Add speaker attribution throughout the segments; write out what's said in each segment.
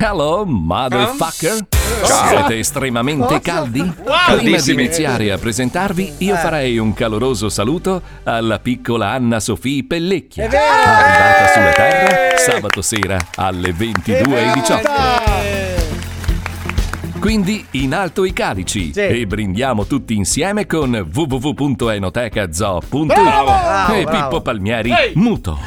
Speaker 1: Hello, motherfucker. Siete estremamente caldi? Prima di
Speaker 2: Caldissimi.
Speaker 1: iniziare a presentarvi, io farei un caloroso saluto alla piccola Anna Sofì Pellecchia, andata sulla Terra sabato sera alle 22.18. Quindi in alto i calici e brindiamo tutti insieme con www.enotecazoo.it e Pippo Palmieri muto.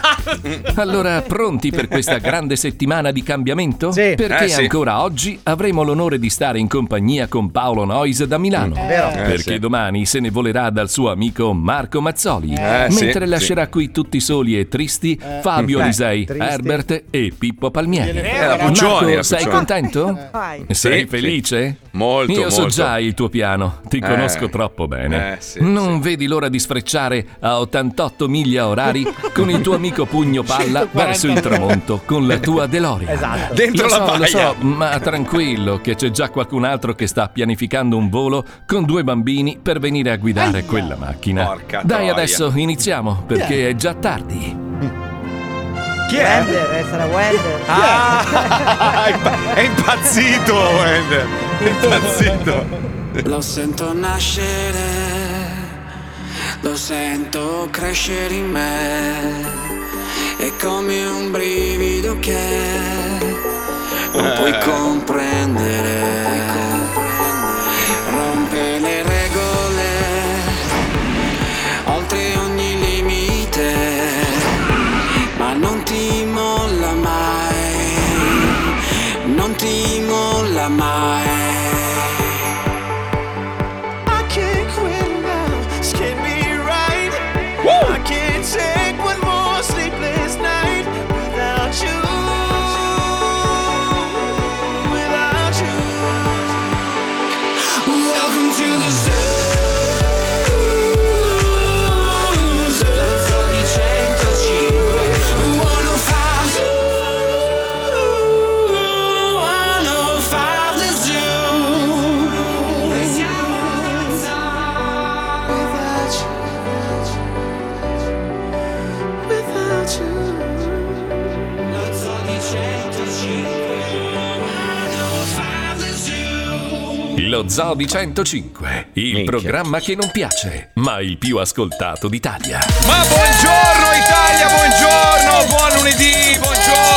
Speaker 1: Allora, pronti per questa grande settimana di cambiamento?
Speaker 3: Sì.
Speaker 1: Perché
Speaker 2: Eh, sì.
Speaker 1: ancora oggi avremo l'onore di stare in compagnia con Paolo Nois da Milano.
Speaker 3: Mm. Vero?
Speaker 1: Perché
Speaker 2: Eh, sì.
Speaker 1: domani se ne volerà dal suo amico Marco Mazzoli,
Speaker 2: Eh, sì,
Speaker 1: mentre
Speaker 2: sì.
Speaker 1: lascerà qui tutti soli e tristi Fabio Lisei,
Speaker 3: Eh, tristi.
Speaker 1: Herbert e Pippo Palmieri.
Speaker 2: Eh, la Puccioni,
Speaker 1: Marco,
Speaker 2: la
Speaker 1: sei
Speaker 2: Puccioni.
Speaker 1: contento?
Speaker 4: Vai.
Speaker 1: Sei
Speaker 2: Sì,
Speaker 1: felice?
Speaker 2: Molto,
Speaker 1: Io so
Speaker 2: molto.
Speaker 1: già il tuo piano, ti conosco troppo bene.
Speaker 2: Eh, sì,
Speaker 1: non vedi l'ora di sfrecciare a 88 miglia orari con il tuo amico pugno palla verso il tramonto con la tua DeLorean.
Speaker 3: Esatto.
Speaker 2: Dentro
Speaker 1: lo
Speaker 2: la
Speaker 1: so, lo
Speaker 2: paia.
Speaker 1: so, ma tranquillo che c'è già qualcun altro che sta pianificando un volo con due bambini per venire a guidare quella macchina.
Speaker 2: Porca
Speaker 1: Dai,
Speaker 2: troia.
Speaker 1: adesso iniziamo perché è già tardi.
Speaker 3: Chi
Speaker 4: Wender, eh, sarà Wender.
Speaker 2: Ah,
Speaker 3: Ecco.
Speaker 2: è impa- è impazzito, Wender. È impazzito.
Speaker 5: Lo sento nascere, lo sento crescere in me, è come un brivido che
Speaker 2: Eh.
Speaker 5: non puoi comprendere. Rompe le regole, oltre ogni limite, ma non ti molla mai, non ti molla mai.
Speaker 6: I can't quit now. Skin me right. I can't take one more sleepless night without you. Without you.
Speaker 5: Welcome to the zoo. Zoo. Fucking change us, you. 105 Zoo. 105 the zoo.
Speaker 6: Without you. Without you.
Speaker 5: Fucking change us, you. 105 the zoo.
Speaker 1: Lo Zoo di 105, il programma che non piace, ma il più ascoltato d'Italia.
Speaker 2: Ma buongiorno Italia, buongiorno, buon lunedì, buongiorno.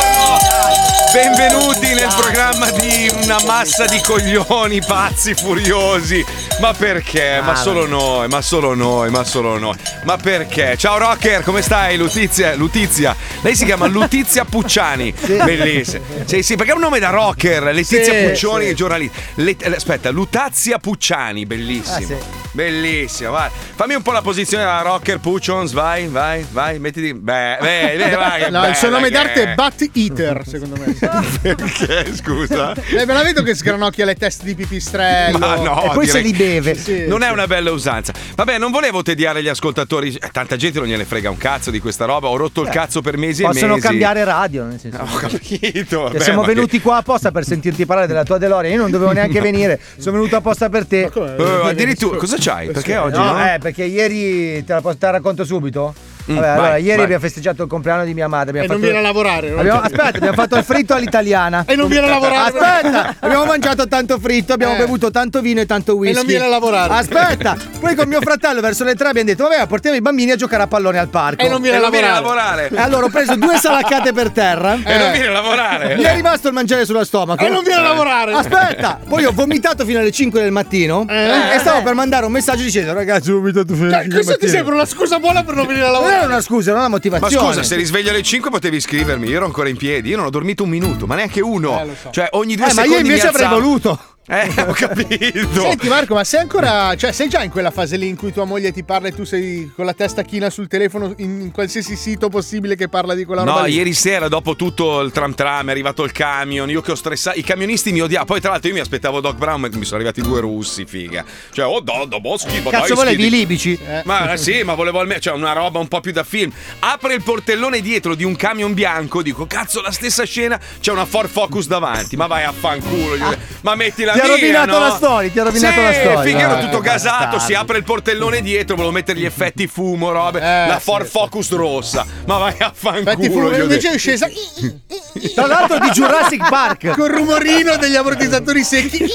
Speaker 2: Benvenuti nel programma di una massa di coglioni pazzi, furiosi. Ma perché? Eh,
Speaker 7: Ah,
Speaker 2: Ma solo noi, ma solo noi, ma solo noi. Ma perché? Ciao Rocker, come stai? Lutizia, Lutizia. Lei si chiama Lutizia Pucciani. Bellissima. Sì, sì, perché è un nome da rocker. Letizia
Speaker 3: Sì,
Speaker 2: Puccioni,
Speaker 3: sì.
Speaker 2: è giornalista. Le- eh, aspetta, Lutazia Pucciani, bellissima.
Speaker 3: Ah, sì.
Speaker 2: Bellissima, vai. Fammi un po' la posizione da rocker Puccions, vai, vai, vai, mettiti. Beh, beh, beh, vai, che
Speaker 7: No, il suo
Speaker 2: bella
Speaker 7: nome
Speaker 2: che
Speaker 7: d'arte è
Speaker 2: è.
Speaker 7: Bat Eater, secondo me.
Speaker 2: Perché, scusa?
Speaker 7: Eh, ve la vedo che sgranocchia le teste di pipistrello.
Speaker 2: Ma no,
Speaker 3: E poi se
Speaker 2: direi-
Speaker 3: li beve.
Speaker 7: Sì,
Speaker 2: Non è
Speaker 7: sì.
Speaker 2: una bella usanza. Vabbè, non volevo tediare gli ascoltatori. Eh, Tanta gente non gliene frega un cazzo di questa roba. Ho rotto il cazzo per mesi e mesi.
Speaker 3: Eh, Possono cambiare radio, nel senso.
Speaker 2: Ho capito.
Speaker 3: Cioè,
Speaker 2: vabbè,
Speaker 3: siamo
Speaker 2: ma che-
Speaker 3: venuti qua apposta per sentirti parlare della tua DeLorean. Io non dovevo neanche venire, sono venuto apposta per te.
Speaker 7: Come-
Speaker 2: Eh, addirittura, cosa c'hai? Perché oggi?
Speaker 3: No,
Speaker 2: no? Mm,
Speaker 3: eh, perché ieri te la, posso- te la racconto subito? Vabbè,
Speaker 2: vai,
Speaker 3: allora, ieri
Speaker 2: vai.
Speaker 3: abbiamo festeggiato il compleanno di mia madre.
Speaker 7: E
Speaker 3: abbiamo
Speaker 7: non
Speaker 3: fatto-
Speaker 7: viene a lavorare. no?
Speaker 3: abbiamo- aspetta, abbiamo fatto il fritto all'italiana.
Speaker 7: E non viene a lavorare.
Speaker 3: Aspetta, abbiamo mangiato tanto fritto, abbiamo
Speaker 7: Eh.
Speaker 3: bevuto tanto vino e tanto whisky.
Speaker 7: non viene a lavorare.
Speaker 3: Aspetta, poi con mio fratello verso le tre abbiamo detto, vabbè, portiamo i bambini a giocare a pallone al parco.
Speaker 7: E non
Speaker 2: E
Speaker 7: viene a
Speaker 2: non viene a
Speaker 7: lavorare. Eh.
Speaker 2: lavorare.
Speaker 3: E allora ho preso due salaccate per terra.
Speaker 2: E non viene a lavorare.
Speaker 3: Mi è rimasto il mangiare sullo stomaco. Eh.
Speaker 7: E non viene a lavorare.
Speaker 3: Aspetta, poi ho vomitato fino alle 5 del mattino
Speaker 7: Eh.
Speaker 3: e stavo per mandare un messaggio dicendo ragazzi ho vomitato fino alle 5
Speaker 7: Cioè,
Speaker 3: del
Speaker 7: questa ti
Speaker 3: mattino.
Speaker 7: sembra una scusa buona per non venire a
Speaker 3: Non
Speaker 7: lavorare.
Speaker 3: era una scusa, non era una
Speaker 2: Ma
Speaker 3: motivazione.
Speaker 2: scusa, se risveglio alle 5 potevi scrivermi, io ero ancora in piedi, io non ho dormito un minuto, ma neanche uno.
Speaker 7: lo so.
Speaker 2: Cioè, ogni due
Speaker 3: Eh, ma
Speaker 2: secondi
Speaker 3: io invece
Speaker 2: mi
Speaker 3: avrei
Speaker 2: alzavo.
Speaker 3: voluto.
Speaker 2: Eh, ho capito.
Speaker 7: Senti Marco, ma sei ancora, cioè sei già in quella fase lì in cui tua moglie ti parla e tu sei con la testa china sul telefono in, in qualsiasi sito possibile che parla di quella roba
Speaker 2: No,
Speaker 7: lì?
Speaker 2: ieri sera dopo tutto il tram tram è arrivato il camion, io che ho stressato, i camionisti mi odiavano. Poi tra l'altro io mi aspettavo Doc Brown, ma mi sono arrivati due russi, figa. Cioè, oh do, do boschi, ma dai,
Speaker 3: Cazzo volevi i
Speaker 2: schidi-
Speaker 3: libici?
Speaker 2: Ma eh, sì, ma volevo almeno, cioè una roba un po' più da film. Apre il portellone dietro di un camion bianco, dico, cazzo, la stessa scena, c'è una Ford Focus davanti, ma vai a fanculo. gli- Ma mettila
Speaker 3: Ah. Ti ha
Speaker 2: via,
Speaker 3: rovinato
Speaker 2: no?
Speaker 3: la storia, ti ha rovinato
Speaker 2: Sì,
Speaker 3: la storia.
Speaker 2: Figaro
Speaker 3: Ah,
Speaker 2: tutto
Speaker 3: che
Speaker 2: gasato, si
Speaker 3: bastardo.
Speaker 2: apre il portellone dietro, volevo mettere gli effetti fumo, robe,
Speaker 3: Eh,
Speaker 2: la Ford Focus rossa. Ma vai a
Speaker 7: Infatti, fu-
Speaker 2: fanculo. gli ho
Speaker 7: invece
Speaker 2: detto.
Speaker 7: è scesa
Speaker 3: Tra l'altro di Jurassic Park.
Speaker 7: col rumorino degli ammortizzatori secchi.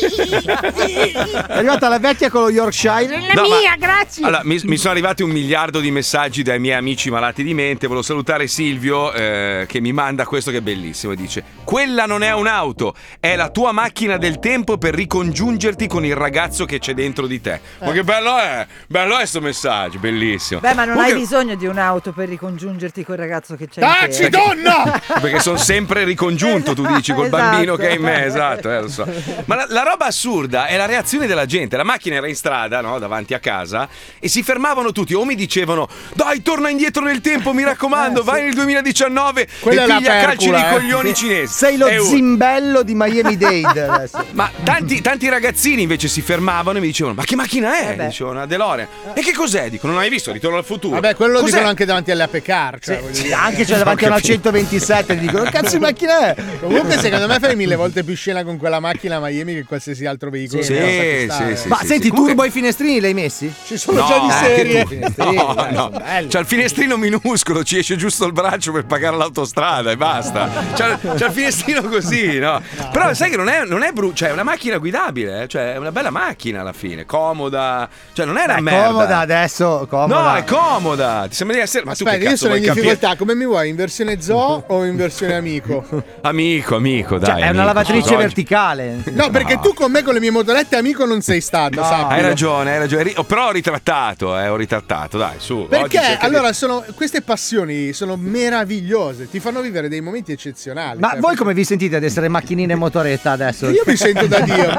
Speaker 3: È arrivata la vecchia con lo Yorkshire.
Speaker 2: No, ma- Allora, mi, mi sono arrivati un miliardo di messaggi dai miei amici malati di mente. Volevo salutare Silvio eh, che mi manda questo che è bellissimo. Dice: Quella non è un'auto, è la tua macchina del tempo per ricongiungerti con il ragazzo che c'è dentro di te. Ma che bello è! Bello è sto messaggio, bellissimo.
Speaker 4: Eh. Beh, ma non hai
Speaker 2: Comunque-
Speaker 4: bisogno di un'auto per ricongiungerti col ragazzo che c'è. in
Speaker 7: Taci,
Speaker 4: te.
Speaker 7: donna!
Speaker 2: Perché sono sempre ricongiunto, tu dici, col
Speaker 4: Esatto.
Speaker 2: bambino che è in me, esatto, eh, lo so. Ma la, la roba assurda è la reazione della gente. La macchina era in strada, no, davanti a casa, e si fermavano tutti o mi dicevano, dai, torna indietro nel tempo, mi raccomando, vai nel 2019
Speaker 7: Eh, Quella
Speaker 2: e
Speaker 7: è la
Speaker 2: piglia a calci
Speaker 7: Percula,
Speaker 2: di
Speaker 7: eh.
Speaker 2: coglioni cinesi.
Speaker 3: Sei lo
Speaker 2: E uno-
Speaker 3: zimbello di Miami Dade adesso.
Speaker 2: ma tanti, tanti ragazzini invece si fermavano e mi dicevano: Ma che macchina è?
Speaker 4: Eh beh.
Speaker 2: Dicevano una DeLorean. E che cos'è? Dico, non hai visto? Ritorno al futuro.
Speaker 7: Vabbè, quello lo
Speaker 2: Cos'è?
Speaker 7: dicono anche davanti alle ape car. Cioè, voglio
Speaker 3: Sì,
Speaker 7: dire.
Speaker 3: anche c'è davanti a una 127 ti dicono cazzo di macchina è?
Speaker 7: Comunque, secondo me fai mille volte più scena con quella macchina a Miami che qualsiasi altro veicolo.
Speaker 2: Sì,
Speaker 7: che possa
Speaker 2: sì,
Speaker 7: acquistare.
Speaker 2: sì,
Speaker 3: Ma
Speaker 2: sì,
Speaker 3: senti,
Speaker 2: sì. Comunque-
Speaker 3: turbo ai finestrini l'hai messi?
Speaker 7: Ci sono
Speaker 2: No, Eh,
Speaker 7: già di
Speaker 2: anche
Speaker 7: serie.
Speaker 2: tu.
Speaker 3: Finestrino,
Speaker 2: No,
Speaker 3: dai,
Speaker 2: no. C'ha il finestrino minuscolo, ci esce giusto il braccio per pagare l'autostrada e basta. C'ha, c'ha il finestrino così, no? Però sai che non è, non è brutto, cioè è una macchina guidabile, eh, cioè è una bella macchina alla fine, comoda, cioè non è una
Speaker 3: È
Speaker 2: merda.
Speaker 3: comoda adesso, comoda.
Speaker 2: No, è comoda. Ti sembra di essere. Ma tu
Speaker 7: Aspetta,
Speaker 2: che
Speaker 7: io
Speaker 2: cazzo
Speaker 7: sono
Speaker 2: vuoi
Speaker 7: in difficoltà. Come mi vuoi? In versione zoo o in versione amico?
Speaker 2: capire? Amico, amico, dai.
Speaker 3: Cioè, è una
Speaker 2: amico,
Speaker 3: lavatrice
Speaker 2: oggi-
Speaker 3: verticale.
Speaker 7: No, perché tu con me con le mie motorette amico non sei stato, sappi.
Speaker 2: Hai ragione, hai ragione. Ri- oh, Però ho ritrattato, eh, ho ritrattato, dai, su. oggi
Speaker 7: Perché?
Speaker 2: cerca di-
Speaker 7: Allora, sono, queste passioni sono meravigliose, ti fanno vivere dei momenti eccezionali.
Speaker 3: Ma
Speaker 7: Cioè,
Speaker 3: voi come vi sentite ad essere macchinine e motoretta adesso?
Speaker 7: Io mi sento da Dio.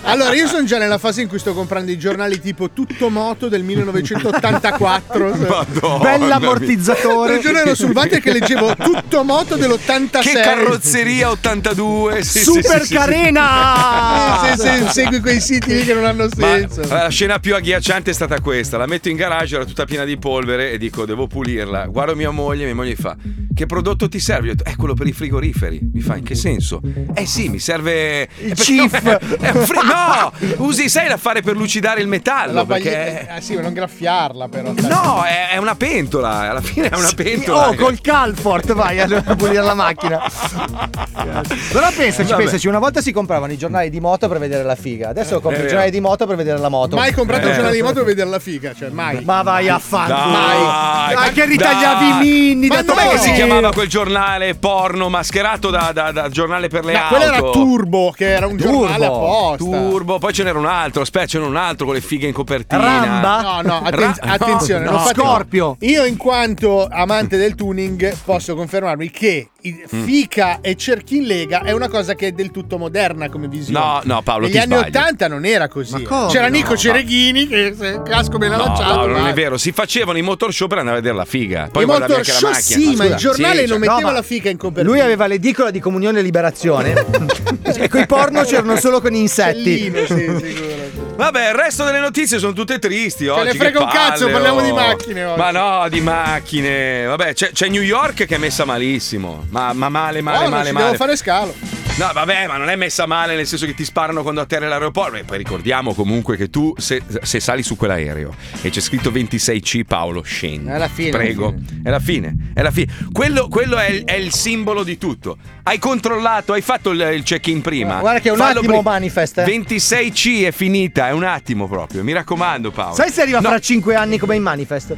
Speaker 7: Allora, io sono già nella fase in cui sto comprando i giornali tipo Tutto Moto del 1984.
Speaker 2: Madonna
Speaker 3: Bella
Speaker 2: mia.
Speaker 3: ammortizzatore.
Speaker 7: L'altro giorno ero sul water che leggevo Tutto Moto dell'86.
Speaker 2: Che carrozzeria 82 sì, sì,
Speaker 3: Super
Speaker 2: sì, sì, sì.
Speaker 3: carena!
Speaker 7: Se, se- segui quei siti lì che non hanno
Speaker 2: Ma
Speaker 7: senso.
Speaker 2: la scena più agghiacciante è stata questa. La metto in garage, era tutta piena di polvere e dico devo pulirla. Guardo mia moglie, mia moglie fa: Che prodotto ti serve? Io ho detto, è quello per i frigoriferi. Mi fa in che senso? Eh sì, mi serve. Il
Speaker 3: Chief.
Speaker 2: È un fri- no! Usi, sai l'affare per lucidare il metallo?
Speaker 7: La
Speaker 2: perché.
Speaker 7: bagli- Ah, sì, ma non graffiarla però. sai.
Speaker 2: No, è, è una pentola. Alla fine è una pentola.
Speaker 3: Oh, col Calfort vai a a pulire la macchina. Però pensaci,
Speaker 2: Vabbè.
Speaker 3: pensaci, una volta si compravano i giornali di moto per vedere la figa, adesso compri
Speaker 2: è
Speaker 3: i
Speaker 2: vero.
Speaker 3: giornali di moto per vedere la moto.
Speaker 7: Mai comprato
Speaker 2: Eh.
Speaker 7: un giornale di moto per vedere la figa, cioè mai.
Speaker 3: Ma vai a fan.
Speaker 2: Dai,
Speaker 3: Mai. Ma che
Speaker 2: dai.
Speaker 3: ritagliavi i mini
Speaker 7: Ma
Speaker 3: da
Speaker 7: no,
Speaker 2: Com'è che si
Speaker 7: Sì.
Speaker 2: chiamava quel giornale porno mascherato da, da- da giornale per le
Speaker 7: Ma
Speaker 2: auto?
Speaker 7: quello era Turbo, che era un giornale
Speaker 3: Turbo,
Speaker 7: apposta.
Speaker 2: Turbo, poi ce n'era un altro, aspetta, ce n'era un altro con le fighe in copertina.
Speaker 3: Ramba?
Speaker 7: No, no, atten-
Speaker 2: Ra-
Speaker 7: attenzione.
Speaker 3: no,
Speaker 7: non fate-
Speaker 3: Scorpio.
Speaker 7: Io, in quanto amante del tuning, posso confermarvi che i-
Speaker 2: Mm.
Speaker 7: fica e cerchi in lega è una cosa che è del tutto moderna come visione.
Speaker 2: No, no, Paolo,
Speaker 7: Negli
Speaker 2: ti
Speaker 7: anni
Speaker 2: sbagli.
Speaker 7: 80 non era così.
Speaker 3: Ma come?
Speaker 7: C'era
Speaker 3: No,
Speaker 7: Nico
Speaker 2: ma-
Speaker 7: Cereghini che se casco me l'ha
Speaker 2: No,
Speaker 7: lanciato.
Speaker 2: Paolo, non
Speaker 7: vai.
Speaker 2: è vero, si facevano i motor show per andare a vedere la figa. Poi
Speaker 7: I
Speaker 2: guardavi
Speaker 7: motor
Speaker 2: anche la
Speaker 7: show
Speaker 2: macchina.
Speaker 7: sì, ma il
Speaker 2: scusa,
Speaker 7: giornale
Speaker 2: sì,
Speaker 7: non
Speaker 2: cioè-
Speaker 7: metteva
Speaker 3: ma
Speaker 7: la fica in copertina.
Speaker 3: Lui aveva l'edicola di comunione e liberazione. e coi porno c'erano solo con insetti.
Speaker 7: Cellino, sì, sicuro.
Speaker 2: Vabbè, il resto delle notizie sono tutte tristi. oggi,
Speaker 7: ne
Speaker 2: che
Speaker 7: frega un cazzo,
Speaker 2: palle,
Speaker 7: parliamo
Speaker 2: oh.
Speaker 7: di macchine oggi.
Speaker 2: Ma no, di macchine. Vabbè, c'è, c'è New York che è messa malissimo. Ma, ma male,
Speaker 7: Oh,
Speaker 2: male,
Speaker 7: non
Speaker 2: male,
Speaker 7: ci
Speaker 2: male.
Speaker 7: devo fare scalo.
Speaker 2: No, vabbè, ma non è messa male nel senso che ti sparano quando atterri all'aeroporto. E poi ricordiamo comunque che tu, se, se sali su quell'aereo e c'è scritto 26C, Paolo, scendi.
Speaker 7: È la fine,
Speaker 2: Prego.
Speaker 7: alla
Speaker 2: È la fine. È la fine. Quello, quello è, il, è il simbolo di tutto. Hai controllato, hai fatto il, il check-in prima.
Speaker 3: Guarda che è un
Speaker 2: Fallo
Speaker 3: attimo manifest, eh.
Speaker 2: 26C è finita, è un attimo proprio. Mi raccomando, Paolo.
Speaker 3: Sai se arriva
Speaker 2: No,
Speaker 3: fra 5 anni come in manifest?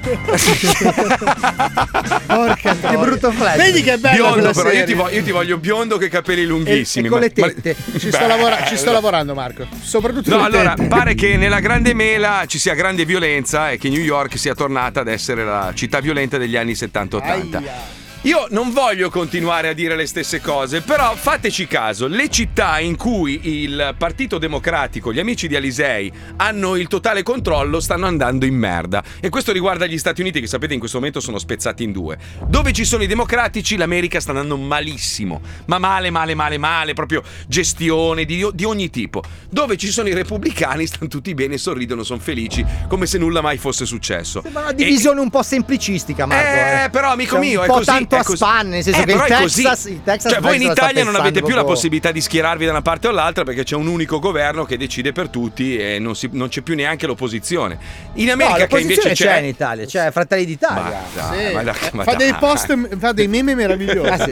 Speaker 3: Porca che brutto flash.
Speaker 7: Vedi che bella
Speaker 2: Biondo,
Speaker 7: quella
Speaker 2: però io
Speaker 7: serie.
Speaker 2: ti, voglio, io ti voglio biondo con i capelli
Speaker 3: e,
Speaker 2: lunghissimi.
Speaker 3: e con
Speaker 2: ma-
Speaker 3: le tette.
Speaker 2: ma-
Speaker 7: Ci sto,
Speaker 2: Beh,
Speaker 7: lavora- ci sto lavorando, Marco. Soprattutto
Speaker 2: No,
Speaker 7: le
Speaker 2: allora,
Speaker 7: tette.
Speaker 2: pare che nella Grande Mela ci sia grande violenza e che New York sia tornata ad essere la città violenta degli anni 70-80.
Speaker 7: Aia.
Speaker 2: Io non voglio continuare a dire le stesse cose, però fateci caso, le città in cui il Partito Democratico, gli amici di Alisei, hanno il totale controllo stanno andando in merda. E questo riguarda gli Stati Uniti che sapete in questo momento sono spezzati in due. Dove ci sono i democratici l'America sta andando malissimo, ma male, male, male, male, proprio gestione di, di ogni tipo. Dove ci sono i repubblicani stanno tutti bene, sorridono, sono felici, come se nulla mai fosse successo.
Speaker 3: Sembra una
Speaker 2: E-
Speaker 3: divisione un po' semplicistica, Marco.
Speaker 2: eh, però, amico
Speaker 3: C'è
Speaker 2: mio,
Speaker 3: un
Speaker 2: è
Speaker 3: po'
Speaker 2: così.
Speaker 3: tanta molto
Speaker 2: È
Speaker 3: a
Speaker 2: così.
Speaker 3: spanne, nel senso
Speaker 2: Eh,
Speaker 3: che il
Speaker 2: però è così.
Speaker 3: Texas, il Texas
Speaker 2: Cioè, voi in
Speaker 3: penso la sta
Speaker 2: Italia non avete
Speaker 3: pensando
Speaker 2: più la
Speaker 3: proprio-
Speaker 2: possibilità di schierarvi da una parte o dall'altra perché c'è un unico governo che decide per tutti e non, si- non c'è più neanche l'opposizione. In
Speaker 3: No,
Speaker 2: America, che invece
Speaker 3: l'opposizione c'è
Speaker 2: c'è.
Speaker 3: in Eh, Italia, c'è Fratelli d'Italia.
Speaker 2: Ma dai,
Speaker 7: Sì.
Speaker 2: ma dai, ma
Speaker 7: Eh, fa dei
Speaker 2: dai.
Speaker 7: post, fa dei meme meravigliosi.
Speaker 3: Ah, sì,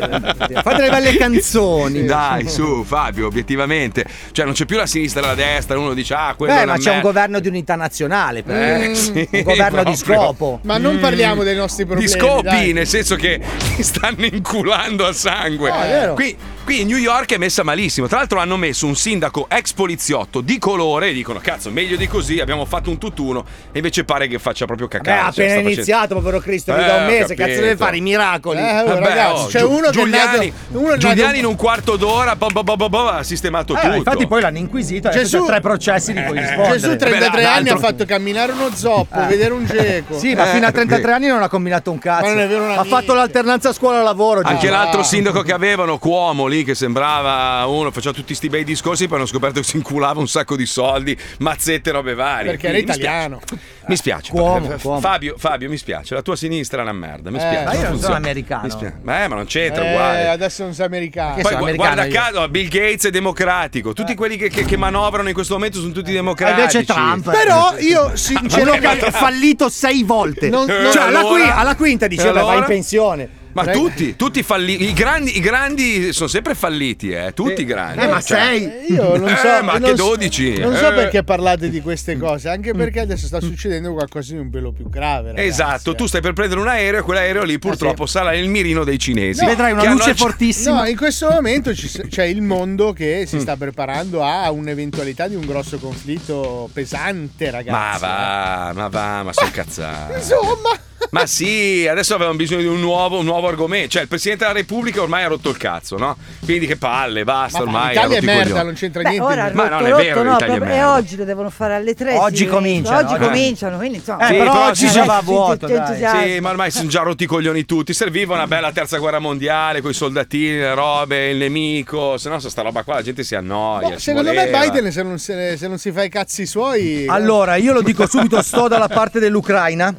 Speaker 3: Fate delle belle canzoni.
Speaker 2: Dai, su, Fabio, obiettivamente. Cioè, non c'è più la sinistra e la destra. Uno dice, ah, quello è
Speaker 3: Beh,
Speaker 2: una
Speaker 3: ma c'è un
Speaker 2: mer-
Speaker 3: governo di unità nazionale, per
Speaker 2: Eh,
Speaker 3: esempio.
Speaker 2: sì,
Speaker 3: un governo di
Speaker 2: proprio. Mm.
Speaker 3: scopo.
Speaker 7: Ma non parliamo dei nostri
Speaker 2: Di
Speaker 7: problemi.
Speaker 2: scopi,
Speaker 7: dai.
Speaker 2: nel senso che ti stanno inculando a sangue.
Speaker 3: No, è vero.
Speaker 2: qui, qui New York è messa malissimo. Tra l'altro, hanno messo un sindaco ex poliziotto di colore e dicono: Cazzo, meglio di così. Abbiamo fatto un tutt'uno. E invece pare che faccia proprio
Speaker 3: Beh, ha
Speaker 2: cacare. cioè,
Speaker 3: appena
Speaker 2: sta facendo-
Speaker 3: iniziato, povero Cristo, mi
Speaker 2: Eh,
Speaker 3: da
Speaker 2: ho
Speaker 3: un mese,
Speaker 2: capito.
Speaker 3: cazzo deve fare i miracoli.
Speaker 7: Eh, oh,
Speaker 2: Vabbè,
Speaker 7: ragazzi,
Speaker 2: oh,
Speaker 7: c'è
Speaker 2: Giu-
Speaker 7: uno
Speaker 2: Giuliani,
Speaker 7: che è nato- uno è nato-
Speaker 2: Giuliani in un quarto d'ora bo- bo- bo- bo- bo- ha sistemato
Speaker 3: Eh,
Speaker 2: tutto.
Speaker 3: infatti poi l'hanno inquisito e
Speaker 7: Gesù-
Speaker 3: Gesù... tre processi di cui rispondere.
Speaker 7: Gesù
Speaker 2: Beh,
Speaker 7: 33
Speaker 2: l'altro- Ah.
Speaker 7: anni ha fatto camminare uno zoppo, vedere un
Speaker 2: ecco.
Speaker 7: geco.
Speaker 3: Sì, ma
Speaker 2: Eh.
Speaker 3: fino a 33 anni non ha combinato un cazzo.
Speaker 7: Ma non è vero una
Speaker 3: ha fatto
Speaker 7: minchia.
Speaker 3: l'alternanza scuola-lavoro. Gesù.
Speaker 2: Anche
Speaker 7: Ah.
Speaker 2: l'altro sindaco che avevano, Cuomo lì, che sembrava uno, faceva tutti sti bei discorsi, poi hanno scoperto che si inculava un sacco di soldi, mazzette, robe varie.
Speaker 7: Perché era
Speaker 2: Quindi mi spiace.
Speaker 7: italiano.
Speaker 2: Mi spiace.
Speaker 3: Cuomo,
Speaker 2: F-
Speaker 3: Cuomo.
Speaker 2: Fabio, Fabio, mi spiace. La tua sinistra è una merda. Mi
Speaker 7: Eh,
Speaker 2: spiace.
Speaker 7: ma
Speaker 3: io non sono
Speaker 2: funziona.
Speaker 3: americano.
Speaker 2: Mi spiace. Ma, eh, ma non c'entra,
Speaker 7: Eh,
Speaker 2: uguale.
Speaker 7: adesso non sei americano.
Speaker 2: Poi
Speaker 3: sono
Speaker 2: gu-
Speaker 3: americano
Speaker 2: guarda
Speaker 3: io.
Speaker 2: caso, Bill Gates è democratico. Tutti quelli che, che- che manovrano in questo momento sono tutti
Speaker 3: E
Speaker 2: democratici.
Speaker 3: Eh, invece Trump.
Speaker 7: Però io
Speaker 3: Quello
Speaker 7: sinceramente
Speaker 3: che ha fallito sei volte.
Speaker 7: Non-
Speaker 2: Eh,
Speaker 3: cioè, alla,
Speaker 2: allora?
Speaker 3: qui- alla quinta
Speaker 2: E
Speaker 3: diceva
Speaker 2: allora?
Speaker 3: vai in pensione.
Speaker 2: Ma tutti, tutti falliti. I grandi, I grandi sono sempre falliti, eh. Tutti i grandi.
Speaker 3: Eh, ma
Speaker 2: Cioè,
Speaker 3: sei.
Speaker 7: Io non so.
Speaker 2: Eh, ma
Speaker 7: non
Speaker 2: che
Speaker 7: so-
Speaker 2: 12?
Speaker 7: Non so
Speaker 2: Eh. Mm.
Speaker 7: perché parlate di queste cose, anche perché adesso sta succedendo qualcosa di un pelo più grave. ragazzi. eh.
Speaker 2: Esatto, tu stai per prendere un aereo e quell'aereo lì purtroppo sarà nel mirino dei cinesi.
Speaker 3: Vedrai una
Speaker 2: Che
Speaker 3: luce
Speaker 2: hanno-
Speaker 3: fortissima.
Speaker 7: No, in questo momento ci s- c'è il mondo che
Speaker 2: Mm.
Speaker 7: si sta preparando a un'eventualità di un grosso conflitto pesante,
Speaker 2: Ma
Speaker 7: ragazzi. eh.
Speaker 2: va, ma va, ma sono cazzate.
Speaker 7: Insomma,
Speaker 2: Ma sì, adesso avevamo bisogno di un nuovo, un nuovo argomento. Cioè, il Presidente della Repubblica ormai ha rotto il cazzo, no? Quindi che palle, basta,
Speaker 7: Ma va,
Speaker 2: ormai ha
Speaker 7: l'Italia è
Speaker 2: rotto i
Speaker 7: merda,
Speaker 2: coglioni.
Speaker 7: non c'entra
Speaker 4: Beh,
Speaker 7: niente.
Speaker 4: ora
Speaker 2: Ma
Speaker 4: rotto,
Speaker 2: non è vero,
Speaker 4: rotto, no,
Speaker 2: l'Italia è
Speaker 4: proprio- e
Speaker 2: merda.
Speaker 4: oggi lo devono fare alle tre.
Speaker 3: Oggi
Speaker 4: sì,
Speaker 3: cominciano,
Speaker 4: Oggi
Speaker 3: oggi.
Speaker 4: cominciano, quindi insomma.
Speaker 3: Eh,
Speaker 2: Sì,
Speaker 3: però
Speaker 2: però
Speaker 3: oggi
Speaker 2: sì,
Speaker 3: già
Speaker 2: sì,
Speaker 3: va a
Speaker 4: sì,
Speaker 3: vuoto.
Speaker 4: sì,
Speaker 3: dai.
Speaker 4: entusiasmo.
Speaker 2: Sì, ma ormai si sono già rotti i coglioni tutti. Serviva una bella terza guerra mondiale con i soldatini, le robe, il nemico. Se no, se sta roba qua la gente si annoia.
Speaker 7: Boh,
Speaker 2: ci
Speaker 7: secondo me
Speaker 2: voleva.
Speaker 7: Biden se non, se, ne- se non si fa i cazzi suoi eh.
Speaker 3: Allora, io lo dico subito, sto dalla parte dell'Ucraina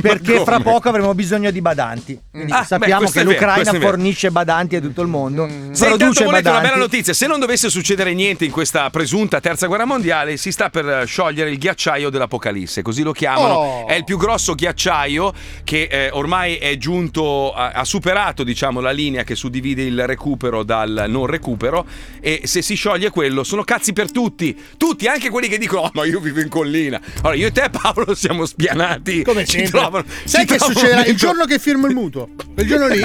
Speaker 3: perché
Speaker 2: Mm. Ma
Speaker 3: fra
Speaker 2: come?
Speaker 3: poco avremo bisogno di badanti. Quindi
Speaker 2: Ah, beh,
Speaker 3: sappiamo
Speaker 2: questo
Speaker 3: che
Speaker 2: è vero,
Speaker 3: l'Ucraina
Speaker 2: questo è vero. Mm.
Speaker 3: fornisce badanti a tutto il mondo.
Speaker 2: Se
Speaker 3: produce
Speaker 2: intanto volete una bella
Speaker 3: badanti.
Speaker 2: notizia, se non dovesse succedere niente in questa presunta terza guerra mondiale, si sta per eh, sciogliere il ghiacciaio dell'Apocalisse, così lo chiamano.
Speaker 7: Oh.
Speaker 2: È il più grosso ghiacciaio che eh, ormai è giunto, ha, ha superato diciamo, la linea che suddivide il recupero dal non recupero e se si scioglie quello sono cazzi per tutti, tutti, anche quelli che dicono "Oh, ma io vivo in collina". Allora io e te Paolo siamo spianati.
Speaker 7: come
Speaker 2: ci
Speaker 7: sempre
Speaker 2: trovano-
Speaker 7: sai
Speaker 2: ci
Speaker 7: che
Speaker 2: trovano
Speaker 7: succederà il
Speaker 2: dentro-
Speaker 7: giorno che firmo il mutuo quel giorno lì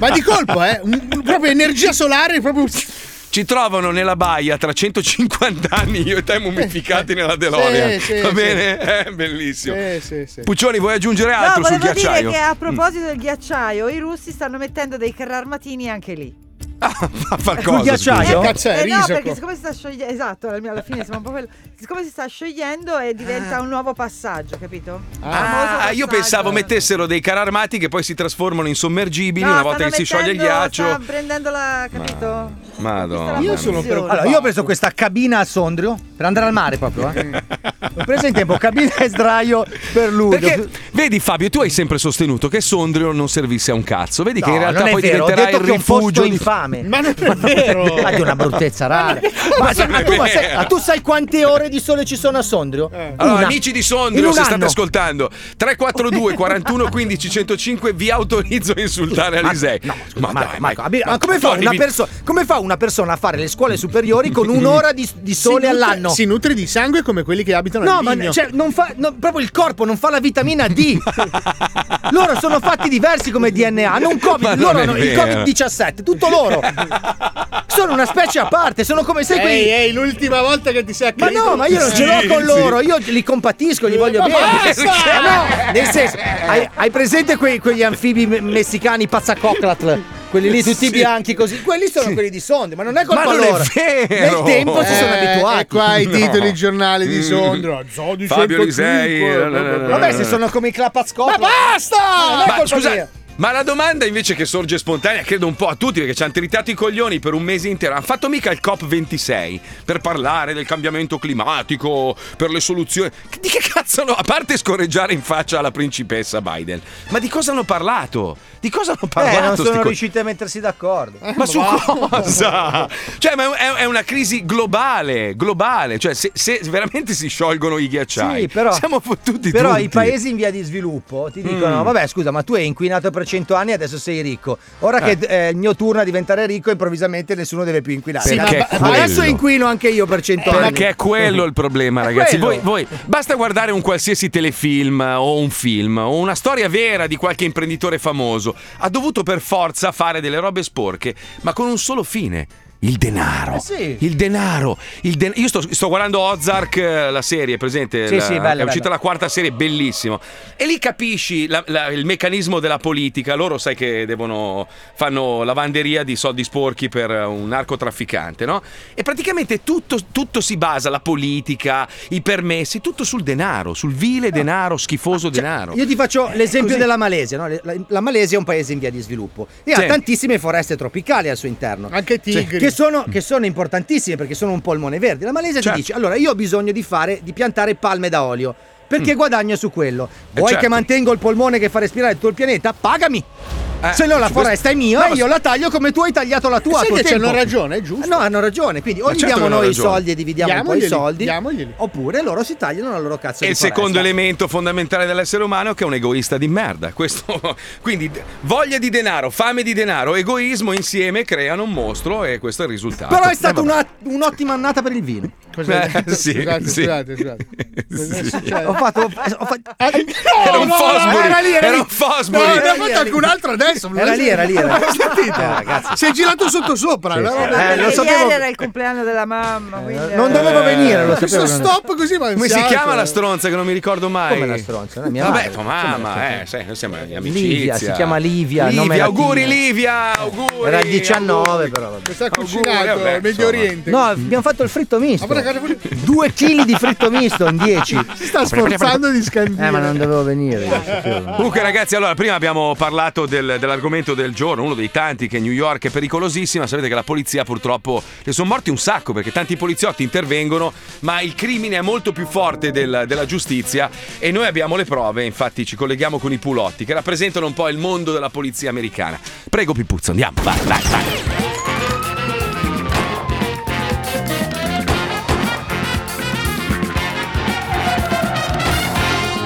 Speaker 7: ma di colpo eh un- un- proprio energia solare proprio
Speaker 2: Ci trovano nella baia tra 150 anni, io e te mummificati nella DeLorean.
Speaker 7: sì,
Speaker 2: Va
Speaker 7: sì.
Speaker 2: bene? È bellissimo.
Speaker 7: sì, Eh, sì, sì.
Speaker 2: Puccioni, vuoi aggiungere
Speaker 4: No,
Speaker 2: altro sul
Speaker 4: volevo dire
Speaker 2: ghiacciaio?
Speaker 4: che
Speaker 3: Mm.
Speaker 4: a proposito del ghiacciaio, i russi stanno mettendo dei carrarmatini anche lì.
Speaker 2: A far cosa?
Speaker 3: Ecco ghiacciaio?
Speaker 2: scusa?
Speaker 7: Che cazzo è,
Speaker 4: eh no,
Speaker 7: riso?
Speaker 4: perché siccome si sta sciogliendo, esatto, alla mia- alla fine siamo un po' quello- siccome si sta sciogliendo
Speaker 3: Ah.
Speaker 4: e diventa un nuovo passaggio, capito? Famoso
Speaker 2: Ah, io
Speaker 4: passaggio.
Speaker 2: pensavo mettessero dei carri armati che poi si trasformano in sommergibili
Speaker 4: No,
Speaker 2: una volta
Speaker 4: stanno
Speaker 2: che si scioglie il
Speaker 4: mettendo-
Speaker 2: ghiaccio.
Speaker 4: Sta prendendo la, capito?
Speaker 2: Madonna.
Speaker 4: Questa è la
Speaker 7: Io sono
Speaker 4: funzione.
Speaker 7: preoccupato.
Speaker 3: Allora, io ho preso questa cabina a Sondrio per andare al mare proprio.
Speaker 2: Mm.
Speaker 3: Eh. Ho preso in tempo cabina e sdraio per lui.
Speaker 2: Perché, vedi Fabio, tu hai sempre sostenuto che Sondrio non servisse a un cazzo. Vedi che in realtà
Speaker 3: non è
Speaker 2: poi
Speaker 3: vero, ho
Speaker 2: diventerà
Speaker 3: detto
Speaker 2: il
Speaker 3: che è un posto
Speaker 2: rifugio di
Speaker 3: infame.
Speaker 7: ma non è vero
Speaker 3: Ma di una bruttezza rara. Ma, sai- ma tu, ma sai- ma tu sai quante ore di sole ci sono a Sondrio?
Speaker 2: Eh. Allora,
Speaker 3: Una.
Speaker 2: amici di
Speaker 3: In
Speaker 2: Sondrio,
Speaker 3: un
Speaker 2: se state
Speaker 3: anno.
Speaker 2: ascoltando, 342 41 15 105 vi autorizzo a insultare Alisei.
Speaker 3: No, scusa,
Speaker 2: ma
Speaker 3: Marco,
Speaker 2: dai,
Speaker 3: Marco, abbi-
Speaker 2: ma-
Speaker 3: ma come, fa
Speaker 2: Tony,
Speaker 3: una
Speaker 2: vi-
Speaker 3: perso- come fa una persona a fare le scuole superiori con un'ora di, di sole
Speaker 7: si nutre-
Speaker 3: all'anno?
Speaker 7: si nutre di sangue come quelli che abitano
Speaker 3: No,
Speaker 7: al
Speaker 3: ma
Speaker 7: vigno
Speaker 3: cioè, non fa, no, proprio il corpo non fa la vitamina D. loro sono fatti diversi come DNA, hanno un
Speaker 2: Ma
Speaker 3: Covid,
Speaker 2: non
Speaker 3: loro
Speaker 2: è
Speaker 3: hanno il
Speaker 2: vero.
Speaker 3: Covid-17, tutto loro. sono una specie a parte, sono come sai quei
Speaker 7: ehi ehi l'ultima volta che ti sei
Speaker 3: ma
Speaker 7: accanito
Speaker 3: no, ma io non ce l'ho con loro, io li compatisco, li voglio
Speaker 7: Ma
Speaker 3: bene.
Speaker 7: basta!
Speaker 3: Ma no, nel senso, hai, hai presente quei- quegli anfibi me- messicani pazzacoclatl? Quelli lì tutti bianchi così, quelli sono quelli di sonde, ma non è colpa
Speaker 2: Ma non è
Speaker 3: loro.
Speaker 2: vero!
Speaker 3: Nel tempo si sono
Speaker 7: Eh, e
Speaker 3: abituati. Mm.
Speaker 7: qua i
Speaker 2: No.
Speaker 7: titoli giornali di Sondro Zodi
Speaker 2: Fabio
Speaker 7: 105,
Speaker 2: Lisei,
Speaker 7: bla, bla, bla, bla.
Speaker 2: eh,
Speaker 3: Vabbè, se sono come i clapazcocla.
Speaker 7: Ma basta!
Speaker 3: non è
Speaker 6: Ah,
Speaker 2: Ma
Speaker 3: colpa
Speaker 2: scusa,
Speaker 3: mia.
Speaker 2: Ma la domanda invece che sorge spontanea, credo un po' a tutti, perché ci hanno tritato i coglioni per un mese intero. Hanno fatto mica il COP26 per parlare del cambiamento climatico, per le soluzioni. Di che cazzo hanno, a parte scorreggiare in faccia alla principessa Biden, ma di cosa hanno parlato? Di cosa hanno parlato?
Speaker 3: Eh, non
Speaker 2: sti
Speaker 3: sono
Speaker 2: co-
Speaker 3: riusciti a mettersi d'accordo.
Speaker 2: ma su cosa? Cioè, ma è, è una crisi globale, globale. Cioè, se, se veramente si sciolgono i ghiacciai,
Speaker 3: Sì, però,
Speaker 2: siamo fottuti
Speaker 3: però
Speaker 2: tutti.
Speaker 3: i paesi in via di sviluppo ti dicono:
Speaker 2: Mm.
Speaker 3: Vabbè, scusa, ma tu hai inquinato per 100 anni e adesso sei ricco. Ora che eh, il mio turno a diventare ricco, improvvisamente nessuno deve più inquinare. Cioè,
Speaker 2: Sì, ma Perché ba- quello-
Speaker 3: adesso inquino anche io per 100 anni.
Speaker 2: Perché è quello il problema, ragazzi.
Speaker 3: quello.
Speaker 2: Voi, voi- basta guardare un qualsiasi telefilm o un film o una storia vera di qualche imprenditore famoso. Ha dovuto per forza fare delle robe sporche, ma con un solo fine. Il denaro.
Speaker 3: Eh sì.
Speaker 2: Il denaro. Il den- Io sto, sto guardando Ozark, eh, la serie, presente?
Speaker 3: Sì,
Speaker 2: La-
Speaker 3: sì, bella,
Speaker 2: è uscita
Speaker 3: bella.
Speaker 2: la quarta serie, bellissimo. E lì capisci la- la- il meccanismo della politica. Loro sai che devono fanno lavanderia di soldi sporchi per un narcotrafficante, no? E praticamente tutto, tutto si basa, la politica, i permessi, tutto sul denaro, sul vile denaro, schifoso denaro.
Speaker 3: cioè, Io ti faccio l'esempio
Speaker 2: Ecco. Eh, così.
Speaker 3: della Malesia. no? Le- La, la Malesia è un paese in via di sviluppo e
Speaker 2: Sì.
Speaker 3: ha tantissime foreste tropicali al suo interno. Cioè,
Speaker 7: Anche tigri.
Speaker 3: Che sono, che sono importantissime perché sono un polmone verde. La Malesia
Speaker 2: Certo.
Speaker 3: ti dice: allora, io ho bisogno di fare di piantare palme da olio. Perché guadagno su quello. Vuoi
Speaker 2: Mm. certo.
Speaker 3: che mantengo il polmone che fa respirare tutto il pianeta? Pagami!
Speaker 2: Eh,
Speaker 3: Se no la
Speaker 2: su questo-
Speaker 3: foresta è mia
Speaker 2: No, ma-
Speaker 3: e io la taglio come tu hai tagliato la tua. a
Speaker 7: Sai
Speaker 3: tuo
Speaker 7: che c'hanno
Speaker 3: tempo.
Speaker 7: ragione, è giusto.
Speaker 3: No, hanno ragione. Quindi o
Speaker 2: Ma
Speaker 3: gli
Speaker 2: certo
Speaker 3: diamo
Speaker 2: che hanno
Speaker 3: noi i
Speaker 2: ragione.
Speaker 3: soldi e dividiamo un po' i
Speaker 7: Diamoglieli,
Speaker 3: soldi.
Speaker 7: diamoglieli.
Speaker 3: Oppure loro si tagliano la loro cazzo
Speaker 2: E
Speaker 3: di
Speaker 2: il secondo
Speaker 3: foresta.
Speaker 2: elemento fondamentale dell'essere umano è che è un egoista di merda. Questo, quindi d- voglia di denaro, fame di denaro, egoismo insieme creano un mostro e questo è il risultato.
Speaker 3: Però è
Speaker 2: Eh,
Speaker 3: stata
Speaker 2: vabbè.
Speaker 3: una- un'ottima annata per il vino.
Speaker 7: Cos'è?
Speaker 2: Eh, sì,
Speaker 7: scusate,
Speaker 2: sì.
Speaker 7: scusate, scusate. Cos'è
Speaker 2: Sì.
Speaker 7: successo?
Speaker 3: Ho fatto. ho fatto-
Speaker 7: Ah, no,
Speaker 2: Era un
Speaker 7: no,
Speaker 2: Fosbury,
Speaker 7: era lì, era
Speaker 2: era
Speaker 7: lì.
Speaker 2: un Fosbury.
Speaker 7: No, ne ha
Speaker 3: Era lì,
Speaker 7: fatto
Speaker 3: era lì.
Speaker 7: alcun altro adesso. non
Speaker 3: Era
Speaker 7: l'hai
Speaker 3: lì, era lì, era
Speaker 7: Non
Speaker 3: lì.
Speaker 7: l'hai sentito?
Speaker 3: Eh, ragazzi.
Speaker 7: si è girato sotto sopra. la roba-
Speaker 3: Eh, lo
Speaker 4: Ieri
Speaker 3: sapevo-
Speaker 4: era il compleanno della
Speaker 7: Eh,
Speaker 4: mamma. quindi
Speaker 3: non
Speaker 4: era- Eh,
Speaker 3: dovevo venire, lo
Speaker 7: Questo
Speaker 3: sapevo.
Speaker 7: stop così ma
Speaker 2: Come si chiama la stronza che non mi ricordo mai?
Speaker 3: Come la stronza? No, mia
Speaker 2: Vabbè,
Speaker 3: madre.
Speaker 2: tua
Speaker 3: Insomma, cioè,
Speaker 2: mamma, eh, sai, noi siamo di amicizia.
Speaker 3: Livia, si chiama Livia, nome latino.
Speaker 2: auguri Livia, auguri.
Speaker 3: Era il 19,
Speaker 2: auguri.
Speaker 3: però. vabbè.
Speaker 7: Sta
Speaker 2: Auguri,
Speaker 7: cucinato
Speaker 2: vabbè,
Speaker 7: al Medio
Speaker 2: insomma.
Speaker 7: Oriente.
Speaker 3: No, abbiamo fatto il fritto misto.
Speaker 7: Ma guarda, guarda, guarda.
Speaker 3: Due chili di fritto misto in 10.
Speaker 7: si sta sforzando di scandire.
Speaker 3: Eh, ma non dovevo venire. lo sapevo.
Speaker 2: Comunque ragazzi, allora prima abbiamo parlato del- dell'argomento del giorno, uno dei tanti che New York è pericolosissima, sapete che la polizia purtroppo ne sono morti un sacco perché tanti poliziotti intervengono, ma il crimine è molto più forte del- della giustizia e noi abbiamo le prove, infatti ci colleghiamo con i pulotti che rappresentano un po' il mondo della polizia americana. Prego Pipuzzo, andiamo, vai, vai, vai.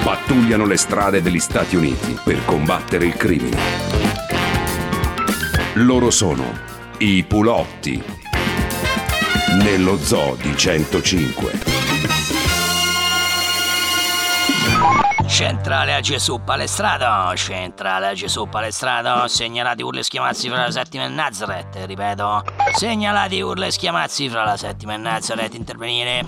Speaker 8: pattugliano le strade degli Stati Uniti per combattere il crimine. Loro sono i Pulotti nello zoo di 105.
Speaker 9: Centrale a Gesù Palestrado, centrale a Gesù Palestrado, segnalati urli e schiamazzi fra la settima e Nazareth, ripeto, segnalati urli e schiamazzi fra la settima e Nazareth, intervenire.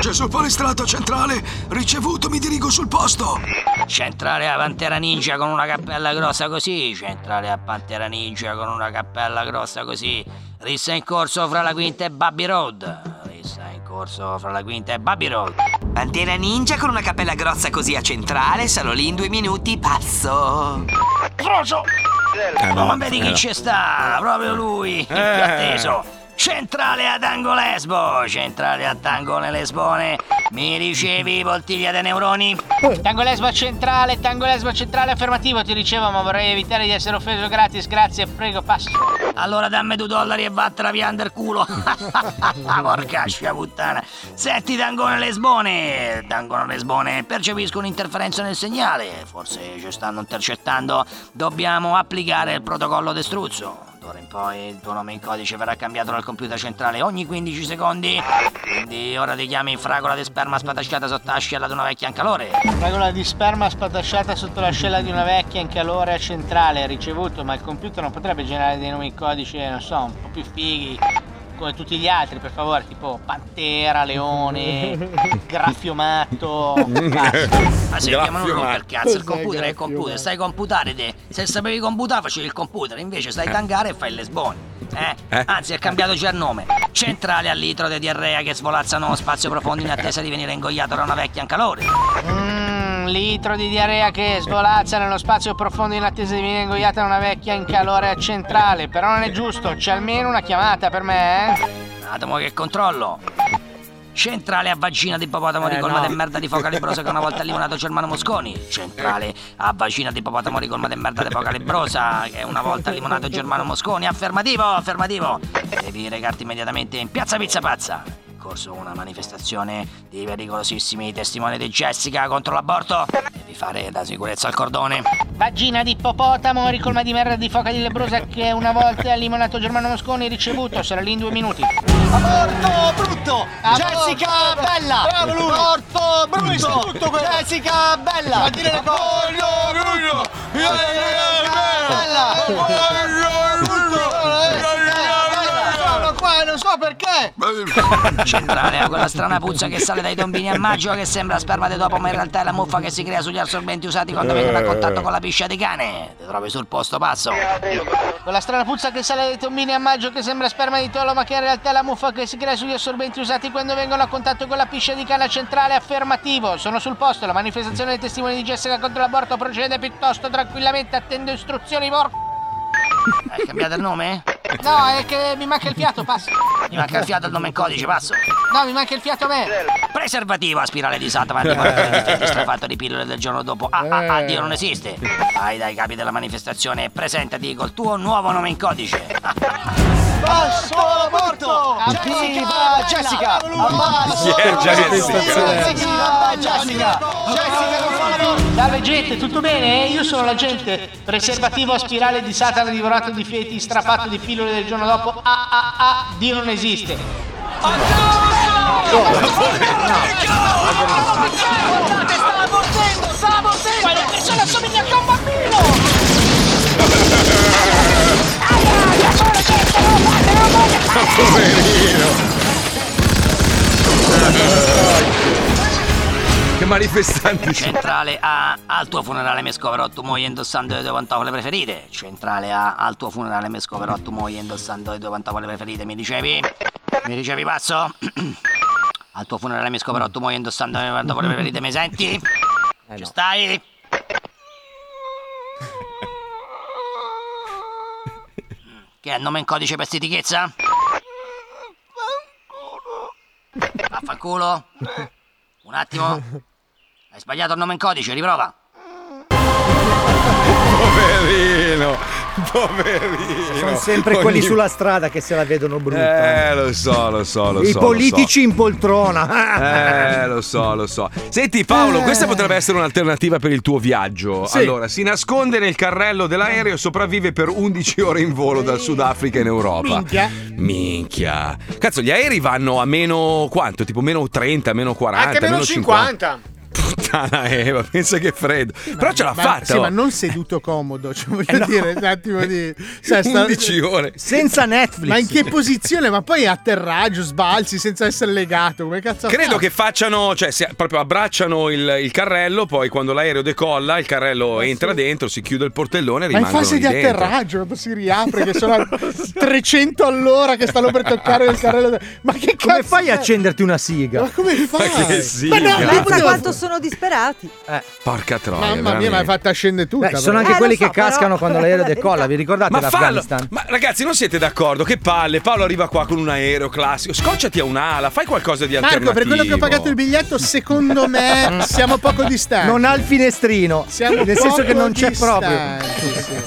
Speaker 5: Gesù Palestrato centrale, ricevuto, mi dirigo sul posto.
Speaker 9: Centrale a Pantera Ninja con una cappella grossa così, centrale a Pantera Ninja con una cappella grossa così, rissa in corso fra la quinta e Babby Road, rissa in corso fra la quinta e Babby Road.
Speaker 10: Pantera Ninja con una cappella grossa così a centrale, sono lì in due minuti, passo.
Speaker 9: Oh, ma vedi chi ci sta? Proprio lui, il più
Speaker 6: Eh.
Speaker 9: atteso. Centrale a Tango Lesbo, centrale a Tango Lesbone. Mi ricevi bottiglia dei neuroni?
Speaker 11: Tango Lesbo centrale, Tango Lesbo centrale affermativo, ti ricevo, ma vorrei evitare di essere offeso gratis, grazie, prego, passo.
Speaker 9: Allora dammi due dollari e vattela via del culo. Porcaccia puttana. Senti Tangone Lesbone. Tangone Lesbone, percepisco un'interferenza nel segnale. Forse ci stanno intercettando. Dobbiamo applicare il protocollo destruzzo. D'ora in poi il tuo nome in codice verrà cambiato dal computer centrale ogni 15 secondi. Quindi ora ti chiami fragola di sperma spatasciata sott'ascella ad una vecchia in calore.
Speaker 11: Fragola di sperma spatasciata sotto l'ascella di una vecchia in calore a centrale, ricevuto, ma il computer non potrebbe generare dei nomi in codice, non so, un po' più fighi. Come tutti gli altri, per favore, tipo Pantera, Leone, Graffio Matto. Passo.
Speaker 9: Ma se Ah, chiamano
Speaker 2: Graffio,
Speaker 9: non
Speaker 2: ma-
Speaker 9: per cazzo, il
Speaker 7: Cos'è
Speaker 9: computer è il
Speaker 7: graffio,
Speaker 9: computer,
Speaker 7: ma-
Speaker 9: sai computare te. Se sapevi computare facevi il computer, invece sai tangare e fai il lesbone. Eh?
Speaker 2: Eh?
Speaker 9: Anzi, è cambiato già il nome. Centrale al litro di diarrea che svolazzano uno spazio profondo in attesa di venire ingoiato da una vecchia in calore.
Speaker 11: Mm, litro di diarrea che svolazza nello spazio profondo in attesa di venire ingoiata da una vecchia in calore centrale. Però non è giusto, c'è almeno una chiamata per me, eh?
Speaker 9: Atomo che controllo. Centrale a vagina di ippopotamo
Speaker 11: Eh,
Speaker 9: ricolma
Speaker 11: no.
Speaker 9: di merda di foca librosa che una volta ha limonato Germano Mosconi. Centrale a vagina di ippopotamo ricolma di merda di foca librosa che una volta ha limonato Germano Mosconi. Affermativo, affermativo. Devi recarti immediatamente in piazza Pizza Pazza. In corso una manifestazione di pericolosissimi testimoni di Jessica contro l'aborto. Devi fare da sicurezza al cordone.
Speaker 11: Vagina di ippopotamo, ricolma di merda di foca di lebrosa che una volta ha limonato Germano Mosconi, ricevuto, sarà lì in due minuti.
Speaker 6: Morto brutto! Jessica bella!
Speaker 11: Bravo lui!
Speaker 6: Morto brutto! Jessica bella!
Speaker 11: Ma dire le cose.
Speaker 6: Morto brutto! Jessica bella! Eh, Sono qua e non so perché!
Speaker 9: Centrale a quella strana puzza che sale dai tombini a maggio che sembra sperma di dopo ma in realtà è la muffa che si crea sugli assorbenti usati quando vengono a contatto con la piscia di cane. Ti trovi sul posto passo.
Speaker 11: Quella strana puzza che sale dai tombini a maggio che sembra sperma di tolo ma che in realtà è la muffa che si crea sugli assorbenti usati quando vengono a contatto con la piscia di canna centrale affermativo. Sono sul posto, la manifestazione dei testimoni di Jessica contro l'aborto procede piuttosto tranquillamente, attendo istruzioni mor...
Speaker 9: Hai cambiato il nome?
Speaker 11: No, è che mi manca il fiato, passo.
Speaker 9: Mi manca il fiato il nome in codice, passo.
Speaker 11: No, mi manca il fiato a me.
Speaker 9: Preservativo a spirale di Santa
Speaker 2: Eh.
Speaker 9: Maria strafatto di pillole del giorno dopo. Ah, ah, ah, Dio non esiste. Vai dai capi della manifestazione e presentati col tuo nuovo nome in codice.
Speaker 6: Passo morto! Jessica! Jessica! Ammazzo!
Speaker 2: Yeah, Jessica.
Speaker 6: Jessica! Jessica!
Speaker 11: Salve gente, tutto bene? Eh, Io sono la gente. Preservativo a spirale di satana divorato di fieti, strappato di pillole del giorno dopo. Ah ah ah, Dio non esiste.
Speaker 6: Stava mordendo! Stava mordendo! Quella persona assomiglia anche a un bambino!
Speaker 2: Che manifestanti sono.
Speaker 9: Centrale A, al tuo funerale mi scoverò tu muoio indossando le tue pantofole preferite. Centrale A, al tuo funerale mi scoverò tu muoio indossando le tue pantofole preferite. Mi dicevi? Mi dicevi pazzo? al tuo funerale mi scoverò tu muoio indossando le tue pantofole preferite. Mi senti? Ci stai? Che è il nome in codice per stitichezza? Vaffanculo. Un attimo. Hai sbagliato il nome in codice, riprova.
Speaker 2: Poverino. Poverino.
Speaker 3: Sono sempre
Speaker 2: Ogni-
Speaker 3: quelli sulla strada che se la vedono brutta.
Speaker 2: Eh, lo so, lo so, lo so.
Speaker 3: I
Speaker 2: lo so.
Speaker 3: politici in poltrona.
Speaker 2: Eh, lo so, lo so. Senti Paolo, questa potrebbe essere un'alternativa per il tuo viaggio.
Speaker 3: Eh. Sì.
Speaker 2: Oh, Allora, si nasconde nel carrello dell'aereo e sopravvive per 11 ore in volo dal Sudafrica in Europa.
Speaker 7: Minchia.
Speaker 2: Minchia. Cazzo, gli aerei vanno a meno quanto? Tipo meno 30, meno 40,
Speaker 7: Anche meno 50.
Speaker 2: Puttana Eva, pensa che freddo. Però ce l'ha
Speaker 7: Ma-
Speaker 2: fatta.
Speaker 7: Sì,
Speaker 2: oh.
Speaker 7: ma non seduto comodo, cioè, voglio dire, un attimo di... cioè, sta-
Speaker 2: 11 Eh, ore.
Speaker 3: Senza Netflix.
Speaker 7: Ma in che posizione? Ma poi atterraggio, sbalzi senza essere legato. Come cazzo ha
Speaker 2: Credo
Speaker 7: fatto?
Speaker 2: che facciano, cioè se- proprio abbracciano il, il carrello, poi quando l'aereo decolla il carrello entra dentro, si chiude il portellone e
Speaker 7: Ma in
Speaker 2: rimangono
Speaker 7: fase
Speaker 2: lì
Speaker 7: di
Speaker 2: dentro.
Speaker 7: atterraggio, quando si riapre, che sono a 300 all'ora che stanno per toccare il carrello. Ma che cazzo?
Speaker 3: Come fai a
Speaker 7: è?
Speaker 3: accenderti una siga?
Speaker 7: Ma come fai?
Speaker 2: Ma che
Speaker 7: Ma no,
Speaker 2: sigla.
Speaker 7: io potevo-
Speaker 4: quanto sono disperati.
Speaker 2: Porca troia.
Speaker 7: Mamma mia, ma hai
Speaker 2: veramente.
Speaker 7: fatta scendere tutta.
Speaker 3: Beh, sono
Speaker 7: però.
Speaker 3: anche
Speaker 4: Eh,
Speaker 3: quelli
Speaker 4: lo so,
Speaker 3: che cascano
Speaker 4: però-
Speaker 3: quando l'aereo decolla, vi ricordate
Speaker 2: Ma fallo!
Speaker 3: l'Afghanistan?
Speaker 2: Ma ragazzi, non siete d'accordo? Che palle! Paolo arriva qua con un aereo classico. Scocciati a un'ala, fai qualcosa di
Speaker 7: Marco,
Speaker 2: alternativo.
Speaker 7: per quello che ho pagato il biglietto, secondo me siamo poco distanti.
Speaker 3: Non ha il finestrino,
Speaker 7: Siamo
Speaker 3: nel senso
Speaker 7: poco
Speaker 3: che non c'è proprio.
Speaker 7: distanti, sì.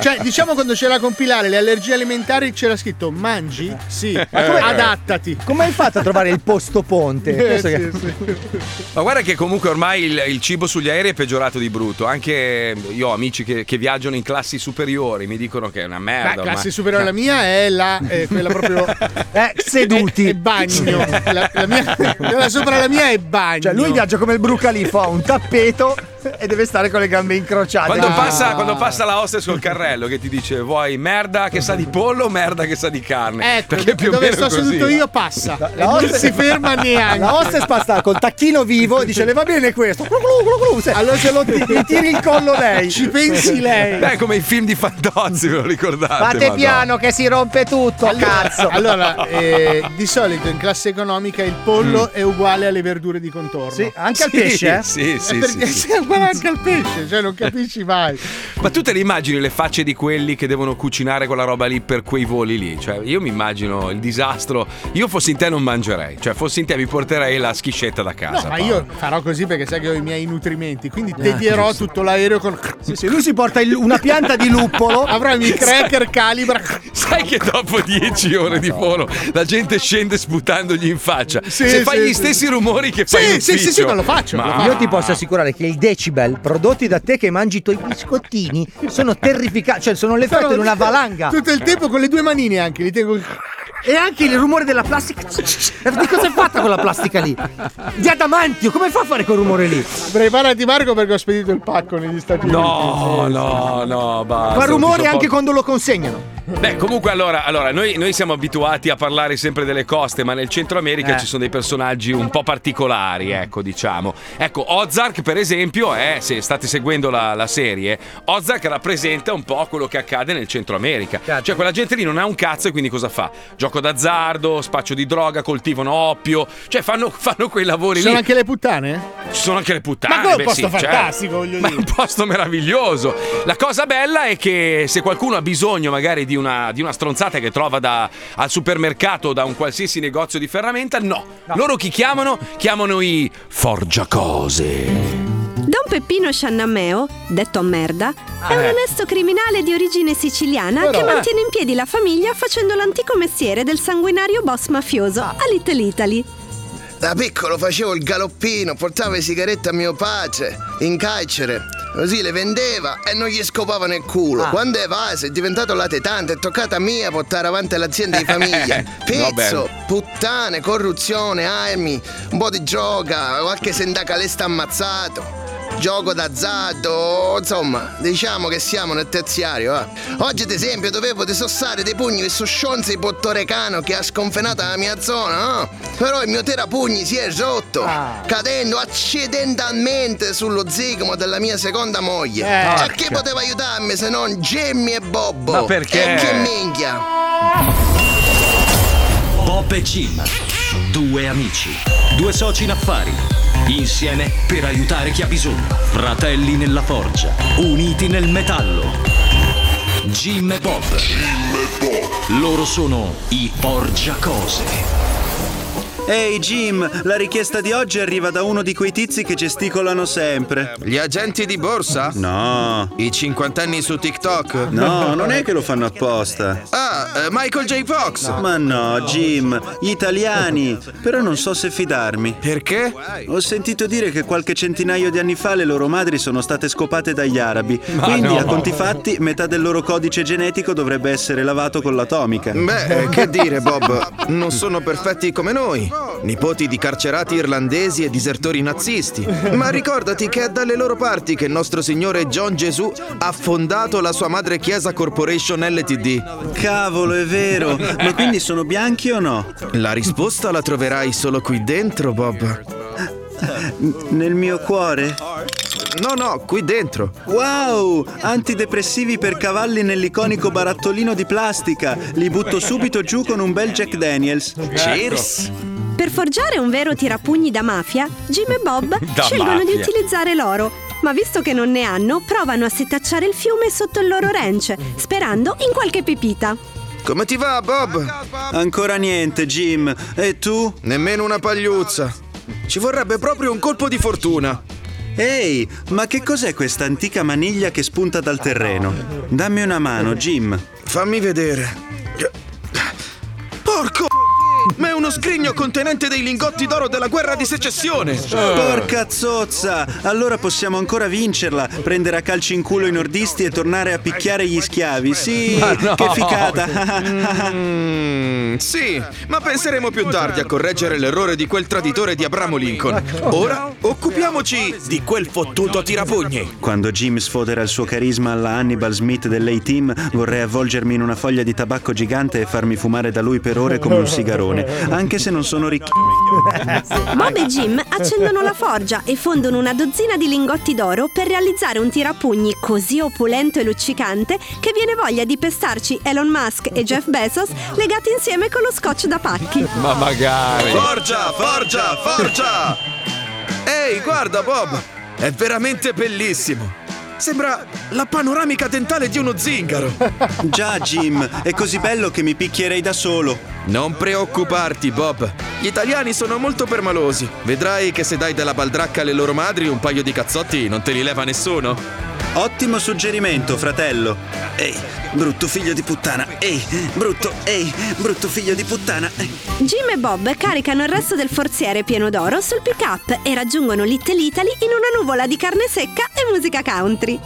Speaker 7: Cioè, diciamo quando c'era a compilare le allergie alimentari c'era scritto mangi? Sì. Ma come adattati?
Speaker 3: Eh. Come hai fatto a trovare il posto ponte?
Speaker 7: Eh,
Speaker 3: Penso che-
Speaker 7: sì, sì.
Speaker 2: Ma guarda che comunque ormai il, il cibo sugli aerei è peggiorato di brutto. Anche io ho amici che, che viaggiano in classi superiori, mi dicono che è una
Speaker 7: La
Speaker 2: merda.
Speaker 7: classe
Speaker 2: ormai. Cioè,
Speaker 7: superiore alla mia è la eh, quella proprio
Speaker 3: Eh, seduti.
Speaker 7: è bagno. La, la mia, quella sopra la mia è bagno.
Speaker 3: Cioè, lui viaggia come il Brucalifa, ha un tappeto e deve stare con le gambe incrociate.
Speaker 2: Quando,
Speaker 3: Ah.
Speaker 2: passa, quando passa la hostess col carrello che ti dice vuoi merda che sa di pollo o merda che sa di carne?
Speaker 7: Ecco,
Speaker 2: Perché più o
Speaker 7: dove
Speaker 2: meno
Speaker 7: sto
Speaker 2: così.
Speaker 7: seduto io passa.
Speaker 3: La-
Speaker 7: E
Speaker 3: la
Speaker 7: non
Speaker 3: hostess-
Speaker 7: si ferma neanche.
Speaker 3: La hostess passa col tacchino vivo e dice le va bene questo. Clu, clu, clu, clu. Se- Allora se lo ti- gli tiri il collo lei.
Speaker 7: Ci pensi lei.
Speaker 2: Beh, come i film di Fantozzi, ve lo ricordate? Madonna.
Speaker 3: che si rompe tutto, cazzo.
Speaker 7: Allora, eh, di solito in classe economica il pollo è uguale alle verdure di contorno. Sì,
Speaker 3: anche al Mm. Sì, pesce, eh?
Speaker 2: sì, sì,
Speaker 7: È perché
Speaker 2: sì, sì.
Speaker 7: è uguale anche al pesce, cioè non capisci mai.
Speaker 2: Ma tu te le immagini le facce di quelli che devono cucinare quella roba lì per quei voli lì? Cioè, io mi immagino il disastro. Io fossi in te non mangerei. Cioè, fossi in te mi porterei la schiscetta da casa.
Speaker 7: No, ma
Speaker 2: Paolo.
Speaker 7: io farò così perché sai che ho i miei nutrimenti, quindi tedierò tutto l'aereo con
Speaker 3: Se lui si porta il- una pianta di luppolo,
Speaker 7: avrò i miei cracker calibra.
Speaker 2: Sai che dopo 10 ore di volo la gente scende sputandogli in faccia.
Speaker 7: Sì,
Speaker 2: Se fai
Speaker 7: sì,
Speaker 2: gli
Speaker 7: sì.
Speaker 2: stessi rumori che
Speaker 7: Sì,
Speaker 2: fai in
Speaker 7: sì, sì,
Speaker 2: ufficio.
Speaker 7: sì, ma lo faccio,
Speaker 2: Ma-
Speaker 3: Io ti posso assicurare che i decibel prodotti da te che mangi i tuoi biscottini sono terrificanti, cioè sono l'effetto di una valanga.
Speaker 7: Tutto il tempo con le due manine anche, li tengo
Speaker 3: E anche il rumore della plastica. Di cosa è fatta quella plastica lì? Eh, Di adamantio, come fa a fare quel rumore lì?
Speaker 7: Preparati Marco perché ho spedito il pacco negli Stati
Speaker 2: No, Ah, no, no, basta.
Speaker 3: Fa rumore
Speaker 2: Tutto
Speaker 3: anche
Speaker 2: po-
Speaker 3: quando lo consegnano.
Speaker 2: Beh, comunque allora, allora, noi, noi siamo abituati a parlare sempre delle coste, ma nel Centro America
Speaker 3: Eh.
Speaker 2: ci sono dei personaggi un po' particolari, ecco, diciamo. Ecco, Ozark, per esempio, è, se state seguendo la, la serie, Ozark rappresenta un po' quello che accade nel Centro America.
Speaker 7: Certo.
Speaker 2: Cioè, quella gente lì non ha un cazzo e quindi cosa fa? Gioco d'azzardo, spaccio di droga, coltivano oppio, cioè fanno, fanno quei lavori
Speaker 7: Ci sono
Speaker 2: lì.
Speaker 7: anche le puttane?
Speaker 2: Ci sono anche le puttane.
Speaker 7: Ma come un
Speaker 2: beh,
Speaker 7: posto
Speaker 2: sì, certo.
Speaker 7: fantastico, voglio
Speaker 2: Ma è
Speaker 7: dire.
Speaker 2: un posto meraviglioso. La cosa bella è che se qualcuno ha bisogno magari di una, di una stronzata che trova da- al supermercato o da un qualsiasi negozio di ferramenta, no. Loro chi chiamano? Chiamano i forgiacose.
Speaker 12: Don Peppino Sciannameo, detto merda, è un
Speaker 2: eh.
Speaker 12: onesto criminale di origine siciliana
Speaker 2: Però-
Speaker 12: che mantiene in piedi la famiglia facendo l'antico mestiere del sanguinario boss mafioso a Little Italy.
Speaker 13: Da piccolo facevo il galoppino, portavo le sigarette a mio padre in carcere. Così le vendeva e non gli scopava nel culo.
Speaker 14: Ah.
Speaker 13: Quando è vaso è diventato latitante, è toccata a mia portare avanti l'azienda di famiglia. Pizzo,
Speaker 14: Vabbè.
Speaker 13: puttane, corruzione, armi, un po' di droga, qualche sindacalista ammazzato. Gioco d'azzardo, insomma, diciamo che siamo nel terziario. eh. Oggi, ad esempio, dovevo desossare dei pugni che soscionze di Portorecano che ha sconfinato la mia zona, no? Però il mio terapugni si è rotto, cadendo accidentalmente sullo zigomo della mia seconda moglie.
Speaker 14: Eh.
Speaker 13: E chi poteva aiutarmi se non Jimmy e Bobbo?
Speaker 14: Ma perché?
Speaker 13: E che minchia!
Speaker 15: Bob e Jim, due amici, due soci in affari, insieme per aiutare chi ha bisogno, fratelli nella forgia, uniti nel metallo. Jim e Bob. Loro sono i Forgiacose.
Speaker 16: Ehi Jim, la richiesta di oggi arriva da uno di quei tizi che gesticolano sempre. Gli agenti di borsa? No. I cinquantenni su TikTok? No, non è che lo fanno apposta.
Speaker 5: Ah, eh, Michael J. Fox!
Speaker 16: Ma no, Jim, gli italiani. Però non so se fidarmi. Perché? Ho sentito dire che qualche centinaio di anni fa le loro madri sono state scopate dagli arabi.
Speaker 13: Ma
Speaker 16: Quindi,
Speaker 13: no.
Speaker 16: a conti fatti, metà del loro codice genetico dovrebbe essere lavato con l'atomica.
Speaker 13: Beh, eh, che dire, Bob, non sono perfetti come noi, nipoti di carcerati irlandesi e disertori nazisti. Ma ricordati che è dalle loro parti che il nostro signore John Gesù ha fondato la sua madre chiesa Corporation LTD.
Speaker 16: Cavolo, è vero! Ma quindi sono bianchi o no?
Speaker 13: La risposta la troverai solo qui dentro, Bob.
Speaker 16: Nel mio cuore?
Speaker 13: No, no, qui dentro.
Speaker 16: Wow! Antidepressivi per cavalli nell'iconico barattolino di plastica. Li butto subito giù con un bel Jack Daniels.
Speaker 12: Cheers. Per forgiare un vero tirapugni da mafia, Jim e Bob
Speaker 16: Da
Speaker 12: scelgono di
Speaker 16: mafia.
Speaker 12: utilizzare l'oro, ma visto che non ne hanno, provano a setacciare il fiume sotto il loro ranch, sperando in qualche pepita.
Speaker 13: Come ti va, Bob?
Speaker 16: Ancora niente, Jim. E tu?
Speaker 13: Nemmeno una pagliuzza. Ci vorrebbe proprio un colpo di fortuna.
Speaker 16: Ehi, ma che cos'è questa antica maniglia che spunta dal terreno? Dammi una mano, Jim.
Speaker 13: Fammi vedere. Porco!
Speaker 16: Ma è uno scrigno contenente dei lingotti d'oro della guerra di secessione!
Speaker 14: Porca zozza! Allora possiamo ancora vincerla, prendere a calci in culo i nordisti e tornare a picchiare gli schiavi. Sì,
Speaker 16: Ma no.
Speaker 14: che ficata!
Speaker 16: Mm, sì, ma penseremo più tardi a correggere l'errore di quel traditore di Abramo Lincoln. Ora occupiamoci di quel fottuto tirapugni.
Speaker 14: Quando Jim sfodera il suo carisma alla Hannibal Smith dell'A-Team, vorrei avvolgermi in una foglia di tabacco gigante e farmi fumare da lui per ore come un sigarone, anche se non sono ricchi.
Speaker 12: Bob e Jim accendono la forgia e fondono una dozzina di lingotti d'oro per realizzare un tirapugni così opulento e luccicante che viene voglia di pestarci Elon Musk e Jeff Bezos legati insieme con lo scotch da pacchi.
Speaker 2: Ma magari.
Speaker 16: Forgia, forgia, forgia! Ehi, guarda Bob, è veramente bellissimo. Sembra la panoramica dentale di uno zingaro.
Speaker 14: Già, Jim, è così bello che mi picchierei da solo.
Speaker 16: Non preoccuparti, Bob. Gli italiani sono molto permalosi. Vedrai che se dai della baldracca alle loro madri, un paio di cazzotti non te li leva nessuno.
Speaker 14: Ottimo suggerimento, fratello. Ehi, brutto figlio di puttana. Ehi, brutto, ehi, brutto figlio di puttana.
Speaker 12: Jim e Bob caricano il resto del forziere pieno d'oro sul pick up e raggiungono Little Italy in una nuvola di carne secca e musica country.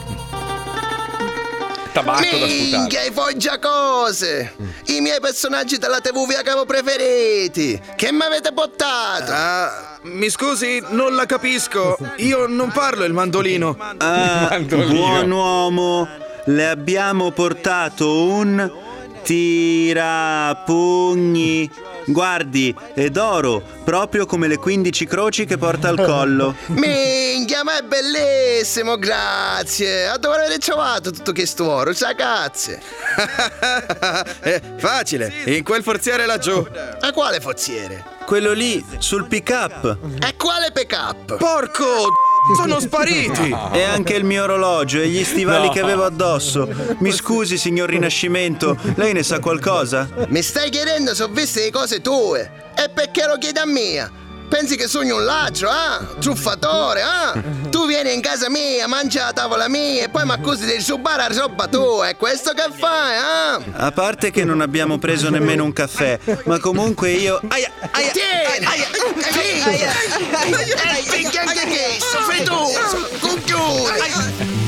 Speaker 2: Tabacco da sputare.
Speaker 13: Minchia, i foggia cose! I miei personaggi della TV vi avevo preferiti! Che mi avete bottato?
Speaker 16: Ah, mi scusi, non la capisco. Io non parlo il mandolino.
Speaker 14: Ah, buon uomo, le abbiamo portato un tirapugni. Guardi, è d'oro, proprio come le 15 croci che porta al collo.
Speaker 13: Minchia, ma è bellissimo, grazie! A dove avete trovato tutto questo oro? Ragazze!
Speaker 16: Eh, facile, in quel forziere laggiù.
Speaker 13: A quale
Speaker 7: Eh,
Speaker 13: forziere?
Speaker 14: Quello lì, sul pick up.
Speaker 13: A quale pick up?
Speaker 16: Porco! Sono spariti!
Speaker 14: E anche il mio orologio e gli stivali
Speaker 13: No.
Speaker 14: che avevo addosso. Mi scusi, signor Rinascimento, lei ne sa qualcosa?
Speaker 13: Mi stai chiedendo se ho visto le cose tue? E perché lo chiedi a mia? Pensi che sogno un laccio, ah? Truffatore, ah? Tu vieni in casa mia, mangi alla tavola mia e poi mi accusi di rubare la roba tua, è questo che fai, ah?
Speaker 14: A parte che non abbiamo preso nemmeno un caffè, ma comunque io. Aia, aia, aia,
Speaker 13: aia, Eh, perché anche questo, fai tu, cucchione!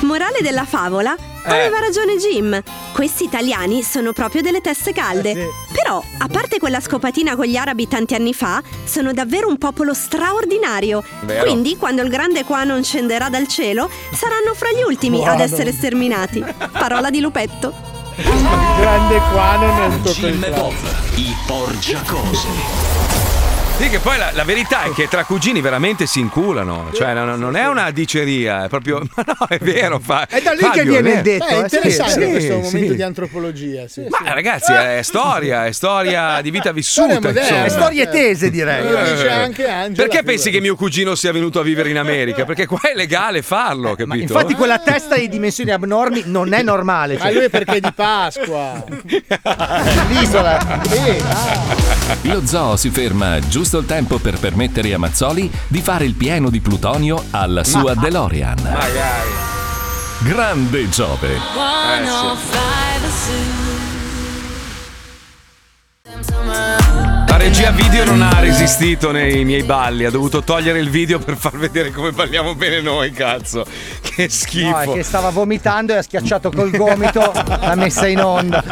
Speaker 12: Morale della favola? Aveva ragione Jim. Questi italiani sono proprio delle teste calde. Però, a parte quella scopatina con gli arabi tanti anni fa, sono davvero un popolo straordinario.
Speaker 17: Vero.
Speaker 12: Quindi, quando il grande qua non scenderà dal cielo, saranno fra gli ultimi ad
Speaker 3: Buono.
Speaker 12: essere sterminati. Parola di Lupetto.
Speaker 3: Grande qua non è
Speaker 15: Jim e Bob, i porgiacose.
Speaker 2: Sì, che poi la, la verità è che tra cugini veramente si inculano. Cioè, no- no- non è una diceria, è proprio. Ma no, è vero. Fa,
Speaker 7: È da lì che
Speaker 2: Fabio,
Speaker 7: viene
Speaker 2: è vero.
Speaker 7: il detto, Beh, è eh, sì, interessante
Speaker 2: sì,
Speaker 7: questo momento
Speaker 2: sì.
Speaker 7: di antropologia. Sì, sì.
Speaker 2: Ma Ah, ragazzi, è storia, è storia di vita vissuta.
Speaker 7: Storia moderna,
Speaker 2: insomma.
Speaker 7: è storie tese, direi. Lo certo. dice
Speaker 2: Eh.
Speaker 7: anche Angela,
Speaker 2: Perché pensi che mio cugino sia venuto a vivere in America? Perché qua è legale farlo, capito?
Speaker 3: Infatti quella testa di dimensioni abnormi non è normale. cioè.
Speaker 7: Ma lui è perché è di Pasqua.
Speaker 3: L'isola. Sì.
Speaker 1: Lo zoo si ferma giusto il tempo per permettere a Mazzoli di fare il pieno di plutonio alla sua DeLorean.
Speaker 2: Magari.
Speaker 1: Grande Giove!
Speaker 2: Eh, La regia video non ha resistito nei miei balli, ha dovuto togliere il video per far vedere come balliamo bene noi, cazzo. Che schifo.
Speaker 3: No, è che stava vomitando e ha schiacciato col gomito la messa in onda.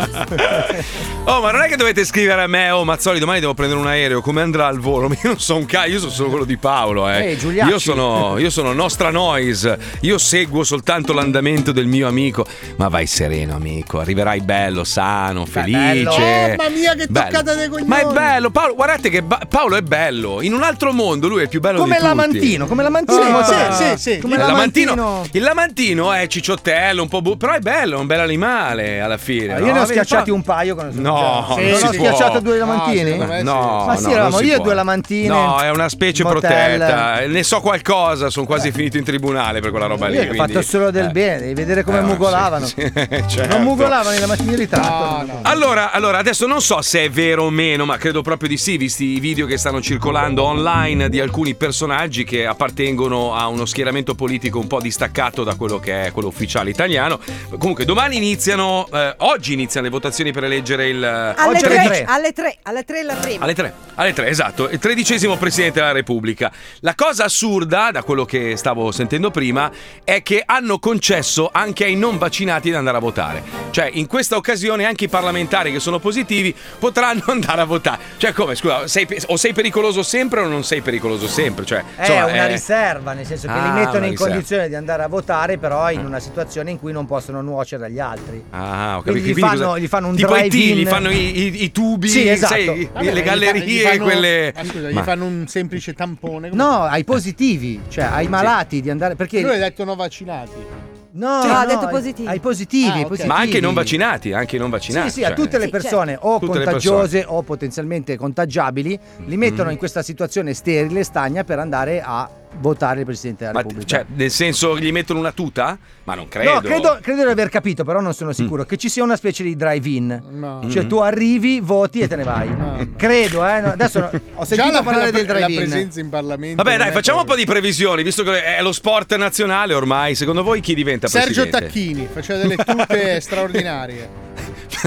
Speaker 2: Oh, ma non è che dovete scrivere a me, oh Mazzoli, domani devo prendere un aereo, come andrà il volo? Ma Io non so un cazzo, io sono solo quello di Paolo, eh.
Speaker 3: Eh, Giuliacci.
Speaker 2: io sono, io sono Nostra Noise, io seguo soltanto l'andamento del mio amico. Ma vai sereno, amico, arriverai bello, sano,
Speaker 3: Oh,
Speaker 7: bello.
Speaker 2: felice.
Speaker 7: Mamma mia, che
Speaker 2: Bello.
Speaker 7: toccata dei coglioni.
Speaker 2: Ma è bello, Paolo, guardate che ba- Paolo è bello, in un altro mondo lui è il più bello
Speaker 3: Come
Speaker 2: di tutti.
Speaker 3: Lamantino, come Lamantino.
Speaker 2: Ah.
Speaker 3: Sì, sì, sì. Come
Speaker 2: il
Speaker 3: Lamantino.
Speaker 2: lamantino, il lamantino è cicciottello, un po' bu- però è bello, è un bel animale alla fine.
Speaker 3: Ah,
Speaker 2: no?
Speaker 3: Io ne ho
Speaker 2: Vedi,
Speaker 3: schiacciati
Speaker 2: Paolo-
Speaker 3: un paio con
Speaker 2: No,
Speaker 3: Sì,
Speaker 2: non
Speaker 3: ne
Speaker 2: si
Speaker 3: ho
Speaker 2: può.
Speaker 3: schiacciato due lamantine?
Speaker 2: No, secondo me no,
Speaker 3: ma sì,
Speaker 2: no,
Speaker 3: eravamo
Speaker 2: non si
Speaker 3: io e
Speaker 2: può.
Speaker 3: due lamantine.
Speaker 2: No, è una specie
Speaker 3: Motel.
Speaker 2: protetta. Ne so qualcosa, sono quasi finito in tribunale per quella roba lì.
Speaker 3: Io che ho fatto
Speaker 2: quindi-
Speaker 3: solo del
Speaker 2: eh.
Speaker 3: bene, devi vedere come
Speaker 2: Eh, no,
Speaker 3: mugolavano.
Speaker 2: sì, sì, certo.
Speaker 3: Non mugolavano i lamantini in ritratto.
Speaker 2: Allora, allora, adesso non so se è vero o meno, ma credo proprio di sì. sì, visti i video che stanno circolando online di alcuni personaggi che appartengono a uno schieramento politico un po' distaccato da quello che è quello ufficiale italiano. Comunque, domani iniziano, eh, oggi iniziano le votazioni per eleggere il. eh,
Speaker 4: Alle
Speaker 2: Oggi
Speaker 4: 3,
Speaker 2: alle
Speaker 4: alle 3, alle 3 la prima.
Speaker 2: alle 3, alle 3, esatto, il tredicesimo presidente della Repubblica. La cosa assurda, da quello che stavo sentendo prima, è che hanno concesso anche ai non vaccinati di andare a votare. Cioè, in questa occasione anche i parlamentari che sono positivi potranno andare a votare. Cioè, come, scusa, sei pe- o sei pericoloso sempre o non sei pericoloso sempre? Cioè,
Speaker 3: È
Speaker 2: insomma,
Speaker 3: una
Speaker 2: eh,
Speaker 3: riserva, nel senso che li
Speaker 2: Ah,
Speaker 3: mettono
Speaker 2: una
Speaker 3: in
Speaker 2: riserva.
Speaker 3: condizione di andare a votare, però in una situazione in cui non possono nuocere agli altri.
Speaker 2: Ah, ho capito.
Speaker 3: Quindi gli
Speaker 2: Quindi
Speaker 3: fanno-
Speaker 2: cosa-
Speaker 3: gli fanno un
Speaker 2: tipo i
Speaker 3: drive-in.
Speaker 2: gli fanno i, i- i tubi,
Speaker 3: Sì, esatto.
Speaker 2: sai, i-
Speaker 3: Vabbè,
Speaker 2: le
Speaker 3: gli fa-
Speaker 2: gallerie,
Speaker 7: gli fanno-
Speaker 2: quelle.
Speaker 7: Ah, scusa,
Speaker 2: Ma-
Speaker 7: gli fanno un semplice tampone.
Speaker 3: No, ai positivi, cioè ai
Speaker 7: Sì.
Speaker 3: malati di andare. Perché.
Speaker 7: Lui ha detto no vaccinati.
Speaker 3: No,
Speaker 7: Sì, Ah,
Speaker 3: no,
Speaker 7: ha detto
Speaker 3: ai-
Speaker 7: positivi.
Speaker 3: Ai positivi,
Speaker 7: Ah,
Speaker 3: ai
Speaker 7: ok.
Speaker 3: positivi.
Speaker 2: Ma anche i non vaccinati, anche i non
Speaker 3: Sì,
Speaker 2: vaccinati.
Speaker 3: sì, a
Speaker 2: cioè.
Speaker 3: tutte le persone o
Speaker 2: Tutte le
Speaker 3: contagiose o potenzialmente contagiabili li mettono
Speaker 2: Mm.
Speaker 3: in questa situazione sterile, stagna per andare a votare il Presidente della
Speaker 2: Ma
Speaker 3: Repubblica.
Speaker 2: cioè, nel senso gli mettono una tuta? Ma non credo.
Speaker 3: certo. No, credo, credo di aver capito, però non sono sicuro. Che ci sia una specie di drive-in. Cioè,
Speaker 2: Mm.
Speaker 3: tu arrivi, voti e te ne vai. Credo, eh. no, adesso no- ho sentito
Speaker 7: Già la,
Speaker 3: parlare
Speaker 7: la-
Speaker 3: del
Speaker 7: la
Speaker 3: drive-in.
Speaker 7: presenza in Parlamento.
Speaker 2: Vabbè,
Speaker 7: non
Speaker 2: dai,
Speaker 7: è
Speaker 2: facciamo un
Speaker 7: proprio-
Speaker 2: po' di previsioni, visto che è lo sport nazionale ormai. Secondo voi chi diventa
Speaker 7: Sergio
Speaker 2: presidente?
Speaker 7: Tacchini faceva delle tute straordinarie.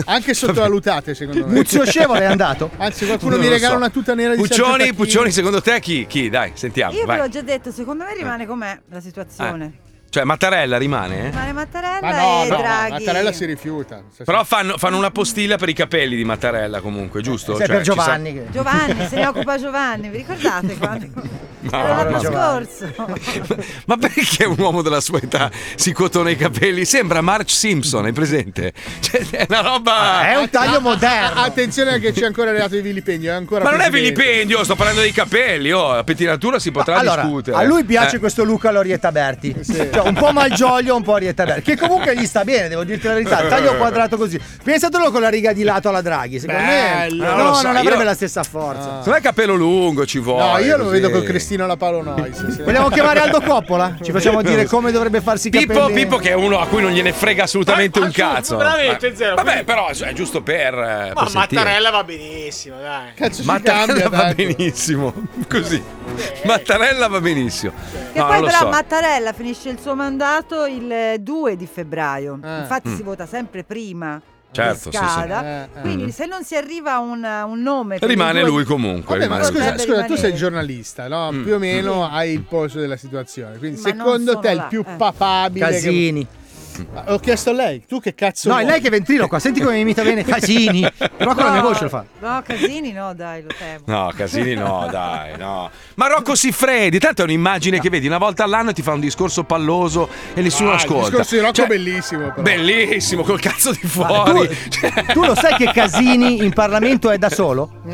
Speaker 7: Anche sottovalutate, secondo me.
Speaker 2: Muzio Scevole è
Speaker 3: andato.
Speaker 7: Anzi, qualcuno
Speaker 2: Non
Speaker 7: mi
Speaker 2: lo
Speaker 7: regala
Speaker 2: so.
Speaker 7: una tuta nera di Sergio
Speaker 2: Puccioni,
Speaker 7: Tacchini.
Speaker 2: Puccioni, secondo te chi? Chi? Dai, sentiamo.
Speaker 4: Io
Speaker 2: vai. Eh.
Speaker 4: ve l'ho già detto, secondo me rimane com'è la situazione.
Speaker 2: Cioè, Mattarella rimane? eh?
Speaker 4: Rimane Mattarella
Speaker 7: Ma Ah, no,
Speaker 4: e
Speaker 7: no,
Speaker 4: Draghi.
Speaker 7: Mattarella si rifiuta.
Speaker 2: Però fanno, fanno una postilla per i capelli di Mattarella, comunque, giusto? Cioè,
Speaker 7: Sai, per
Speaker 2: ci sa-
Speaker 7: Giovanni che-
Speaker 4: Giovanni, se ne occupa Giovanni, vi ricordate quando? Era
Speaker 2: No,
Speaker 4: l'anno
Speaker 2: no.
Speaker 4: scorso.
Speaker 2: Ma perché un uomo della sua età si cotona i capelli? Sembra March Simpson, è presente? Cioè, è una roba.
Speaker 7: Ah, taglio moderno. Attenzione che c'è ancora il reato di vilipendio. È ancora
Speaker 2: Ma non è
Speaker 7: presidente.
Speaker 2: vilipendio, sto parlando dei capelli. Oh, la pettinatura si potrà
Speaker 3: Allora,
Speaker 2: discutere.
Speaker 3: a lui piace
Speaker 2: Eh.
Speaker 3: questo Luca Lorietta Berti. Cioè, un po' malgioglio, un po' Lorietta Berti. Che comunque gli sta bene, devo dirti la verità. Il Taglio quadrato così. Pensatelo con la riga di lato alla Draghi. Secondo
Speaker 7: Bello.
Speaker 3: me.
Speaker 7: Non
Speaker 3: no,
Speaker 7: lo so,
Speaker 3: non avrebbe
Speaker 7: io- Ah.
Speaker 3: la stessa forza.
Speaker 2: Secondo me capello lungo ci vuole.
Speaker 7: No, io lo
Speaker 2: così.
Speaker 7: vedo con Cristino alla Paolo Nois.
Speaker 3: Vogliamo chiamare Aldo Coppola? Ci facciamo dire come dovrebbe farsi
Speaker 2: Pippo,
Speaker 3: capelli.
Speaker 2: Pippo che è uno a cui non gliene frega assolutamente un cazzo.
Speaker 11: veramente,
Speaker 2: Ma-
Speaker 11: zero,
Speaker 2: Vabbè,
Speaker 11: quindi-
Speaker 2: però è giusto per. eh,
Speaker 11: Ma
Speaker 2: per sentire.
Speaker 11: Mattarella va benissimo, dai.
Speaker 2: Mattarella va benissimo. Così. Mattarella va benissimo.
Speaker 4: Che
Speaker 2: No,
Speaker 4: poi
Speaker 2: non lo
Speaker 4: però
Speaker 2: so.
Speaker 4: Mattarella finisce il suo mandato il 2 di febbraio, infatti
Speaker 2: Mm.
Speaker 4: si vota sempre prima. che
Speaker 2: Certo, sì, sì.
Speaker 4: scada.
Speaker 2: Eh, eh.
Speaker 4: Quindi
Speaker 2: Mm.
Speaker 4: se non si arriva a un, un nome... per il
Speaker 2: Rimane
Speaker 4: due-
Speaker 2: lui comunque.
Speaker 7: Vabbè, ma
Speaker 2: rimane
Speaker 7: scusa,
Speaker 2: lui.
Speaker 7: scusa,
Speaker 4: Eh.
Speaker 7: tu sei giornalista, no?
Speaker 3: Mm.
Speaker 7: Più o meno hai il polso della situazione. Quindi,
Speaker 4: Ma non
Speaker 7: secondo
Speaker 4: sono
Speaker 7: te, il
Speaker 4: là,
Speaker 7: più
Speaker 4: eh.
Speaker 7: papabile. che-
Speaker 3: Casini.
Speaker 7: Ma Ho chiesto a lei, tu che cazzo.
Speaker 3: No, è
Speaker 7: vuoi?
Speaker 3: lei che è ventriloqua, senti come mi imita bene Casini. Però con la mia voce lo fa.
Speaker 4: No, Casini no, dai, lo temo.
Speaker 2: No, Casini no, dai, no. Ma Rocco Siffredi, tanto è un'immagine che vedi una volta all'anno e ti fa un discorso palloso e nessuno
Speaker 7: Ah,
Speaker 2: ascolta.
Speaker 7: Il discorso di Rocco
Speaker 2: Cioè,
Speaker 7: è bellissimo. Però.
Speaker 2: Bellissimo, col cazzo di fuori. Cioè-
Speaker 3: Tu lo sai che Casini in Parlamento è da solo?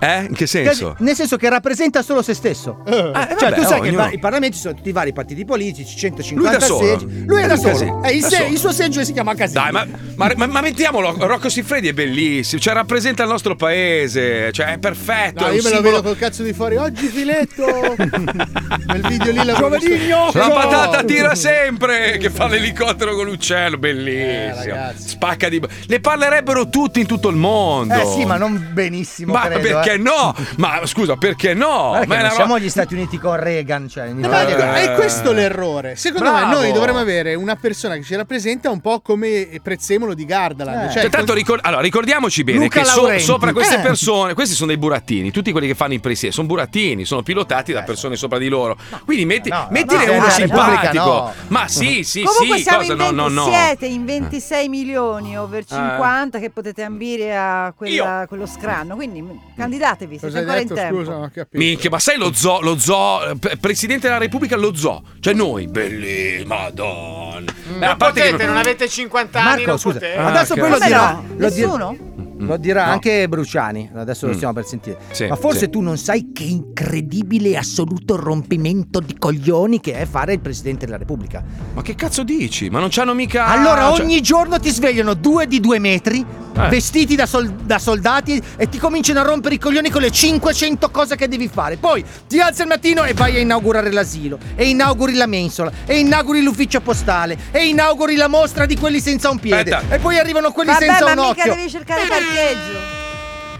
Speaker 2: Eh? In che senso?
Speaker 3: Nel senso che rappresenta solo se stesso.
Speaker 2: vabbè,
Speaker 3: cioè, tu sai
Speaker 2: oh,
Speaker 3: che in
Speaker 2: ognuno.
Speaker 3: par- in Parlamento ci sono tutti i vari partiti politici,
Speaker 2: Lui
Speaker 3: 150
Speaker 2: da solo.
Speaker 3: seggi. Lui è da solo.
Speaker 2: Casini,
Speaker 3: È il,
Speaker 2: da
Speaker 3: se-
Speaker 2: solo.
Speaker 3: il suo seggio si chiama Casini.
Speaker 2: Dai, ma, ma- ma- ma mettiamolo, Rocco Siffredi è bellissimo, cioè rappresenta il nostro paese, cioè è perfetto.
Speaker 7: No,
Speaker 2: è un
Speaker 7: io me lo
Speaker 2: simbolo-
Speaker 7: vedo col cazzo di fuori. Oggi filetto. Quel video lì la
Speaker 2: La patata tira sempre che fa l'elicottero con l'uccello, bellissimo. Spacca di Ne parlerebbero tutti in tutto il mondo.
Speaker 3: Eh sì, ma non benissimo.
Speaker 2: Ma
Speaker 3: credo,
Speaker 2: perché
Speaker 3: eh.
Speaker 2: no? Ma scusa, perché no?
Speaker 3: Guarda che
Speaker 2: ma è
Speaker 3: non
Speaker 2: una
Speaker 3: siamo
Speaker 2: roba-
Speaker 3: gli Stati Uniti con Reagan, cioè. in
Speaker 7: Ma
Speaker 3: Italia-
Speaker 7: ecco, è questo l'errore. Secondo
Speaker 3: Bravo.
Speaker 7: me noi dovremmo avere una persona che ci rappresenta un po' come Prezzemolo di Gardaland.
Speaker 3: Eh.
Speaker 2: Cioè, tanto ricor- allora, ricordiamoci bene
Speaker 7: Certo. Luca
Speaker 2: che so-
Speaker 7: Laurenti.
Speaker 2: sopra queste
Speaker 7: Eh.
Speaker 2: persone, questi sono dei burattini, tutti quelli che fanno i presidenti, sono burattini, sono pilotati da persone sopra di loro. Quindi metti, mettine
Speaker 3: no,
Speaker 2: uno
Speaker 3: no,
Speaker 2: simpatico.
Speaker 3: no.
Speaker 2: Ma sì, sì,
Speaker 4: Comunque
Speaker 2: sì,
Speaker 4: siamo
Speaker 2: cosa
Speaker 4: in
Speaker 2: no,
Speaker 4: 20,
Speaker 2: no, Eh. no.
Speaker 4: siete in 26 milioni over 50 che potete ambire a quella- quello scranno, quindi
Speaker 2: Mm.
Speaker 4: m- candidatevi, siete
Speaker 7: Cosa hai
Speaker 4: ancora
Speaker 7: detto?
Speaker 4: in tempo.
Speaker 7: Scusa, non ho capito.
Speaker 2: Minchia, ma sai lo zoo, lo zoo, eh, pre- presidente della Repubblica lo zoo, cioè noi, belli, madonna. Eh, a parte che
Speaker 11: Potete, non avete 50 anni,
Speaker 3: Marco,
Speaker 11: non
Speaker 3: scusa,
Speaker 11: potete.
Speaker 3: adesso poi lo
Speaker 11: Vabbè,
Speaker 3: dirà.
Speaker 11: no.
Speaker 3: Lo dirà-
Speaker 11: Nessuno?
Speaker 3: Lo dirà
Speaker 11: No.
Speaker 3: anche Bruciani, adesso lo
Speaker 11: Mm.
Speaker 3: stiamo per sentire.
Speaker 11: Sì,
Speaker 3: Ma forse
Speaker 11: sì.
Speaker 3: tu non sai che incredibile e assoluto rompimento di coglioni che è fare il Presidente della Repubblica.
Speaker 2: Ma che cazzo dici? Ma non c'hanno mica...
Speaker 3: Allora
Speaker 2: cioè-
Speaker 3: ogni giorno ti svegliano due di due metri,
Speaker 2: Eh.
Speaker 3: vestiti da, sol- da soldati e ti cominciano a rompere i coglioni con le 500 cose che devi fare. Poi ti alzi al mattino e vai a inaugurare l'asilo, e inauguri la mensola, e inauguri l'ufficio postale, e inauguri la mostra di quelli senza un piede.
Speaker 2: Aspetta.
Speaker 3: E poi arrivano quelli
Speaker 4: Vabbè,
Speaker 3: senza
Speaker 4: ma
Speaker 3: un
Speaker 4: mica
Speaker 3: occhio.
Speaker 4: devi cercare parcheggio.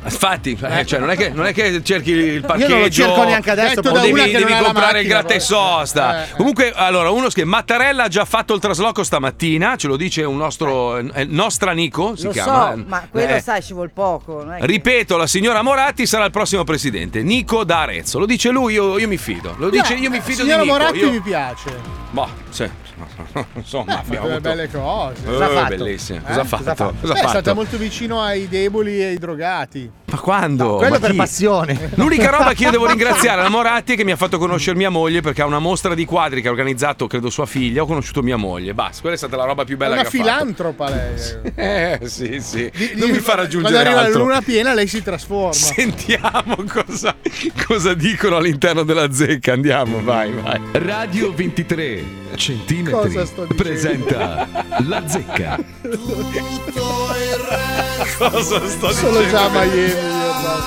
Speaker 2: Infatti, eh, cioè, non, è che, non è che cerchi il
Speaker 3: non lo
Speaker 2: parcheggio.
Speaker 3: cerco neanche adesso,
Speaker 2: Detto
Speaker 3: poi.
Speaker 2: da
Speaker 3: Devi-
Speaker 2: una che
Speaker 3: devi
Speaker 2: non ha la
Speaker 3: comprare
Speaker 2: macchina, Eh,
Speaker 3: il
Speaker 2: gratta e sosta. Comunque, allora, uno scrive: Mattarella ha già fatto il trasloco stamattina. Ce lo dice un nostro. eh, nostro amico. Si
Speaker 4: Lo
Speaker 2: chiama.
Speaker 4: so, ma quello
Speaker 2: Eh.
Speaker 4: sai ci vuol poco. non è che-
Speaker 2: Ripeto, la signora Moratti sarà il prossimo presidente. Nico da Arezzo. Lo dice lui, io, io mi fido. Lo dice, io mi fido di
Speaker 7: eh, Signora
Speaker 2: Nico.
Speaker 7: Moratti
Speaker 2: io-
Speaker 7: mi piace.
Speaker 2: Boh, sì. Insomma,
Speaker 7: Ha fatto
Speaker 2: abbiamo
Speaker 7: delle
Speaker 2: avuto-
Speaker 7: belle cose.
Speaker 2: Eh, bellissimo. Cosa ha fatto? Cosa ha
Speaker 7: Beh, È stata
Speaker 2: fatto?
Speaker 7: molto vicino ai deboli e ai drogati.
Speaker 2: Ma quando?
Speaker 7: quello
Speaker 2: Ma
Speaker 7: per
Speaker 2: chi?
Speaker 7: passione.
Speaker 2: L'unica roba che io devo ringraziare la Moratti è che mi ha fatto conoscere mia moglie perché ha una mostra di quadri che ha organizzato, credo, sua figlia. Ho conosciuto mia moglie. Basta, quella è stata la roba più
Speaker 7: È
Speaker 2: bella
Speaker 7: una
Speaker 2: che ha fatto.
Speaker 7: filantropa lei.
Speaker 2: Eh, sì, sì. Non mi fa
Speaker 7: Quando
Speaker 2: raggiungere
Speaker 7: arriva la
Speaker 2: altro.
Speaker 7: luna piena lei si trasforma.
Speaker 2: Sentiamo cosa, cosa dicono all'interno della zecca. Andiamo, vai, vai.
Speaker 15: Radio 23 centimetri
Speaker 2: Cosa sto dicendo?
Speaker 15: presenta la zecca.
Speaker 2: Cosa sto
Speaker 7: Sono già a Miami.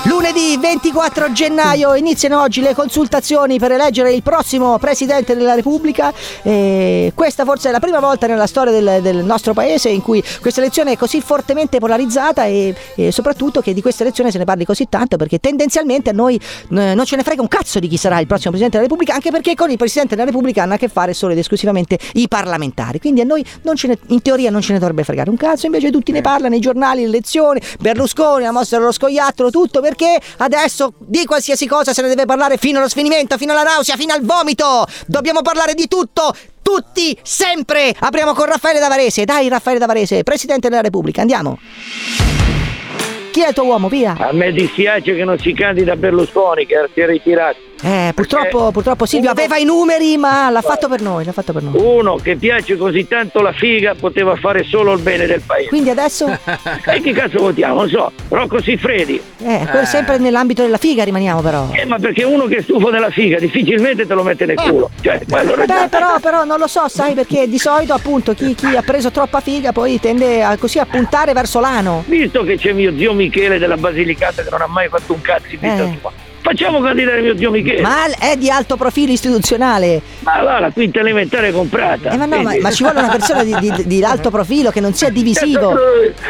Speaker 17: Lunedì 24 gennaio iniziano oggi le consultazioni per eleggere il prossimo Presidente della Repubblica. E questa forse è la prima volta nella storia del, del nostro paese in cui questa elezione è così fortemente polarizzata e, e soprattutto che di questa elezione se ne parli così tanto perché tendenzialmente a noi eh, non ce ne frega un cazzo di chi sarà il prossimo Presidente della Repubblica anche perché con il Presidente della Repubblica hanno a che fare solo ed esclusivamente i parlamentari. Quindi a noi non ce ne- in teoria non ce ne dovrebbe fregare un cazzo, invece tutti ne parlano nei giornali, le elezioni, Berlusconi, la mostra dello scoiattolo, tutto perché adesso di qualsiasi cosa se ne deve parlare fino allo sfinimento, fino alla nausea, fino al vomito. Dobbiamo parlare di tutto, tutti, sempre. Apriamo con Raffaele Davarese. Dai Raffaele Davarese, Presidente della Repubblica, andiamo. Chi è il tuo uomo? Via.
Speaker 18: A me dispiace che non si candida Berlusconi, che si è ritirato.
Speaker 17: Eh, purtroppo, purtroppo Silvio aveva i numeri, ma l'ha fatto per noi, l'ha fatto per noi.
Speaker 18: Uno che piace così tanto la figa poteva fare solo il bene del paese.
Speaker 17: Quindi adesso
Speaker 18: E che cazzo votiamo? Non so, Rocco Siffredi.
Speaker 17: Eh, quello è sempre nell'ambito della figa rimaniamo però.
Speaker 18: Eh, ma perché uno che è stufo della figa difficilmente te lo mette
Speaker 17: Ah.
Speaker 18: nel culo. Cioè, quello non è-
Speaker 17: Beh, però, però non lo so, sai, perché di solito appunto chi, chi ha preso troppa figa poi tende a, così a puntare verso l'ano.
Speaker 18: Visto che c'è mio zio Michele della Basilicata che non ha mai fatto un cazzo in vita
Speaker 17: Eh.
Speaker 18: sua, facciamo candidare mio zio Michele.
Speaker 17: Ma è di alto profilo istituzionale.
Speaker 18: Ma là la quinta elementare è comprata.
Speaker 17: Eh, ma, no, ma,
Speaker 18: quindi-
Speaker 17: ma ci vuole una persona di, di- di alto profilo che non sia
Speaker 18: Certo,
Speaker 17: divisivo.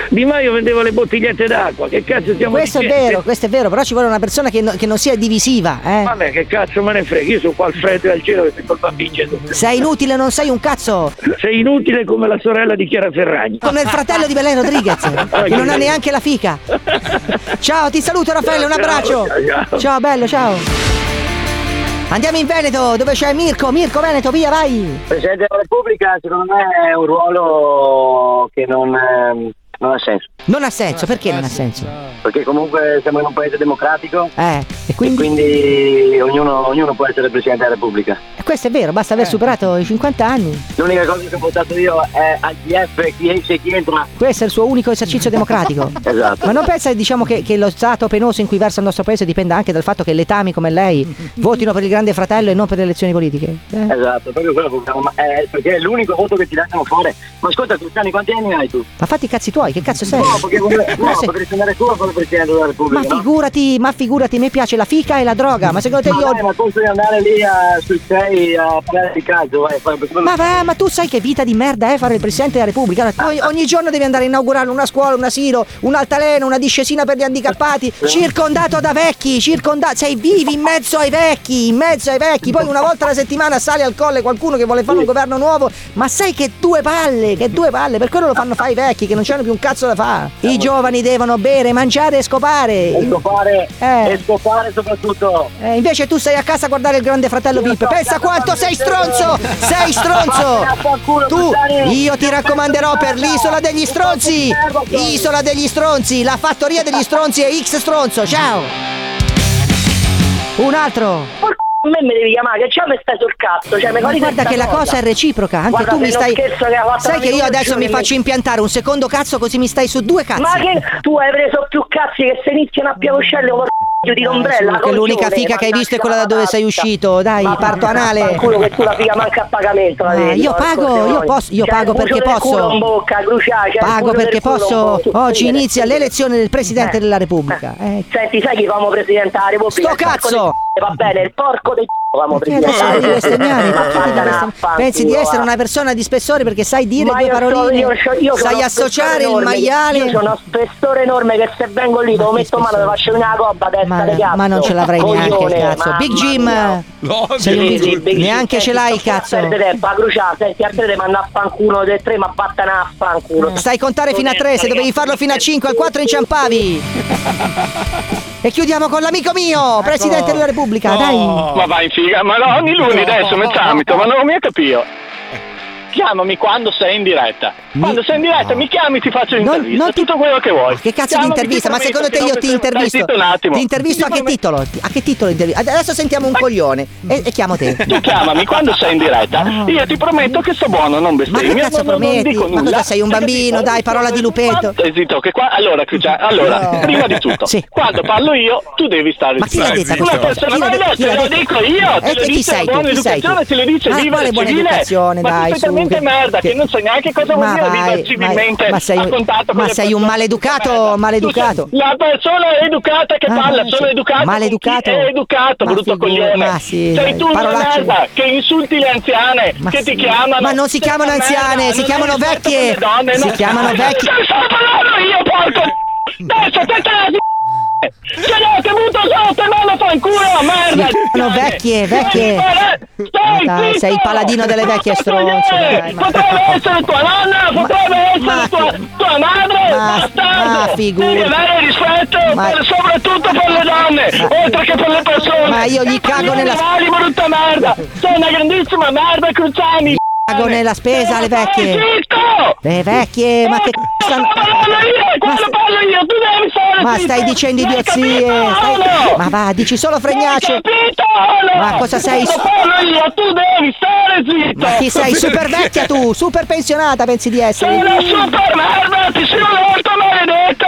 Speaker 18: Di Maio vendeva le bottigliette d'acqua, che cazzo stiamo
Speaker 17: Questo è
Speaker 18: dicendo?
Speaker 17: vero, questo è vero, però ci vuole una persona che, no- che non sia divisiva. Eh.
Speaker 18: Vabbè, che cazzo me ne frega, io sono qua al freddo e al cielo che sto col bambino.
Speaker 17: Sei inutile, non sei un cazzo.
Speaker 18: Sei inutile come la sorella di Chiara Ferragni.
Speaker 17: Come il fratello di Belen Rodriguez, che non ha neanche la fica. Ciao, ti saluto Raffaele, un
Speaker 18: Ciao,
Speaker 17: abbraccio.
Speaker 18: ciao, ciao.
Speaker 17: Ciao, bello, ciao. Andiamo in Veneto, dove c'è Mirko. Mirko Veneto, via, vai.
Speaker 19: Presidente della Repubblica secondo me è un ruolo che non, ehm, non ha senso,
Speaker 17: Non ha senso, perché non ha senso?
Speaker 19: perché comunque siamo in un paese democratico
Speaker 17: Eh, e quindi?
Speaker 19: quindi ognuno, ognuno può essere Presidente della Repubblica.
Speaker 17: Questo è vero, basta
Speaker 19: Eh.
Speaker 17: aver superato i 50 anni.
Speaker 19: L'unica cosa che ho votato io è al DF chi esce e chi entra.
Speaker 17: Questo è il suo unico esercizio democratico.
Speaker 19: Esatto.
Speaker 17: Ma non pensa diciamo, che, che lo stato penoso in cui versa il nostro paese dipenda anche dal fatto che le tami come lei votino per il grande fratello e non per le elezioni politiche? Eh?
Speaker 19: Esatto, proprio quello che vogliamo, ma è perché è l'unico voto che ti lasciano fare. Ma ascolta Cristiani, quanti anni hai tu?
Speaker 17: Ma fatti i cazzi tuoi, che cazzo sei?
Speaker 19: No, perché vuole-
Speaker 17: Ma
Speaker 19: no,
Speaker 17: se-
Speaker 19: potresti andare tu a fare Presidente della
Speaker 17: Ma
Speaker 19: Repubblica, no?
Speaker 17: figurati, ma figurati, mi piace la fica e la droga, ma secondo te
Speaker 19: Ma dai,
Speaker 17: io...
Speaker 19: ma posso andare lì a, sui Ah, sei a parlare di calcio, vai, fai-
Speaker 17: Ma, va, ma tu sai che vita di merda è fare il Presidente della Repubblica? Allora, ogni, ogni giorno devi andare a inaugurare una scuola, un asilo, un altaleno, una discesina per gli handicappati, circondato da vecchi, circondato, sei vivi in mezzo ai vecchi, in mezzo ai vecchi, poi una volta alla settimana sale al colle qualcuno che vuole fare un governo nuovo, ma sai che due palle, che due palle, per quello lo fanno fare i vecchi che non c'hanno più un cazzo da fare. I giovani devono bere, mangiare e scopare.
Speaker 19: E scopare,
Speaker 17: Eh.
Speaker 19: e scopare soprattutto.
Speaker 17: Eh, invece tu sei a casa a guardare il grande fratello VIP. Pensa quanto sei stronzo! Sei stronzo! Tu, io ti raccomanderò per l'isola degli stronzi! Isola degli stronzi, la fattoria degli stronzi e X stronzo, ciao! Un altro!
Speaker 20: A me mi devi chiamare, che c'è mi stai sul cazzo? Cioè, mi
Speaker 17: Ma
Speaker 20: fai
Speaker 17: guarda
Speaker 20: questa
Speaker 17: che la cosa è reciproca, anche
Speaker 20: Guarda
Speaker 17: tu mi
Speaker 20: che non
Speaker 17: stai.
Speaker 20: scherzo che ha fatto
Speaker 17: Sai
Speaker 20: la
Speaker 17: che io
Speaker 20: Meloni,
Speaker 17: adesso mi
Speaker 20: giurami.
Speaker 17: faccio impiantare un secondo cazzo così mi stai su due cazzi.
Speaker 20: Ma che tu hai preso più cazzi che se iniziano a piavoscello con c***o di
Speaker 17: Eh,
Speaker 20: l'ombrella.
Speaker 17: su, che l'unica figa che hai visto è quella da dove sei uscito, dai, parto anale.
Speaker 20: Culo che tu la figa manca a pagamento. La
Speaker 17: Ah,
Speaker 20: devi,
Speaker 17: io
Speaker 20: no, Ecco,
Speaker 17: pago,
Speaker 20: ascolta,
Speaker 17: io
Speaker 20: no.
Speaker 17: posso,
Speaker 20: Cioè,
Speaker 17: io
Speaker 20: C'è il
Speaker 17: pago
Speaker 20: bucio
Speaker 17: perché
Speaker 20: del
Speaker 17: posso.
Speaker 20: culo in bocca, Crucia, c'è il
Speaker 17: pago
Speaker 20: bucio del
Speaker 17: perché
Speaker 20: culo in
Speaker 17: posso.
Speaker 20: bocca.
Speaker 17: Oggi
Speaker 20: Scrivere.
Speaker 17: inizia l'elezione del Presidente della Repubblica. Eh,
Speaker 20: Senti, sai chi famo presidente della Repubblica?
Speaker 17: Sto cazzo!
Speaker 20: va bene, il porco dei c***o avevamo
Speaker 17: Perché adesso
Speaker 20: prima.
Speaker 17: devi bestemmiare? Perché devi
Speaker 20: Vattene a
Speaker 17: bestemmiare?
Speaker 20: fanculo,
Speaker 17: Pensi di essere
Speaker 20: va.
Speaker 17: una persona di spessore perché sai dire
Speaker 20: eh. Ma
Speaker 17: due
Speaker 20: io so-
Speaker 17: paroline,
Speaker 20: io so- io sono
Speaker 17: sai
Speaker 20: uno
Speaker 17: associare
Speaker 20: spessore
Speaker 17: il
Speaker 20: enorme,
Speaker 17: maiale.
Speaker 20: Io sono uno spessore enorme che se vengo lì te lo metto male, te faccio una gobba testa
Speaker 17: Ma,
Speaker 20: di cazzo.
Speaker 17: ma non ce l'avrei neanche il
Speaker 20: Coglione,
Speaker 17: cazzo.
Speaker 20: mamma
Speaker 17: Big Jim,
Speaker 20: mia.
Speaker 17: sei un
Speaker 20: Sì, sì,
Speaker 17: big-
Speaker 20: Big Jim,
Speaker 17: neanche
Speaker 20: senti,
Speaker 17: ce l'hai il
Speaker 20: sto qui a
Speaker 17: cazzo.
Speaker 20: perdere tempo, a cruciare, senti, a te te manda a fanculo, te tre, ma vattene a fanculo.
Speaker 17: Mm. Stai a contare fino a 3, se dovevi farlo fino a 5, al 4 inciampavi. E chiudiamo con l'amico mio, Presidente della Repubblica, dai.
Speaker 18: Ma vai in figa, ma no, ogni lunedì adesso mi zamito, ma non lo mica capito.
Speaker 17: Eh.
Speaker 18: Chiamami quando sei in diretta. Quando sei in diretta mi chiami ti faccio l'intervista. tutto quello che vuoi.
Speaker 17: Che cazzo di intervista? Ma secondo te io ti intervisto?
Speaker 18: un attimo.
Speaker 17: Ti intervisto a che titolo? A che titolo intervi- Ad- Adesso sentiamo un coglione e, e chiamo te.
Speaker 18: Tu chiamami quando sei in diretta. Io ti prometto che sto buono, non
Speaker 17: Ma
Speaker 18: bestemmia.
Speaker 17: che cazzo
Speaker 18: non- non
Speaker 17: prometti?
Speaker 18: dico
Speaker 17: Ma
Speaker 18: nulla.
Speaker 17: cosa sei un bambino? Dai, parola di lupetto.
Speaker 18: Stai zitto, che qua. Allora, Crucia, allora,
Speaker 17: Esatto. No.
Speaker 18: prima di tutto,
Speaker 17: Sì.
Speaker 18: quando parlo io, tu devi stare
Speaker 17: Ma chi l'ha detta
Speaker 18: Una
Speaker 17: questa cosa?
Speaker 18: persona,
Speaker 17: Chi l'ha
Speaker 18: ma
Speaker 17: detta?
Speaker 18: no,
Speaker 17: Chi l'ha
Speaker 18: te lo
Speaker 17: detta?
Speaker 18: dico io,
Speaker 17: Eh,
Speaker 18: te lo
Speaker 17: e chi
Speaker 18: dice
Speaker 17: sei
Speaker 18: la
Speaker 17: tu?
Speaker 18: buona
Speaker 17: Chi sei
Speaker 18: educazione,
Speaker 17: tu? Ah,
Speaker 18: te lo dice
Speaker 17: Ma
Speaker 18: viva
Speaker 17: quale
Speaker 18: il
Speaker 17: buona
Speaker 18: civile.
Speaker 17: educazione,
Speaker 18: ma
Speaker 17: dai,
Speaker 18: sei talmente
Speaker 17: su, che-
Speaker 18: merda che,
Speaker 17: che-
Speaker 18: non sai neanche cosa vuol
Speaker 17: Ma
Speaker 18: dire viva
Speaker 17: vai,
Speaker 18: civilmente
Speaker 17: vai, ma sei
Speaker 18: a
Speaker 17: un-
Speaker 18: contatto con
Speaker 17: ma
Speaker 18: le
Speaker 17: sei un
Speaker 18: persone.
Speaker 17: maleducato, maleducato.
Speaker 18: Tu sei La persona educata che
Speaker 17: Ah,
Speaker 18: parla,
Speaker 17: sì.
Speaker 18: sono educato.
Speaker 17: Maleducato?
Speaker 18: Chi è educato,
Speaker 17: Ma
Speaker 18: brutto
Speaker 17: figura-
Speaker 18: coglione.
Speaker 17: ma sì,
Speaker 18: sei
Speaker 17: dai,
Speaker 18: tu una
Speaker 17: parolacce.
Speaker 18: merda che insulti le anziane, che ti
Speaker 17: sì.
Speaker 18: chiamano.
Speaker 17: Ma non si
Speaker 18: Sei
Speaker 17: chiamano
Speaker 18: una
Speaker 17: anziane,
Speaker 18: merda,
Speaker 17: si
Speaker 18: non
Speaker 17: chiamano
Speaker 18: hai rispetto per
Speaker 17: vecchie.
Speaker 18: le donne,
Speaker 17: Si
Speaker 18: no?
Speaker 17: chiamano
Speaker 18: Ma
Speaker 17: vecchie.
Speaker 18: Sto solo parlando io, porco! Adesso, aspetta! Se Cioè, no, ti butto sotto, non lo fa in culo, merda!
Speaker 17: Sono
Speaker 18: anziane. Cioè,
Speaker 17: vecchie, vecchie. Ma
Speaker 18: Stai
Speaker 17: dai,
Speaker 18: zitto!
Speaker 17: sei il paladino delle vecchie stronze. dai, ma-
Speaker 18: Potrebbe essere tua nonna, potrebbe essere tua, tua madre,
Speaker 17: ma
Speaker 18: bastardo!
Speaker 17: figura-
Speaker 18: Devi avere rispetto, per- soprattutto per le donne, oltre che per le persone!
Speaker 17: Ma io gli cago
Speaker 18: Gli
Speaker 17: nella-
Speaker 18: animali, brutta merda! Sei una grandissima merda, Cruciani!
Speaker 17: Pago nella spesa alle vecchie. Le vecchie, ma che c***o stanno... Ma, st- ma stai dicendo idiozie. stai- Ma va, dici solo fregnaccio. Ma cosa sei?
Speaker 18: Quando parlo io, tu devi stare zitto!
Speaker 17: Ma chi sei? Super vecchia tu, super pensionata pensi di essere.
Speaker 18: Sono super merda, ti sono molto maledetto!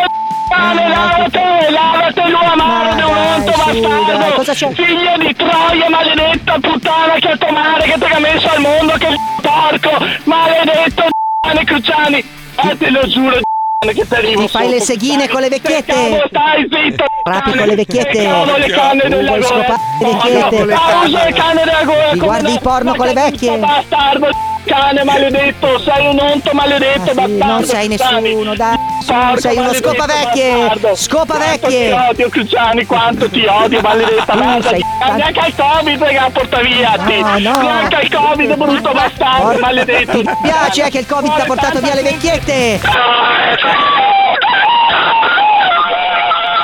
Speaker 17: Ah,
Speaker 18: Cane, lavate, lavate l'uomo di un onto bastardo! Figlio di troia, maledetta puttana che è tua madre che ti ha messo al mondo, che porco! Maledetto cane Cruciani! Eh, te lo giuro, che ti arrivo
Speaker 17: Ti fai le
Speaker 18: sotto,
Speaker 17: seghine con le vecchiette. Eh,
Speaker 18: Cavolo, stai zitto!
Speaker 17: Rapi
Speaker 18: cane.
Speaker 17: con le vecchiette.
Speaker 18: E cavolo, le canne
Speaker 17: Tu
Speaker 18: della
Speaker 17: vuoi
Speaker 18: gola.
Speaker 17: scopare le
Speaker 18: Porco,
Speaker 17: vecchiette.
Speaker 18: ah, uso le canne della gola.
Speaker 17: Ti
Speaker 18: come
Speaker 17: guardi
Speaker 18: no?
Speaker 17: il porno con le vecchie.
Speaker 18: Bastardo, cane maledetto, sei un onto maledetto, bastardo.
Speaker 17: Ah, Non sei nessuno, dai.
Speaker 18: Porco
Speaker 17: Sei uno
Speaker 18: maledetto
Speaker 17: scopa vecchie.
Speaker 18: bastardo.
Speaker 17: Scopa
Speaker 18: Quanto
Speaker 17: vecchie.
Speaker 18: Ti odio, Cruciani, quanto ti odio, maledetta
Speaker 17: Tu
Speaker 18: merda.
Speaker 17: sei-
Speaker 18: Neanche al Covid che la porta via.
Speaker 17: No,
Speaker 18: te.
Speaker 17: no.
Speaker 18: Neanche al Covid, brutto bastardo, maledetto.
Speaker 17: Ti piace eh, che il Covid ti ha portato via le vecchiette?
Speaker 2: eh.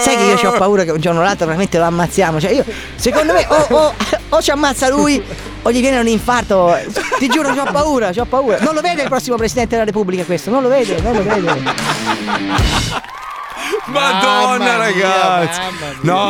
Speaker 17: Sai che io ho paura che un giorno o l'altro veramente lo ammazziamo. Cioè io, secondo me, o, o- o ci ammazza lui o gli viene un infarto. Ti giuro, ho paura, ho paura. Non lo vede il prossimo presidente della Repubblica questo, non lo vede, non lo vede.
Speaker 2: Madonna,
Speaker 7: Mamma mia,
Speaker 2: ragazzi.
Speaker 7: mamma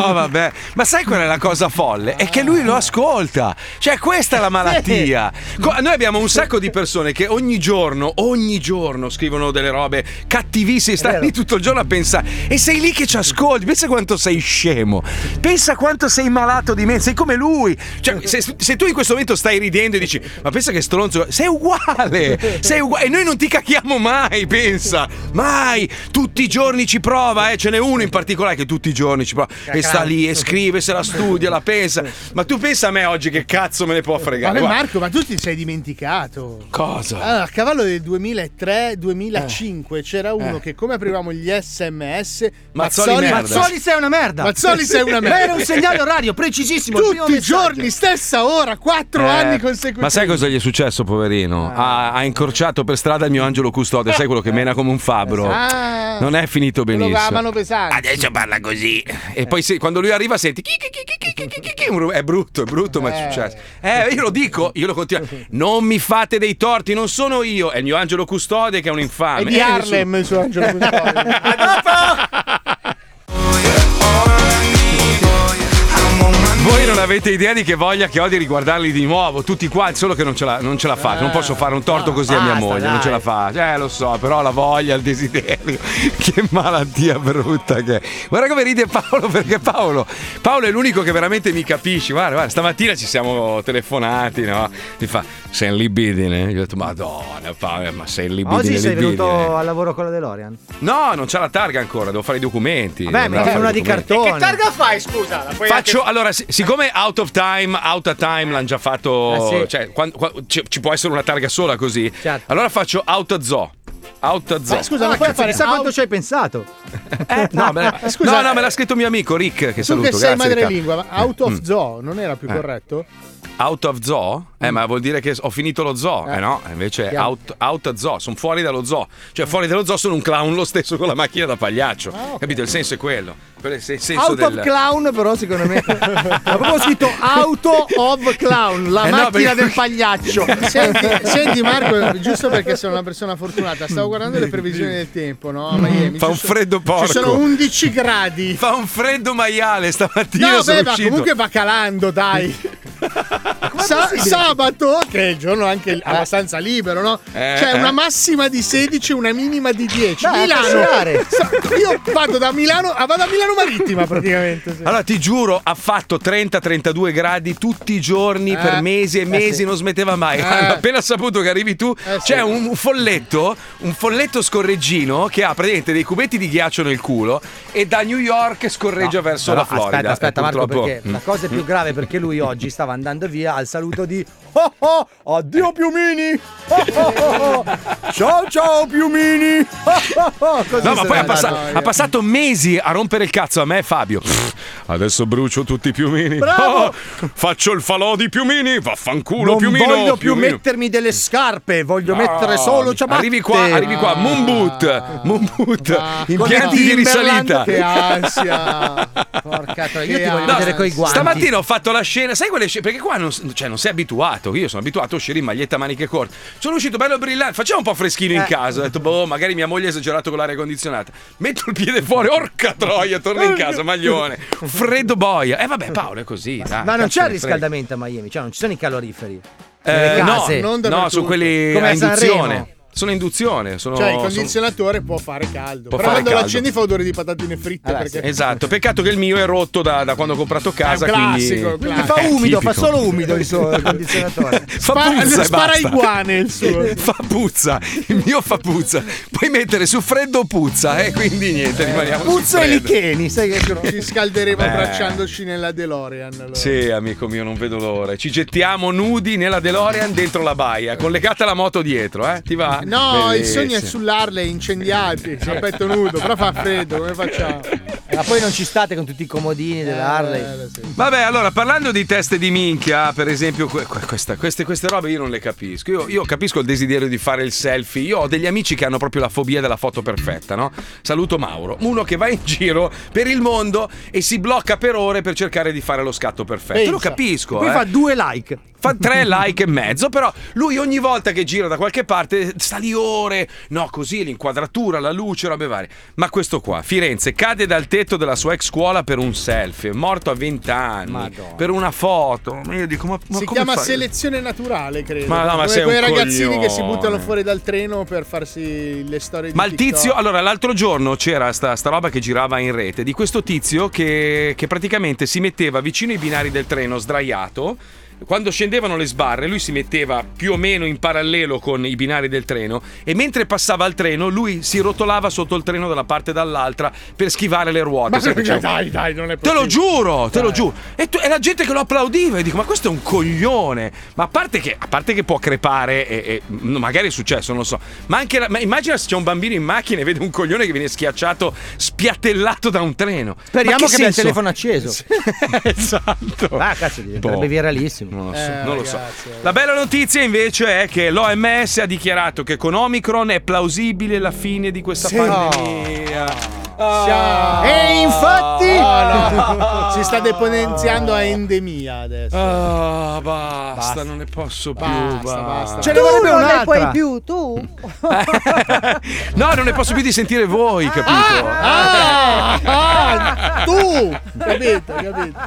Speaker 2: No, vabbè. Ma sai qual è la cosa folle? È che lui lo ascolta. Cioè, questa è la malattia. Co- Noi abbiamo un sacco di persone che ogni giorno, ogni giorno scrivono delle robe cattivissime. Stai lì tutto il giorno a pensare. E sei lì che ci ascolti. Pensa quanto sei scemo. Pensa quanto sei malato di me. Sei come lui. Cioè, se, se tu in questo momento stai ridendo e dici, ma pensa che stronzo. Sei uguale. Sei uguale. E noi non ti cacchiamo mai, pensa. Mai. Tutti i giorni ci prova, eh. Ce n'è uno in particolare che tutti i giorni ci prova. E sta lì e scrive, se la studia, la pensa. Ma tu pensa a me oggi che cazzo me ne può fregare?
Speaker 7: Vabbè,
Speaker 2: Guarda.
Speaker 7: Marco, ma tu ti sei dimenticato.
Speaker 2: Cosa? Eh.
Speaker 7: Allora, a cavallo del 2003-2005 c'era uno che come aprivamo gli sms
Speaker 2: Mazzoli merda.
Speaker 7: Mazzoli
Speaker 3: sei una merda
Speaker 7: Mazzoli sei una merda
Speaker 3: Era un segnale orario precisissimo il primo
Speaker 7: tutti i
Speaker 3: messaggio.
Speaker 7: giorni stessa ora quattro
Speaker 2: Eh,
Speaker 7: anni consecutivi
Speaker 2: Ma sai cosa gli è successo, poverino?
Speaker 7: Ah.
Speaker 2: Ha, ha incorciato per strada il mio angelo custode, sai quello che mena come un fabbro.
Speaker 7: Ah.
Speaker 2: non è finito
Speaker 7: Lo
Speaker 2: benissimo.
Speaker 7: amano pesante
Speaker 2: Adesso parla così. E poi sì, quando lui arriva senti chi, chi, chi, chi, chi, chi, chi, chi, chi, un ru- Eh, è brutto, è brutto, ma è successo. Eh, io lo dico, io lo continuo. Non mi fate dei torti, non sono io, è il mio angelo custode che è un infame.
Speaker 7: è di
Speaker 2: Eh,
Speaker 7: Harlem il suo angelo custode.
Speaker 2: nessuno- Voi non avete idea di che voglia che ho di riguardarli di nuovo, tutti quanti, solo che non ce la, non ce la faccio, non posso fare un torto così a mia
Speaker 21: basta,
Speaker 2: moglie, non
Speaker 21: dai.
Speaker 2: ce la faccio. Eh, lo so, però la voglia, il desiderio, che malattia brutta che è. Guarda come ride Paolo, perché Paolo, Paolo è l'unico che veramente mi capisce. Guarda, guarda, stamattina ci siamo telefonati, no? Mi fa, sei in libidine? Gli ho detto, madonna Paolo, ma sei in libidine,
Speaker 21: Oggi sei
Speaker 2: libidine."
Speaker 21: venuto al lavoro con la DeLorean.
Speaker 2: No, non c'è la targa ancora, devo fare i documenti.
Speaker 21: Vabbè,
Speaker 2: devo
Speaker 21: metti
Speaker 2: fare i
Speaker 21: una di
Speaker 2: documenti.
Speaker 21: cartone.
Speaker 7: Che targa fai, scusa? La puoi
Speaker 2: Faccio,
Speaker 7: anche-
Speaker 2: allora, si- siccome Out of Time, Out of Time l'hanno già
Speaker 21: Ah,
Speaker 2: fatto,
Speaker 7: Eh sì.
Speaker 2: cioè, quan- qua- ci, ci può essere una targa sola così, allora faccio Out of Zoo. Out of Zoo.
Speaker 21: Certo. Ma
Speaker 3: Ah,
Speaker 21: scusa,
Speaker 7: Ah,
Speaker 21: non puoi fare. Ah, Sa quanto ci hai pensato?
Speaker 2: No, me l'ha,
Speaker 7: Scusa.
Speaker 2: no, no, me l'ha scritto mio amico Rick, che
Speaker 7: Tu
Speaker 2: saluto,
Speaker 7: che sei
Speaker 2: grazie,
Speaker 7: madrelingua, ma
Speaker 2: Riccardo.
Speaker 7: out of
Speaker 2: Mm.
Speaker 7: zoo non era più
Speaker 2: Eh.
Speaker 7: corretto?
Speaker 2: Out of zoo? Eh, ma vuol dire che ho finito lo zoo. Eh,
Speaker 7: Eh.
Speaker 2: no, invece è
Speaker 7: Chiaro.
Speaker 2: out, out of zoo. Sono fuori dallo zoo. Cioè, fuori dallo zoo sono un clown lo stesso con la macchina da pagliaccio. Capito? Il senso è quello. Quello è il sen- senso
Speaker 21: Ah, Out
Speaker 2: del...
Speaker 21: of clown, però, secondo me. Ha proprio scritto Auto of clown, la
Speaker 7: Eh no,
Speaker 21: macchina
Speaker 7: perché-
Speaker 21: del pagliaccio.
Speaker 7: senti, senti, Marco, giusto perché sono una persona fortunata, stavo guardando le previsioni del tempo, no? A Miami.
Speaker 2: Fa un
Speaker 7: Ci
Speaker 2: freddo
Speaker 7: sono-
Speaker 2: porco.
Speaker 7: Ci sono 11 gradi.
Speaker 2: Fa un freddo maiale stamattina.
Speaker 7: No,
Speaker 2: sono
Speaker 7: beh, ma
Speaker 2: uscito.
Speaker 7: comunque va calando, dai. Sa- sabato, che è il giorno anche abbastanza libero, no?
Speaker 2: Eh,
Speaker 7: C'è
Speaker 2: eh.
Speaker 7: una massima di 16, una minima di 10.
Speaker 21: Dai, a
Speaker 7: Milano.
Speaker 21: passeggiare.
Speaker 7: Sa- io vado da Milano, ah, vado a Milano Marittima praticamente. sì.
Speaker 2: Allora ti giuro, ha fatto 30-32 gradi tutti i giorni per
Speaker 7: Eh,
Speaker 2: mesi e
Speaker 7: eh
Speaker 2: mesi,
Speaker 7: sì.
Speaker 2: non smetteva mai.
Speaker 7: Eh.
Speaker 2: Hanno appena saputo che arrivi tu, c'è un folletto, un folletto scorreggino che ha praticamente dei cubetti di ghiaccio nel culo e da New York scorreggia
Speaker 21: No,
Speaker 2: verso
Speaker 21: però
Speaker 2: la Florida.
Speaker 21: Aspetta, aspetta,
Speaker 2: Eh,
Speaker 21: Marco,
Speaker 2: purtroppo-
Speaker 21: perché
Speaker 2: Mm.
Speaker 21: la cosa è più grave perché lui oggi stava andando via al saluto di Oh oh, addio
Speaker 2: Eh.
Speaker 21: Piumini! Oh, oh, oh, oh. Ciao ciao Piumini! Oh, oh, oh. Così
Speaker 2: No, ma
Speaker 21: se
Speaker 2: poi
Speaker 21: n'è
Speaker 2: ha, passa-
Speaker 21: andato.
Speaker 2: ha passato mesi a rompere il cazzo a me e Fabio. Pff, Adesso brucio tutti i piumini.
Speaker 21: Bravo!
Speaker 2: Oh, faccio il falò di piumini. Vaffanculo,
Speaker 21: non
Speaker 2: piumino.
Speaker 21: voglio più
Speaker 2: piumino.
Speaker 21: mettermi delle scarpe, voglio
Speaker 2: No,
Speaker 21: mettere solo ciabatte.
Speaker 2: Arrivi qua, arrivi qua, Moon Boot, Moon Boot,
Speaker 8: Ah.
Speaker 2: impianti di
Speaker 21: Timberland,
Speaker 2: risalita.
Speaker 21: che ansia.
Speaker 7: Porca troia,
Speaker 21: io ti voglio
Speaker 2: No,
Speaker 21: vedere coi guanti.
Speaker 2: Stamattina ho fatto la scena, sai quelle scene? Perché qua non, cioè, non sei abituato. Io sono abituato a uscire in maglietta a maniche corte. Sono uscito bello brillante, facciamo un po' freschino in
Speaker 21: Eh.
Speaker 2: casa. Ho detto, boh, magari mia moglie ha esagerato con l'aria condizionata. Metto il piede fuori, orca troia, torno in casa, maglione. Freddo boia. eh, vabbè, Paolo è così. dai,
Speaker 21: Ma non
Speaker 2: Ah, cazzo
Speaker 21: c'è il
Speaker 2: ne frega.
Speaker 21: riscaldamento a Miami, cioè non ci sono i caloriferi.
Speaker 2: Eh,
Speaker 21: Nelle
Speaker 2: no,
Speaker 21: case.
Speaker 2: no, sono quelli
Speaker 21: Come
Speaker 2: a
Speaker 21: a Sanremo.
Speaker 2: induzione. Sono a induzione, sono,
Speaker 7: Cioè, il
Speaker 2: sono-
Speaker 7: condizionatore può fare caldo.
Speaker 2: Può fare
Speaker 7: Però quando
Speaker 2: caldo.
Speaker 7: l'accendi fa odore di patatine fritte. perché...
Speaker 2: Esatto, peccato che il mio è rotto da, da quando ho comprato casa.
Speaker 7: È un classico,
Speaker 2: quindi...
Speaker 7: è un classico.
Speaker 21: Fa
Speaker 2: Eh,
Speaker 21: umido, fa
Speaker 2: tipico.
Speaker 21: solo umido il suo condizionatore.
Speaker 2: Fa puzza e
Speaker 7: spara
Speaker 2: basta.
Speaker 7: i guane il suo.
Speaker 2: fa puzza, il mio fa puzza. Puoi mettere su freddo puzza, eh? quindi niente, rimaniamo
Speaker 21: Puzzo
Speaker 2: sul
Speaker 21: e
Speaker 2: freddo.
Speaker 21: licheni, sai che
Speaker 7: Ci scalderemo
Speaker 2: Eh.
Speaker 7: abbracciandoci nella DeLorean. allora.
Speaker 2: Sì, amico mio, non vedo l'ora. Ci gettiamo nudi nella DeLorean dentro la baia, collegata alla moto dietro, eh? Ti va?
Speaker 7: No, il
Speaker 2: Bellissimo.
Speaker 7: sogno è sull'Arle incendiati, a petto nudo, però fa freddo, come facciamo?
Speaker 3: Eh,
Speaker 21: Ma poi non ci state con tutti i comodini della
Speaker 2: Eh,
Speaker 21: Harley.
Speaker 2: Vabbè, allora parlando di teste di minchia, per esempio, que- que- questa- queste, queste robe io non le capisco. Io, io capisco il desiderio di fare il selfie. Io ho degli amici che hanno proprio la fobia della foto perfetta, no? Saluto Mauro, uno che va in giro per il mondo e si blocca per ore per cercare di fare lo scatto perfetto. Lo
Speaker 21: Pensa.
Speaker 2: capisco.
Speaker 21: Poi
Speaker 2: eh.
Speaker 21: fa due like.
Speaker 2: Fa tre like e mezzo, però lui ogni volta che gira da qualche parte sta lì ore, no così, l'inquadratura, la luce, robe varie. Ma questo qua, Firenze, cade dal tetto della sua ex scuola per un selfie, morto a 20 anni, per una foto. Ma Io dico, ma, ma
Speaker 7: si
Speaker 2: come
Speaker 7: chiama
Speaker 2: fai?
Speaker 7: selezione naturale, credo.
Speaker 2: Ma no, ma
Speaker 7: Come
Speaker 2: sei un
Speaker 7: quei ragazzini
Speaker 2: coglione.
Speaker 7: che si buttano fuori dal treno per farsi le storie di
Speaker 2: Ma il
Speaker 7: TikTok.
Speaker 2: tizio, allora l'altro giorno c'era sta, sta roba che girava in rete di questo tizio che, che praticamente si metteva vicino ai binari del treno sdraiato. Quando scendevano le sbarre, lui si metteva più o meno in parallelo con i binari del treno e mentre passava il treno, lui si rotolava sotto il treno da una parte e dall'altra per schivare le ruote.
Speaker 7: Ma
Speaker 2: Sai, faceva-
Speaker 7: dai, dai, non è
Speaker 2: Te lo
Speaker 7: possibile.
Speaker 2: giuro, te lo giuro. Uh, E, tu- e la gente che lo applaudiva e dico: Ma questo è un coglione. Ma a parte che, a parte che può crepare, e, e, no, magari è successo, non lo so. Ma anche la- ma immagina se c'è un bambino in macchina e vede un coglione che viene schiacciato, spiattellato da un treno.
Speaker 21: Speriamo
Speaker 2: Ma
Speaker 21: che, abbia il
Speaker 2: senso?
Speaker 21: telefono acceso.
Speaker 2: esatto.
Speaker 21: Ah, cazzo, diventerebbe
Speaker 2: Boh.
Speaker 21: viralissimo.
Speaker 2: Non lo so,
Speaker 7: Eh,
Speaker 2: non lo so. La bella notizia invece è che l'OMS ha dichiarato che con Omicron è plausibile la fine di questa
Speaker 7: Sì.
Speaker 2: pandemia.
Speaker 7: Oh. Ciao.
Speaker 21: E infatti-
Speaker 7: Ah, no. si sta deponenziando a endemia adesso.
Speaker 2: Ah, basta, non ne posso più.
Speaker 7: Basta,
Speaker 2: va.
Speaker 7: basta.
Speaker 21: Ce ne vorrebbe
Speaker 4: non
Speaker 21: un'altra.
Speaker 4: ne puoi più, tu.
Speaker 2: No, non ne posso più di sentire voi, capito?
Speaker 21: ah,
Speaker 7: Ah, ah, tu! Capito, capito.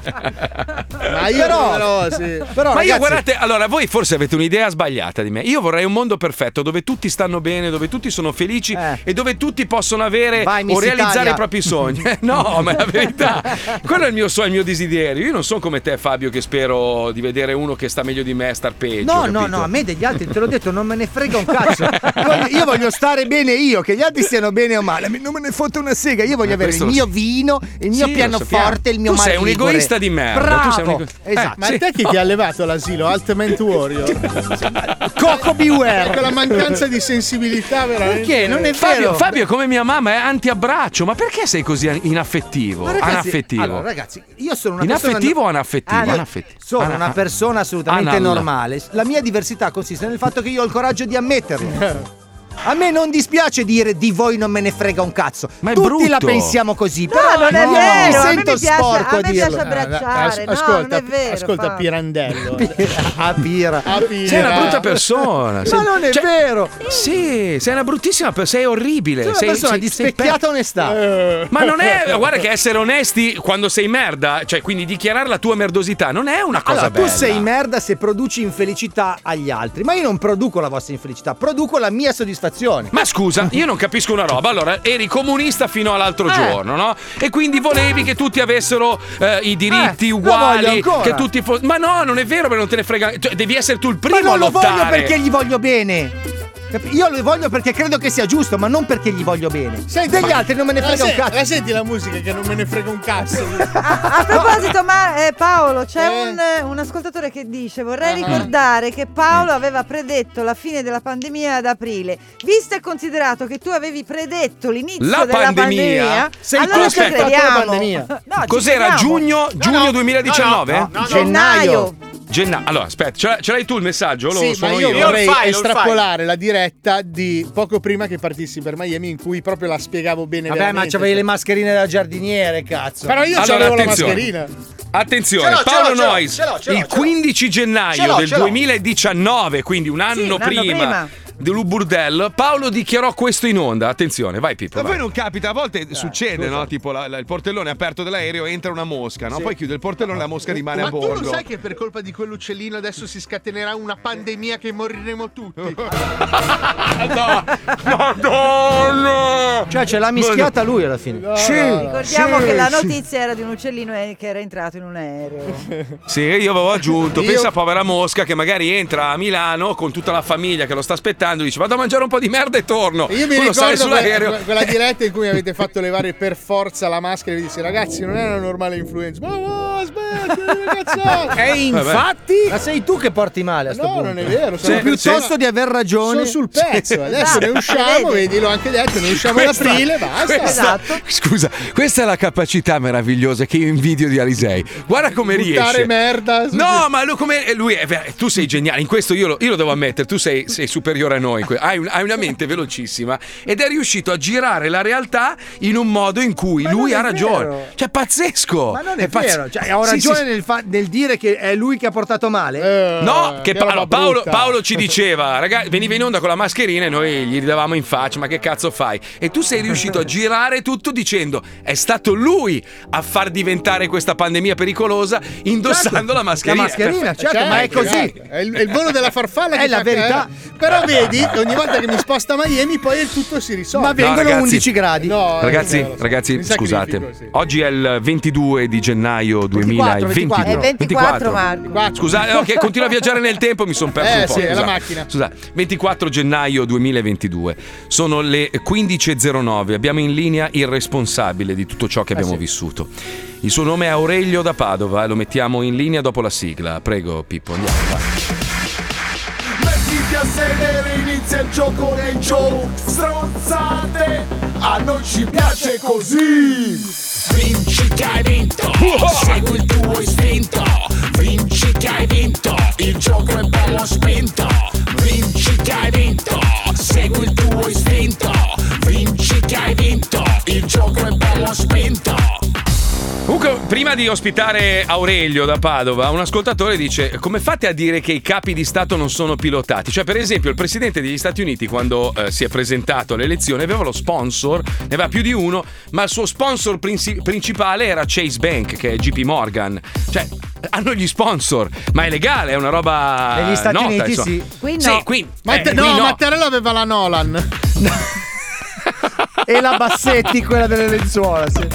Speaker 7: Ma io
Speaker 2: Però-
Speaker 7: però, sì.
Speaker 2: Ma
Speaker 7: però
Speaker 2: io
Speaker 7: ragazzi,
Speaker 2: guardate, allora voi forse avete un'idea sbagliata di me. Io vorrei un mondo perfetto dove tutti stanno bene, dove tutti sono felici
Speaker 3: Eh.
Speaker 2: e dove tutti possono avere
Speaker 21: Vai, Miss
Speaker 2: Eh, o realizzare
Speaker 21: Italia.
Speaker 2: i propri sogni. Eh, no, ma è la verità. Quello è il mio sogno, il mio desiderio. Io non sono come te, Fabio, che spero di vedere uno che sta meglio di me star peggio.
Speaker 3: No,
Speaker 2: capito?
Speaker 3: no, no, a me degli altri, te l'ho detto, non me ne frega un cazzo.
Speaker 7: voglio- io voglio stare bene io, che gli altri stiano bene o male, non me ne fotte una sega. Io
Speaker 2: Eh,
Speaker 7: voglio
Speaker 3: Ma
Speaker 7: avere il
Speaker 3: questo
Speaker 7: mio
Speaker 3: lo-
Speaker 7: vino, il mio
Speaker 3: Sì, lo
Speaker 7: pianoforte,
Speaker 3: sappiamo.
Speaker 7: il mio
Speaker 2: Tu sei un
Speaker 3: eh.
Speaker 7: malvigore.
Speaker 2: egoista di merda, tu
Speaker 7: Bravo.
Speaker 2: sei un egoista-
Speaker 7: Esatto.
Speaker 2: Eh,
Speaker 7: Ma
Speaker 2: sì.
Speaker 7: te chi ti ha allevato all'asilo? Altamente Warrior. Coco
Speaker 2: Beware.
Speaker 7: Quella mancanza di sensibilità veramente.
Speaker 2: Fabio, Fabio è come mia mamma, è anti-abbraccio. Ma perché sei così inaffettivo?
Speaker 3: Ma ragazzi,
Speaker 2: anaffettivo.
Speaker 3: allora, ragazzi, io sono una
Speaker 2: Inaffettivo o
Speaker 3: persona.
Speaker 2: anaffettivo?
Speaker 3: io
Speaker 2: Anaffettivo.
Speaker 3: Sono
Speaker 2: Ana-
Speaker 3: una persona assolutamente
Speaker 2: Anal.
Speaker 3: normale. La mia diversità consiste nel fatto che io ho il coraggio di ammetterlo. A me non dispiace dire di voi non me ne frega un cazzo. Ma Tutti
Speaker 7: brutto.
Speaker 3: la pensiamo così.
Speaker 7: No,
Speaker 3: però
Speaker 7: non è
Speaker 3: io
Speaker 7: vero,
Speaker 3: Mi
Speaker 7: a me
Speaker 3: sento
Speaker 7: mi piace-
Speaker 3: sporco
Speaker 7: a me
Speaker 3: a dirlo.
Speaker 7: piace abbracciare, no, non è vero, Fabio. Pirandello.
Speaker 3: a pira.
Speaker 2: Sei una brutta persona.
Speaker 3: Ma
Speaker 2: sei- cioè,
Speaker 3: non è vero.
Speaker 2: Sì, sei una bruttissima persona, sei orribile.
Speaker 3: Sei una
Speaker 2: sei,
Speaker 3: persona
Speaker 2: sei-
Speaker 3: di
Speaker 2: sei
Speaker 3: specchiata
Speaker 2: pe-
Speaker 3: onestà.
Speaker 2: Eh. Ma non è. Guarda che essere onesti quando sei merda, cioè quindi dichiarare la tua merdosità, non è una cosa
Speaker 3: Allora,
Speaker 2: bella.
Speaker 3: tu sei merda se produci infelicità agli altri, ma io non produco la vostra infelicità, produco la mia soddisfazione.
Speaker 2: Ma scusa, io non capisco una roba. Allora, eri comunista fino all'altro
Speaker 3: Eh.
Speaker 2: giorno, no? E quindi volevi che tutti avessero eh, i diritti
Speaker 3: Eh, lo voglio
Speaker 2: uguali,
Speaker 3: ancora.
Speaker 2: che tutti fos- Ma no, non è vero, perché non te ne frega. cioè, devi essere tu il primo
Speaker 3: Ma non
Speaker 2: a
Speaker 3: lo
Speaker 2: lottare.
Speaker 3: voglio perché gli voglio bene. Cap- Io lo voglio perché credo che sia giusto, ma non perché gli voglio bene. Sei degli
Speaker 7: ma-
Speaker 3: altri non me ne
Speaker 7: la
Speaker 2: Eh,
Speaker 3: frega un
Speaker 7: sen-
Speaker 3: cazzo.
Speaker 7: La senti la musica che non me ne frega un cazzo.
Speaker 4: A proposito, ma, eh, Paolo, c'è un, eh, un ascoltatore che dice:
Speaker 2: Eh,
Speaker 4: Vorrei ricordare che Paolo aveva predetto la fine della pandemia ad aprile. Visto e considerato che tu avevi predetto l'inizio
Speaker 2: La
Speaker 4: della
Speaker 2: pandemia?
Speaker 4: pandemia,
Speaker 2: Sei tu
Speaker 4: allora ci
Speaker 2: aspettata la
Speaker 4: crediamo.
Speaker 2: pandemia.
Speaker 4: No, ci
Speaker 2: Cos'era?
Speaker 4: crediamo.
Speaker 2: Giugno, giugno 2019?
Speaker 4: no, no, no. Gennaio.
Speaker 2: Genna- Allora, aspetta, ce l'hai, ce l'hai tu il messaggio? Lo
Speaker 7: Sì, ma
Speaker 2: sono
Speaker 7: io,
Speaker 2: Fai,
Speaker 7: vorrei
Speaker 2: lo fai.
Speaker 7: estrapolare la diretta di poco prima che partissi per Miami, in cui proprio la spiegavo bene.
Speaker 3: Vabbè, ma
Speaker 7: veramente. cioè
Speaker 3: c'avevi le mascherine da giardiniere, cazzo.
Speaker 7: Però io
Speaker 2: Allora,
Speaker 7: c'avevo la
Speaker 2: attenzione.
Speaker 7: mascherina.
Speaker 2: Attenzione,
Speaker 7: Ce l'ho, ce
Speaker 2: Paolo
Speaker 7: l'ho, ce l'ho,
Speaker 2: Nois,
Speaker 7: ce l'ho, ce l'ho,
Speaker 2: il
Speaker 7: ce l'ho.
Speaker 2: 15 gennaio
Speaker 7: Ce l'ho,
Speaker 2: del
Speaker 7: ce l'ho.
Speaker 2: 2019, quindi un anno
Speaker 7: un anno
Speaker 2: prima
Speaker 7: prima.
Speaker 2: dell'Uburdello, Paolo dichiarò questo in onda. Attenzione, vai Pippo.
Speaker 8: Da voi
Speaker 2: Vai.
Speaker 8: non capita, a volte
Speaker 6: Eh,
Speaker 8: succede, no? Tipo la- la- il portellone aperto dell'aereo, entra una mosca, no?
Speaker 7: Sì.
Speaker 8: Poi chiude il portellone, la mosca rimane
Speaker 7: Ma
Speaker 8: a
Speaker 7: tu
Speaker 8: bordo.
Speaker 7: lo sai che per colpa di quell'uccellino adesso si scatenerà una pandemia che moriremo tutti?
Speaker 2: Madonna!
Speaker 3: Cioè, ce l'ha mischiata lui alla fine.
Speaker 4: Ricordiamo diciamo che la notizia era di un uccellino eh, che era entrato in un aereo.
Speaker 2: Sì, io avevo aggiunto,
Speaker 4: Io-
Speaker 2: pensa a povera mosca che magari entra a Milano con tutta la famiglia che lo sta aspettando, dice vado a mangiare un po' di merda e torno.
Speaker 7: Io mi
Speaker 2: Tu lo sali
Speaker 7: ricordo
Speaker 2: sull'aereo.
Speaker 7: que- quella diretta in cui avete fatto levare per forza la maschera e vi disse ragazzi non è una normale influenza. Ma no, aspetta,
Speaker 3: E infatti. Ma sei tu che porti male a sto punto.
Speaker 7: non è
Speaker 3: Sono
Speaker 7: vero, sono-
Speaker 3: piuttosto
Speaker 7: sono-
Speaker 3: di aver ragione.
Speaker 7: Sono sul pezzo,
Speaker 3: esatto.
Speaker 7: adesso ne usciamo, vedi, l'ho anche detto, ne usciamo ad
Speaker 8: Questa-
Speaker 7: aprile, basta.
Speaker 8: questa-
Speaker 2: Esatto.
Speaker 8: Scusa, questa è la capacità meravigliosa che io invidio di Alisei. Guarda come
Speaker 7: Buttare
Speaker 8: riesce.
Speaker 7: merda.
Speaker 2: No, ma lui, come, eh, lui è ver- tu sei geniale, in questo io lo, io lo devo ammettere, tu sei, sei superiore a noi, in que- hai, un- hai una mente velocissima ed è riuscito a girare la realtà in un modo in cui lui ha ragione. Cioè, pazzesco!
Speaker 3: Ma non è,
Speaker 2: pazz-
Speaker 3: vero. Cioè, ho
Speaker 2: Sì, sì,
Speaker 3: ragione
Speaker 2: sì.
Speaker 3: Nel, fa- nel dire che è lui che ha portato
Speaker 7: Eh,
Speaker 3: male.
Speaker 2: No, che pa- allora, Paolo,
Speaker 3: Paolo
Speaker 2: Paolo ci diceva, ragazzi, veniva in onda con la mascherina e noi gli ridavamo in faccia, ma che cazzo fai? E tu sei riuscito a girare tutto dicendo, è stato lui a far diventare questa pandemia pericolosa indossando la mascherina.
Speaker 7: Certo. La mascherina,
Speaker 2: Cioè,
Speaker 7: certo, ma è
Speaker 2: ecco,
Speaker 7: così.
Speaker 2: dai.
Speaker 7: È il, è il volo della farfalla
Speaker 2: È
Speaker 7: che
Speaker 2: la
Speaker 7: fa-
Speaker 2: verità.
Speaker 7: eh, Però vedi, ogni volta che mi sposta a Miami, poi il tutto si risolve.
Speaker 2: Ma vengono No, ragazzi. 11
Speaker 3: gradi.
Speaker 7: No,
Speaker 2: Ragazzi,
Speaker 7: eh,
Speaker 2: ragazzi,
Speaker 7: mi sacrifico,
Speaker 2: scusate.
Speaker 7: sì.
Speaker 2: Oggi è il 22 di gennaio 2022.
Speaker 4: 24, 24, Marco.
Speaker 2: Scusate, no, che continuo eh, a viaggiare nel tempo, mi sono perso
Speaker 7: Eh,
Speaker 2: un po'.
Speaker 7: sì, è la
Speaker 2: scusate.
Speaker 7: macchina.
Speaker 2: Scusate, 24 gennaio 2022. Sono le 15.09. Abbiamo in linea il responsabile di tutto ciò
Speaker 7: Eh,
Speaker 2: che abbiamo vissuto. Il suo nome è Aurelio da Padova, eh, lo mettiamo in linea dopo la sigla. Prego, Pippo, andiamo. vai.
Speaker 22: Mettiti a sedere, inizia il gioco del gioco Stronzate, a noi ci piace così Vinci che hai vinto, segui il tuo istinto Vinci che hai vinto, il gioco è bello spinto Vinci che hai vinto, segui il tuo istinto Vinci che hai vinto, il gioco è bello spinto
Speaker 2: Comunque, prima di ospitare Aurelio da Padova, un ascoltatore dice: Come fate a dire che i capi di Stato non sono pilotati? Cioè, per esempio, il presidente degli Stati Uniti, quando eh, si è presentato alle elezioni, aveva lo sponsor, ne aveva più di uno, ma il suo sponsor princi- principale era Chase Bank, che è JP Morgan. Cioè, hanno gli sponsor, ma è legale, è una roba.
Speaker 7: Negli Stati
Speaker 2: nota,
Speaker 7: Uniti
Speaker 2: insomma.
Speaker 7: sì.
Speaker 4: Qui no.
Speaker 2: Sì, qui-
Speaker 7: Ma-
Speaker 2: eh, qui
Speaker 7: no,
Speaker 2: no.
Speaker 7: Mattarella aveva la Nolan.
Speaker 21: E la Bassetti, quella delle lenzuola. sì.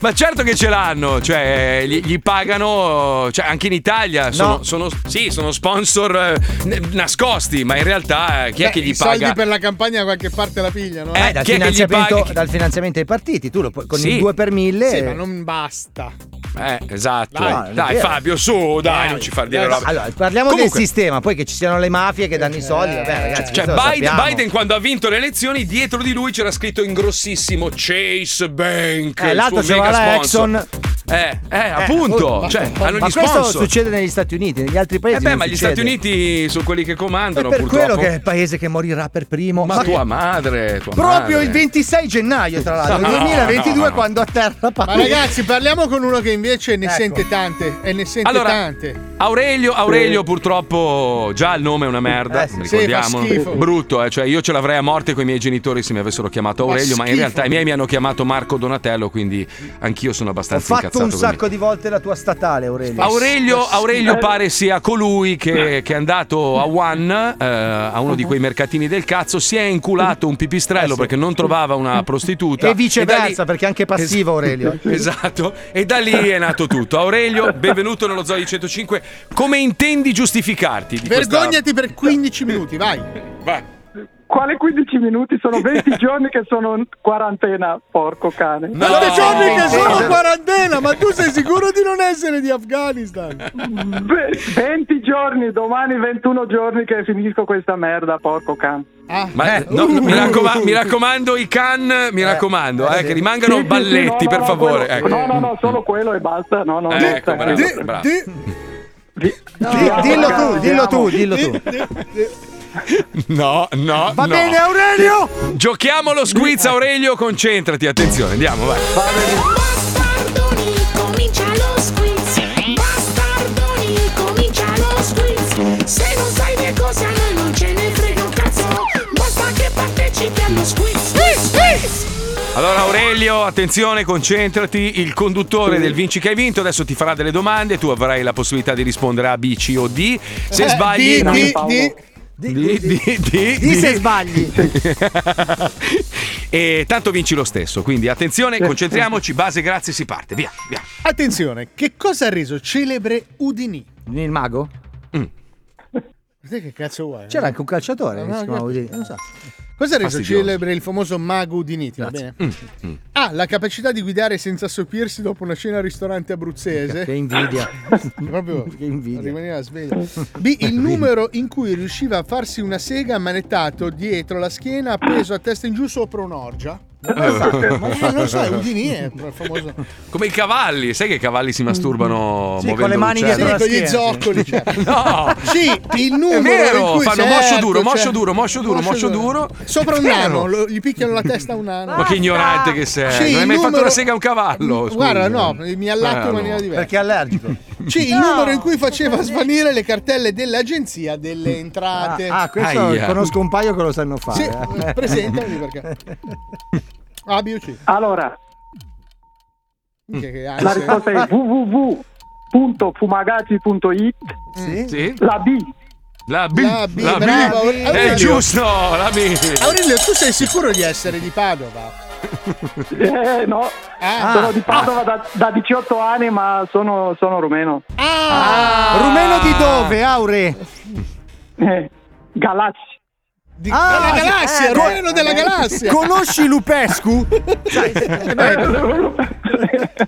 Speaker 2: Ma certo che ce l'hanno, cioè gli, gli pagano, cioè anche in Italia sono,
Speaker 21: No.
Speaker 2: sono- sì, sono sponsor eh, n- nascosti, ma in realtà eh, chi è
Speaker 7: Beh,
Speaker 2: che
Speaker 7: i
Speaker 2: gli
Speaker 7: soldi
Speaker 2: paga?
Speaker 7: per la campagna da qualche parte la pigliano.
Speaker 21: Eh, dal, finanziamento, dal finanziamento dei partiti, tu lo puoi con
Speaker 2: Sì.
Speaker 21: il 2 per 1000.
Speaker 7: Sì, ma non basta.
Speaker 2: Eh, esatto.
Speaker 21: Dai,
Speaker 2: Dai,
Speaker 21: non è vero. Eh,
Speaker 2: Fabio, su, dai, non ci far dire roba.
Speaker 21: Allora, eh, parliamo
Speaker 2: Comunque,
Speaker 21: del sistema, poi che ci siano le mafie che danno i soldi. Vabbè, ragazzi,
Speaker 2: Cioè,
Speaker 21: questo lo
Speaker 2: Biden,
Speaker 21: sappiamo.
Speaker 2: Biden quando ha vinto le elezioni, dietro di lui c'era scritto in grossissimo Chase Bank.
Speaker 21: Eh,
Speaker 2: il
Speaker 21: l'altro
Speaker 2: suo
Speaker 21: c'era
Speaker 2: mega
Speaker 21: la
Speaker 2: sponsor.
Speaker 21: Exxon.
Speaker 2: Eh, eh,
Speaker 21: Eh,
Speaker 2: appunto.
Speaker 21: ma-
Speaker 2: cioè, hanno
Speaker 21: ma
Speaker 2: gli
Speaker 21: questo
Speaker 2: sponsor.
Speaker 21: succede negli Stati Uniti, negli altri paesi.
Speaker 2: Eh beh,
Speaker 21: non
Speaker 2: ma gli
Speaker 21: succede.
Speaker 2: Stati Uniti sono quelli che comandano,
Speaker 21: Per
Speaker 2: purtroppo.
Speaker 21: quello che è il paese che morirà per primo.
Speaker 2: Ma tua madre, tua
Speaker 21: Proprio
Speaker 2: madre.
Speaker 21: il
Speaker 7: 26 gennaio,
Speaker 21: tra l'altro, 2022, quando a terra
Speaker 7: Ma ragazzi, parliamo con uno che invece ne
Speaker 21: Ecco.
Speaker 7: sente tante. E ne sente
Speaker 2: Allora,
Speaker 7: tante.
Speaker 2: Aurelio, Aurelio purtroppo già il nome è una merda,
Speaker 7: Eh sì.
Speaker 2: ricordiamo.
Speaker 7: Sì, fa schifo.
Speaker 2: Brutto, eh, cioè io ce l'avrei a morte con i miei genitori se mi avessero chiamato
Speaker 21: Fa
Speaker 2: Aurelio, ma, in
Speaker 21: schifo.
Speaker 2: realtà i miei mi hanno chiamato Marco Donatello, quindi anch'io sono
Speaker 21: Ho
Speaker 2: abbastanza
Speaker 21: fatto
Speaker 2: incazzato. con
Speaker 21: un sacco di volte la tua statale, Aurelio.
Speaker 2: Aurelio, Aurelio pare sia colui
Speaker 21: Eh.
Speaker 2: che, che è andato a One, eh, a uno di quei mercatini del cazzo, si è inculato un pipistrello perché non trovava una prostituta.
Speaker 21: Eh E
Speaker 2: da lì-
Speaker 21: viceversa, perché è anche passivo, Aurelio.
Speaker 2: Esatto, e da lì è nato tutto. Aurelio, benvenuto nello Zoo di 105. Come intendi giustificarti di questa-
Speaker 7: Vergognati per 15 minuti, vai.
Speaker 2: Vai.
Speaker 6: Quale 15 minuti? Sono 20 giorni che sono in quarantena, porco cane.
Speaker 7: Ma no, giorni che sono in quarantena, ma tu sei sicuro di non essere di Afghanistan?
Speaker 6: Ve- 20 giorni, domani 21 giorni che finisco questa merda, porco cane.
Speaker 2: Ma- eh,
Speaker 21: Eh.
Speaker 2: no,
Speaker 17: Eh.
Speaker 2: no,
Speaker 21: Uh.
Speaker 2: mi, raccoma- mi raccomando, i can, mi raccomando, eh, che rimangano balletti, per favore. Ecco.
Speaker 6: No, no, no, solo quello e basta. No, no,
Speaker 2: Ecco,
Speaker 6: basta.
Speaker 2: bravo, bravo.
Speaker 21: Di- dillo tu, dillo tu, dillo tu.
Speaker 2: No, no.
Speaker 21: Va
Speaker 2: no.
Speaker 21: bene, Aurelio? Eh.
Speaker 2: Giochiamo lo squiz, Aurelio. Concentrati, attenzione, andiamo, vai.
Speaker 18: Comincia lo squiz, bastardoni, comincia lo squiz. Se non sai che cosa noi non ce ne frega un cazzo, basta che partecipi allo squiz. squiz, squiz.
Speaker 2: Allora, Aurelio, attenzione, concentrati. Il conduttore del Vinci che hai vinto adesso ti farà delle domande. Tu avrai la possibilità di rispondere a B, C o D. Se
Speaker 21: Eh,
Speaker 2: sbagli.
Speaker 21: D, D,
Speaker 2: di,
Speaker 21: D.
Speaker 2: di, di, di,
Speaker 21: Di se sbagli.
Speaker 2: E tanto vinci lo stesso. Quindi attenzione, concentriamoci. Base, grazie, si parte. Via, via.
Speaker 7: Attenzione, che cosa ha reso celebre Udini?
Speaker 21: Il mago?
Speaker 2: Mm.
Speaker 7: Sai che cazzo vuoi? eh?
Speaker 21: C'era anche un calciatore
Speaker 7: No,
Speaker 21: che si chiamava
Speaker 7: no,
Speaker 21: Udini.
Speaker 7: non so. Cosa ha reso
Speaker 21: Fastidioso.
Speaker 7: celebre il famoso mago Udiniti, va bene?
Speaker 2: Mm,
Speaker 7: Ah, la capacità di guidare senza soppirsi dopo una cena al ristorante abruzzese.
Speaker 21: Che invidia.
Speaker 7: Proprio
Speaker 21: che invidia.
Speaker 7: rimaneva sveglio. B. Il numero in cui riusciva a farsi una sega manettato dietro la schiena, appeso a testa in giù sopra un'orgia.
Speaker 2: Eh.
Speaker 7: Esatto, Ma non so, è Udini è il famoso.
Speaker 2: Come i cavalli, sai che i cavalli si masturbano
Speaker 7: Mm. Sì,
Speaker 2: muovendo
Speaker 7: con le
Speaker 2: un
Speaker 7: mani
Speaker 2: cervo?
Speaker 7: dietro Sì, la con gli schiena. zoccoli,
Speaker 2: No!
Speaker 7: Sì, il numero
Speaker 2: È vero,
Speaker 7: in cui
Speaker 2: fanno
Speaker 7: certo,
Speaker 2: moscio duro,
Speaker 7: certo.
Speaker 2: moscio duro, moscio duro, moscio duro.
Speaker 7: Sopra un
Speaker 2: Vero.
Speaker 7: nano, lo- gli picchiano la testa a un nano.
Speaker 2: Ma che ignorante che sei!
Speaker 7: Sì,
Speaker 2: non hai
Speaker 7: il
Speaker 2: mai fatto
Speaker 7: numero-
Speaker 2: una sega a un cavallo?
Speaker 7: Guarda,
Speaker 2: scusa.
Speaker 7: no, mi allatto
Speaker 2: Eh,
Speaker 7: in maniera
Speaker 2: no.
Speaker 7: diversa.
Speaker 21: Perché è allergico.
Speaker 7: Sì, il
Speaker 21: No.
Speaker 7: numero in cui faceva svanire le cartelle dell'agenzia delle entrate.
Speaker 21: Ah, questo
Speaker 2: Aia.
Speaker 21: conosco un paio che lo sanno fare.
Speaker 7: Sì,
Speaker 21: eh.
Speaker 7: presentami perché. A, B o C.
Speaker 6: Allora,
Speaker 7: Minchia, che
Speaker 6: la
Speaker 7: ansia.
Speaker 6: risposta è www.fumagazzi.it.
Speaker 2: Sì.
Speaker 6: La B.
Speaker 2: La B,
Speaker 7: Mm. La B,
Speaker 2: la B.
Speaker 7: bravo, Aurelio.
Speaker 2: è giusto, la B.
Speaker 7: Aurelio, tu sei sicuro di essere di Padova?
Speaker 6: Eh, no,
Speaker 7: Ah.
Speaker 6: sono di Padova da, da 18 anni, ma sono, sono rumeno.
Speaker 2: Ah.
Speaker 21: Rumeno di dove, Aure?
Speaker 6: Eh, Galassi.
Speaker 21: Ah.
Speaker 7: Di
Speaker 3: Ah,
Speaker 7: della
Speaker 3: eh,
Speaker 7: galassia, rumeno della galassia.
Speaker 21: eh, Conosci Lupescu?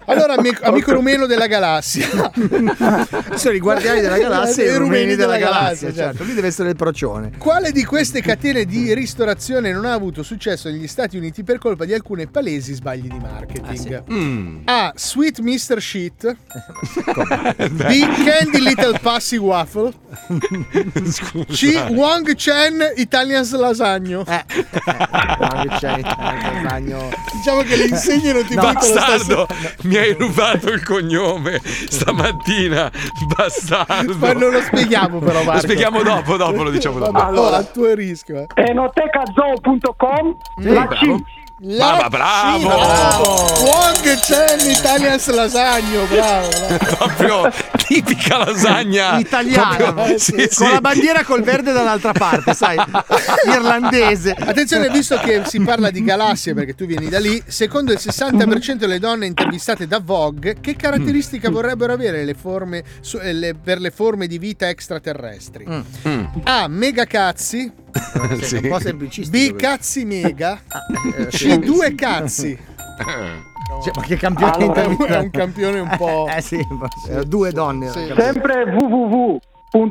Speaker 7: Allora, amico, amico rumeno della galassia.
Speaker 21: Sono i guardiani della galassia e i rumeni della, galassia,
Speaker 7: certo.
Speaker 21: certo. Lui deve essere il procione.
Speaker 7: Quale di queste catene di ristorazione non ha avuto successo negli Stati Uniti per colpa di alcune palesi sbagli di
Speaker 6: Ah,
Speaker 7: marketing?
Speaker 2: Mm.
Speaker 7: A. Sweet Mr. Shit. B. Candy Little Pussy Waffle. C.
Speaker 2: Scusa.
Speaker 7: Wong Chen Italian's Lasagno.
Speaker 21: C'è il bagno.
Speaker 7: Diciamo che le insegne non ti
Speaker 21: No,
Speaker 7: battono
Speaker 21: bastardo,
Speaker 2: Riccardo, mi hai rubato il cognome stamattina, bastardo.
Speaker 7: Ma non lo spieghiamo però, Marco.
Speaker 2: Lo spieghiamo dopo, dopo lo diciamo dopo.
Speaker 7: Vabbè, allora, a tuo rischio. eh.
Speaker 6: Enotecazoo.com la
Speaker 2: bravo.
Speaker 6: C.
Speaker 7: La
Speaker 2: Ma- ma bravo!
Speaker 7: Cina, Wong Chen Italians Lasagno, bravo. bravo.
Speaker 2: Proprio tipica lasagna
Speaker 7: Italiana.
Speaker 2: Proprio-
Speaker 7: Eh,
Speaker 2: sì,
Speaker 7: sì.
Speaker 2: sì.
Speaker 3: Con la bandiera col verde dall'altra parte, sai? Irlandese.
Speaker 7: Attenzione, visto che si parla di galassie, perché tu vieni da lì, secondo il 60% delle donne intervistate da Vogue, che
Speaker 2: Mm.
Speaker 7: caratteristiche vorrebbero avere le forme, su- eh, le- per le forme di vita extraterrestri? A. Mega cazzi.
Speaker 2: Mm. Sì.
Speaker 7: Un po' eh, B. Cazzi mega.
Speaker 6: eh,
Speaker 7: C.
Speaker 3: sì.
Speaker 7: Due cazzi. Eh. Ah,
Speaker 3: Cioè, ma che campione
Speaker 7: Allora,
Speaker 3: internazionale.
Speaker 7: è un campione un po'.
Speaker 3: Eh sì, ma- eh, due donne.
Speaker 7: Sì.
Speaker 3: ragazzi.
Speaker 6: Sempre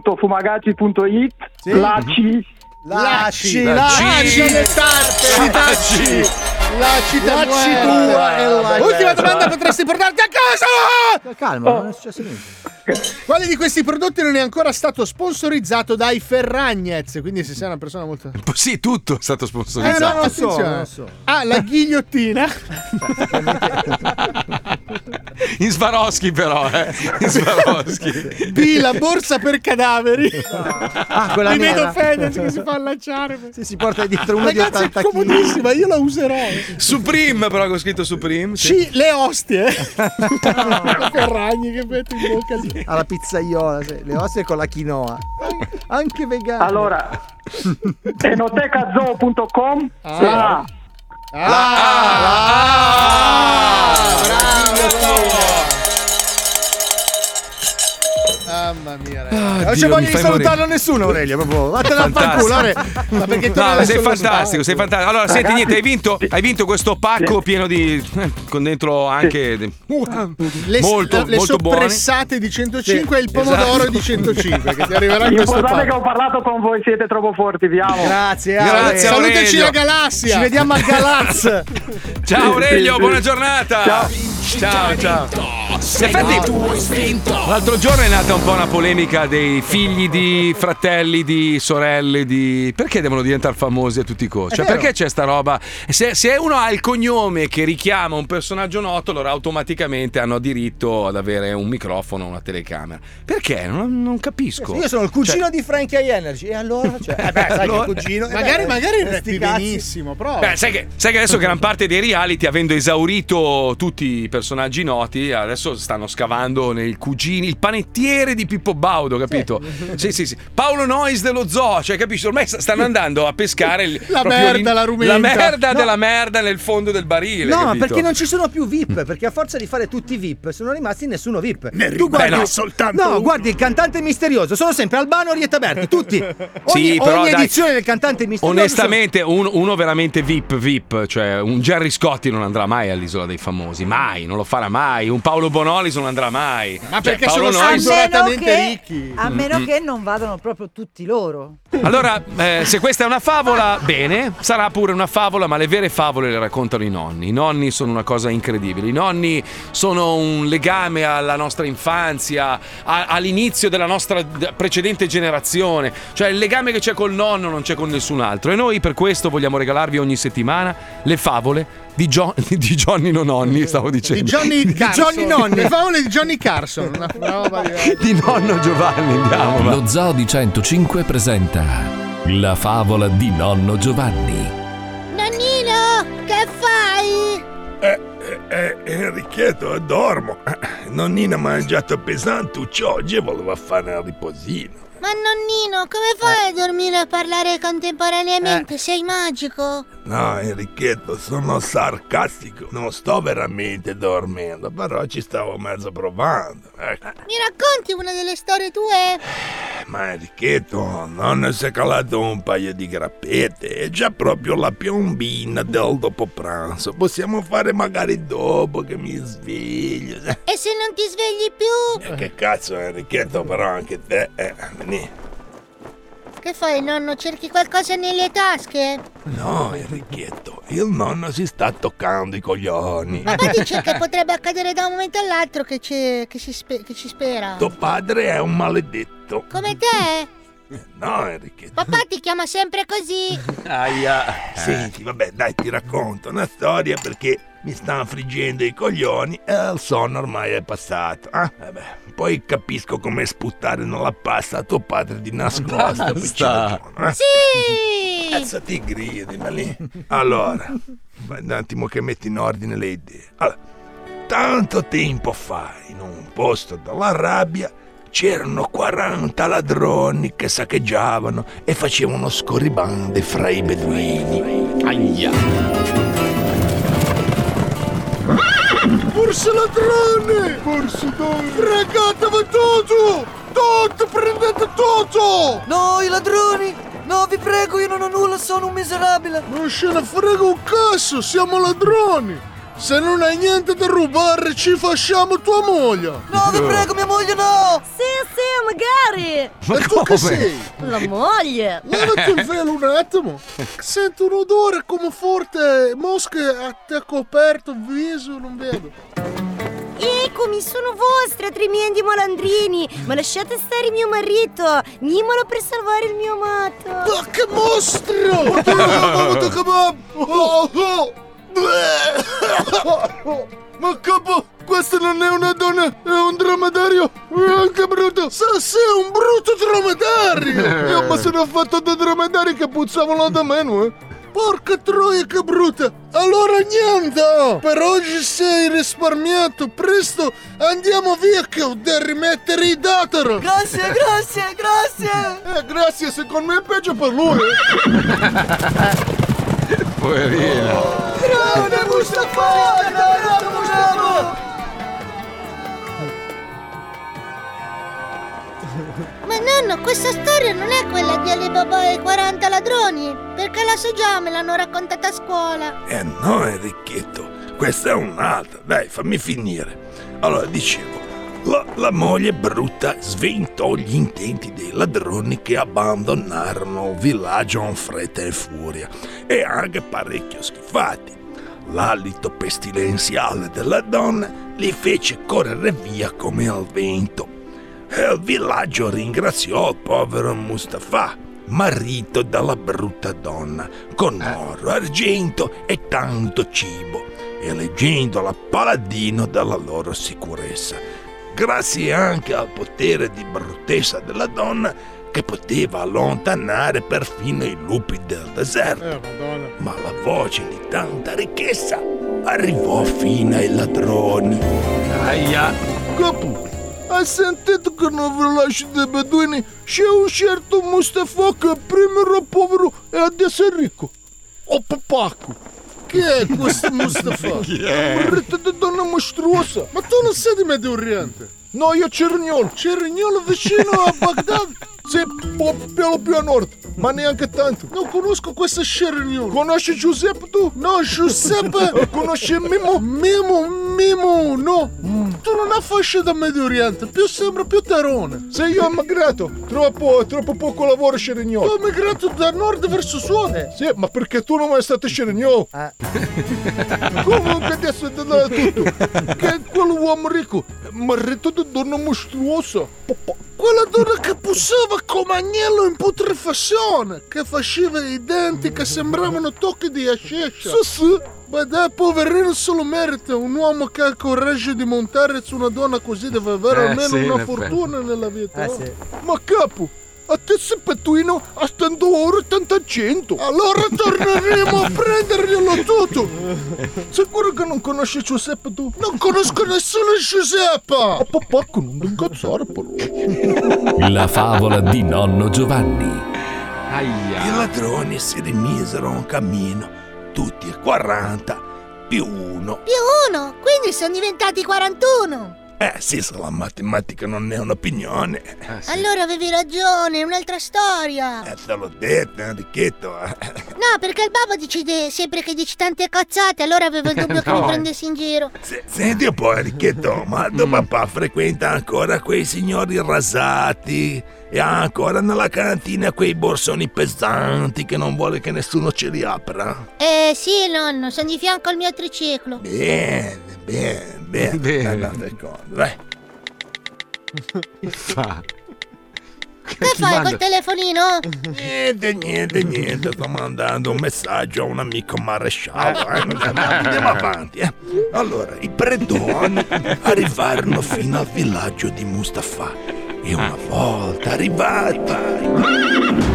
Speaker 6: www.fumagazzi.it la C.
Speaker 3: Lacci,
Speaker 6: La
Speaker 3: lacci,
Speaker 6: C.
Speaker 3: le tarte,
Speaker 6: Lacci.
Speaker 7: Lacci
Speaker 3: Lacci tua e la-
Speaker 7: Ultima domanda potresti portarti a casa!
Speaker 3: Calma, non è successo niente.
Speaker 7: Quale di questi prodotti non è ancora stato sponsorizzato dai Ferragnez? Quindi se sei una persona molto...
Speaker 2: Sì, tutto è stato
Speaker 7: Eh, no,
Speaker 2: sponsorizzato.
Speaker 7: no, attenzione.
Speaker 3: non so.
Speaker 7: Ah, la ghigliottina.
Speaker 2: In Swarovski però, eh. In Swarovski.
Speaker 7: B, la borsa per cadaveri.
Speaker 3: Ah, quella
Speaker 7: Mi
Speaker 3: nera.
Speaker 7: vedo Fedez che si fa allacciare. Se
Speaker 3: si porta dietro uno di
Speaker 7: Ragazzi,
Speaker 3: 80
Speaker 7: è
Speaker 3: kg.
Speaker 7: comodissima, io la userò.
Speaker 2: Supreme però che ho scritto Supreme. sì.
Speaker 7: C, le ostie. Ferragni che metto in bocca. Sì.
Speaker 3: alla pizzaiola, sì, le osse con la quinoa. Anche vegane.
Speaker 6: Allora, enotecazoo.com la
Speaker 7: Ah.
Speaker 6: A.
Speaker 2: Ah.
Speaker 6: Ah.
Speaker 7: Mamma mia, ragazzi.
Speaker 3: Ah,
Speaker 7: non c'è
Speaker 2: Dio,
Speaker 7: voglia
Speaker 2: mi
Speaker 7: di
Speaker 2: fai
Speaker 7: salutarlo
Speaker 2: morire.
Speaker 7: nessuno, Aurelia. Proprio. Vattene a far
Speaker 2: Fantastico.
Speaker 7: culo, Aurelia. Ma perché torna
Speaker 2: No, sei
Speaker 7: solo Ah,
Speaker 2: fantastico, sei fantastico. Allora, senti niente, hai vinto, hai vinto questo pacco pieno di. eh, con dentro anche.
Speaker 7: le,
Speaker 2: molto,
Speaker 7: le
Speaker 2: molto buone.
Speaker 7: soppressate di 105 e il pomodoro
Speaker 2: esatto.
Speaker 7: di 105 che ti arriverà in questo
Speaker 6: Ricordate che
Speaker 7: pacco.
Speaker 6: ho parlato con voi, siete troppo forti, vi amo.
Speaker 3: Grazie,
Speaker 2: Grazie, Aurelio.
Speaker 7: Saluteci la galassia.
Speaker 3: Ci vediamo a Galaz.
Speaker 2: Ciao Aurelio,
Speaker 6: Sì, sì.
Speaker 2: buona giornata.
Speaker 6: Ciao.
Speaker 2: Ciao, ciao.
Speaker 6: Sei
Speaker 2: Infatti,
Speaker 6: tu hai
Speaker 2: L'altro giorno è nata un po' una polemica dei figli di fratelli, di sorelle, di. Perché devono diventare famosi a tutti i costi? Cioè,
Speaker 7: vero.
Speaker 2: perché c'è sta roba? Se, se uno ha il cognome che richiama un personaggio noto, allora automaticamente hanno diritto ad avere un microfono, una telecamera. Perché? Non, non capisco.
Speaker 3: Io sono il cugino di Frankie Energy. E allora? Cioè, eh beh, sai
Speaker 2: Cioè Allora-
Speaker 3: che il cugino. eh
Speaker 7: Magari,
Speaker 3: beh,
Speaker 7: magari
Speaker 3: sti
Speaker 7: rappi
Speaker 3: cazzi.
Speaker 7: benissimo, prova.
Speaker 2: Beh, sai che, sai che adesso gran parte dei reality, avendo esaurito tutti i personaggi noti, adesso stanno scavando nei cugini, il panettiere di Pippo Baudo, capito? Sì, sì, sì. Paolo Nois dello zoo, cioè, capisci? Ormai st- stanno andando a pescare il-
Speaker 7: La
Speaker 2: proprio
Speaker 7: merda,
Speaker 2: l'in-
Speaker 7: la rumenta.
Speaker 2: La merda
Speaker 3: No.
Speaker 2: della merda nel fondo del barile.
Speaker 3: No, ma
Speaker 2: capito?
Speaker 3: perché non ci sono più VIP? Perché a forza di fare tutti i VIP sono rimasti nessuno VIP.
Speaker 2: Ne rimane soltanto
Speaker 3: No,
Speaker 2: uno.
Speaker 3: guardi il cantante misterioso, sono sempre Albano e Orietta Berti, tutti. Ogni,
Speaker 2: Sì, però
Speaker 3: ogni
Speaker 2: dai.
Speaker 3: edizione del cantante misterioso.
Speaker 2: Onestamente, un- uno veramente VIP, VIP, cioè un Gerry Scotti non andrà mai all'isola dei famosi, mai, non lo farà mai. Un Paolo Bonolis non andrà mai.
Speaker 7: Ma
Speaker 2: Cioè,
Speaker 7: perché
Speaker 2: Paolo
Speaker 7: sono
Speaker 2: Nois-
Speaker 7: sponsoratamente
Speaker 4: che-
Speaker 7: ricchi?
Speaker 4: a meno
Speaker 2: Mm.
Speaker 4: che non vadano proprio tutti loro.
Speaker 2: Allora, eh, se questa è una favola, bene, sarà pure una favola, ma le vere favole le raccontano i nonni. I nonni sono una cosa incredibile. I nonni sono un legame alla nostra infanzia, a- all'inizio della nostra d- precedente generazione. Cioè, il legame che c'è col nonno non c'è con nessun altro. E noi per questo vogliamo regalarvi ogni settimana le favole di, Gio- di Johnny Nononni, stavo
Speaker 7: Di
Speaker 2: dicendo.
Speaker 7: Johnny, Carson.
Speaker 3: Johnny Nonni.
Speaker 7: Le favole di Johnny Carson. Una roba di-
Speaker 2: Di nonno Giovanni, andiamo. va.
Speaker 1: Lo Zoo di 105 presenta La favola di nonno Giovanni.
Speaker 9: Nonnino, che fai?
Speaker 10: Eh, Enrichetto, dormo. Nonnina ha mangiato pesantuccio oggi e voleva fare un riposino.
Speaker 9: Ma nonnino, come fai a dormire e a parlare contemporaneamente? Sei magico?
Speaker 10: No, Enrichetto, sono sarcastico. Non sto veramente dormendo, però ci stavo mezzo provando. Ecco.
Speaker 9: Mi racconti una delle storie tue?
Speaker 10: Ma Enrichetto, nonno si è calato un paio di grappette. È già proprio la piombina del dopo pranzo. Possiamo fare magari dopo che mi sveglio.
Speaker 9: E se non ti svegli più?
Speaker 10: Eh, Che cazzo, Enrichetto, però anche te. Eh, vieni.
Speaker 9: Che fai, nonno? Cerchi qualcosa nelle tasche?
Speaker 10: No, Enrichetto, il nonno si sta toccando i coglioni.
Speaker 9: Ma poi dice che potrebbe accadere da un momento all'altro che, c'è- che si spe- che ci spera.
Speaker 10: Tuo padre è un maledetto.
Speaker 9: Come te?
Speaker 10: No, Enrichetto.
Speaker 9: Papà ti chiama sempre così.
Speaker 10: Aia. Senti, vabbè, dai, ti racconto una storia perché mi stanno friggendo i coglioni e il sonno ormai è passato.
Speaker 6: Cioè,
Speaker 10: Ah,
Speaker 2: Eh
Speaker 10: vabbè. Poi capisco come sputtare nella pasta a tuo padre di nascosto.
Speaker 18: Basta.
Speaker 10: piccino John, eh.
Speaker 18: Sì!
Speaker 10: Cazzo ti gridi, ma lì. Allora, vai un attimo che metti in ordine le idee. Allora, tanto tempo fa, in un posto dalla rabbia, c'erano 40 ladroni che saccheggiavano e facevano scorribande fra i beduini. Aia!
Speaker 22: Forse ladrone! Forse dove? Fregatevene tutto! Tutto, prendete tutto! No, i ladroni! No, vi prego, io non ho nulla, sono un miserabile! Non ce ne frega un cazzo, siamo ladroni! Se non hai niente da rubare, ci fasciamo tua moglie! No, vi prego, mia moglie no!
Speaker 5: Sì, sì, magari!
Speaker 22: Ma tu che sei?
Speaker 5: La moglie!
Speaker 22: Levati il velo un attimo! Sento un odore come forte, mosche a te coperto il viso, non vedo.
Speaker 5: Eccomi, sono vostra, tremendi malandrini! Ma lasciate stare mio marito! Nimolo per salvare il mio amato! Ma
Speaker 22: che mostro! Oh, oh. Ma capo, questo non è una donna, è un dromedario! È anche brutto! Sa, sì, è un brutto dromedario! Io mi sono fatto dei dromedari che puzzavano da meno, eh! Porca troia che brutta! Allora niente! Per oggi sei risparmiato, presto andiamo via che ho da rimettere i datori!
Speaker 18: Grazie, grazie,
Speaker 22: grazie! Eh, grazie, secondo me è peggio per lui! eh.
Speaker 8: Poverino.
Speaker 22: Grande Mustafa! Grande Mustafa!
Speaker 9: Ma nonno, questa storia non è quella di Alibaba e i 40 ladroni, perché la so già, me l'hanno raccontata a scuola.
Speaker 10: Eh no, Enrichetto, questa è un'altra. Dai, fammi finire. Allora, dicevo, la, la moglie brutta sventò gli intenti dei ladroni che abbandonarono il villaggio in fretta e furia e anche parecchio schifati. L'alito pestilenziale della donna li fece correre via come al vento. E Eh, il villaggio ringraziò il povero Mustafa, marito dalla brutta donna, con oro, argento e tanto cibo, eleggendola paladino della loro sicurezza, grazie anche al potere di bruttezza della donna che poteva allontanare perfino i lupi del deserto. Ma la voce di tanta ricchezza arrivò fino ai ladroni. Aia!
Speaker 22: Capo, hai sentito che non vi lascio dei beduini? C'è un certo Mustafa che prima era povero e adesso è ricco. O papacco. Chi è questo Mustafa?
Speaker 18: Chi è?
Speaker 22: Marito di donna mostruosa. Ma tu non sei di Medio Oriente? No, io Cerniolo. Cerniolo vicino a Baghdad? Sì, po- piano più a nord, ma neanche tanto. Non conosco questo Cerniolo. Conosci Giuseppe tu? No, Giuseppe. Conosci Mimo? Mimo, Mimo, no. Tu non hai fascia da Medio Oriente, più sembra più terone. Sei io immigrato, troppo, troppo poco lavoro Cerniolo. Tu hai migrato da nord verso sud? Eh. Sì, ma perché tu non è stato Cerniolo? Comunque adesso è da tutto. Che è quell'uomo ricco, marito di donna mostruosa. Papà. Quella donna che pussava come agnello in putrefazione, che faceva i denti che sembravano tocchi di ascesa. Sì, sì. Ma dai, poverino, se lo merita. Un uomo che ha il coraggio di montare su una donna così deve avere
Speaker 7: Eh,
Speaker 22: almeno
Speaker 7: sì, in
Speaker 22: una
Speaker 7: effetti.
Speaker 22: fortuna nella
Speaker 6: Ah,
Speaker 22: vita.
Speaker 7: Eh,
Speaker 22: no?
Speaker 7: sì.
Speaker 22: Ma capo, a te se petuino a stando ora tanta gente. Allora torneremo a prenderglielo tutto. Sicuro che non conosci Giuseppe tu? Non conosco nessuno Giuseppe. A papà con un incazzare però.
Speaker 1: La favola di nonno Giovanni.
Speaker 10: I ladroni si rimisero un cammino, tutti e 40, più uno.
Speaker 9: Più uno, quindi sono diventati 41.
Speaker 10: Eh sì, se la matematica non è un'opinione.
Speaker 21: Ah,
Speaker 9: Allora avevi ragione, è un'altra storia.
Speaker 10: Eh, te l'ho detto, Enrichetto. eh.
Speaker 9: No, perché il babbo decide sempre che dici tante cazzate, allora avevo il dubbio che mi
Speaker 10: Eh, No.
Speaker 9: prendessi in giro.
Speaker 10: Senti un po', Enrichetto, ma tuo papà frequenta ancora quei signori rasati e ha ancora nella cantina quei borsoni pesanti che non vuole che nessuno ci riapra.
Speaker 9: Eh sì, nonno, sono di fianco al mio triciclo.
Speaker 10: Bene, bene, bene. Bene. Vai.
Speaker 8: Fa.
Speaker 21: Che fai col telefonino?
Speaker 10: Niente, niente, niente, sto mandando un messaggio a un amico maresciallo. eh. Andiamo avanti. eh. Allora, i predoni arrivarono fino al villaggio di Mustafa. E una volta arrivata.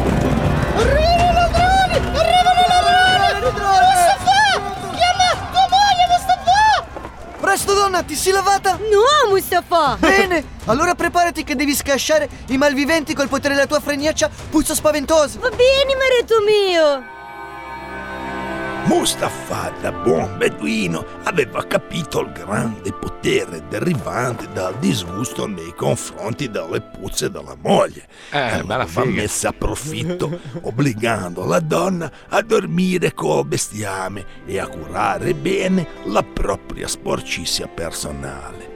Speaker 23: Arrivano ladroni! Arrivano ladroni! Mustafa! Chiama tua moglie, Mustafa!
Speaker 6: Presto donna, ti sei lavata?
Speaker 17: No, Mustafa!
Speaker 6: Bene, allora preparati che devi scasciare i malviventi col potere della tua fregnaccia puzzo spaventoso.
Speaker 17: Va bene, marito mio.
Speaker 10: Mustafa, da buon beduino, aveva capito il grande potere derivante dal disgusto nei confronti delle puzze della moglie.
Speaker 24: Eh, bella
Speaker 10: Aveva
Speaker 24: figa.
Speaker 10: messa a profitto, obbligando la donna a dormire col bestiame e a curare bene la propria sporcizia personale.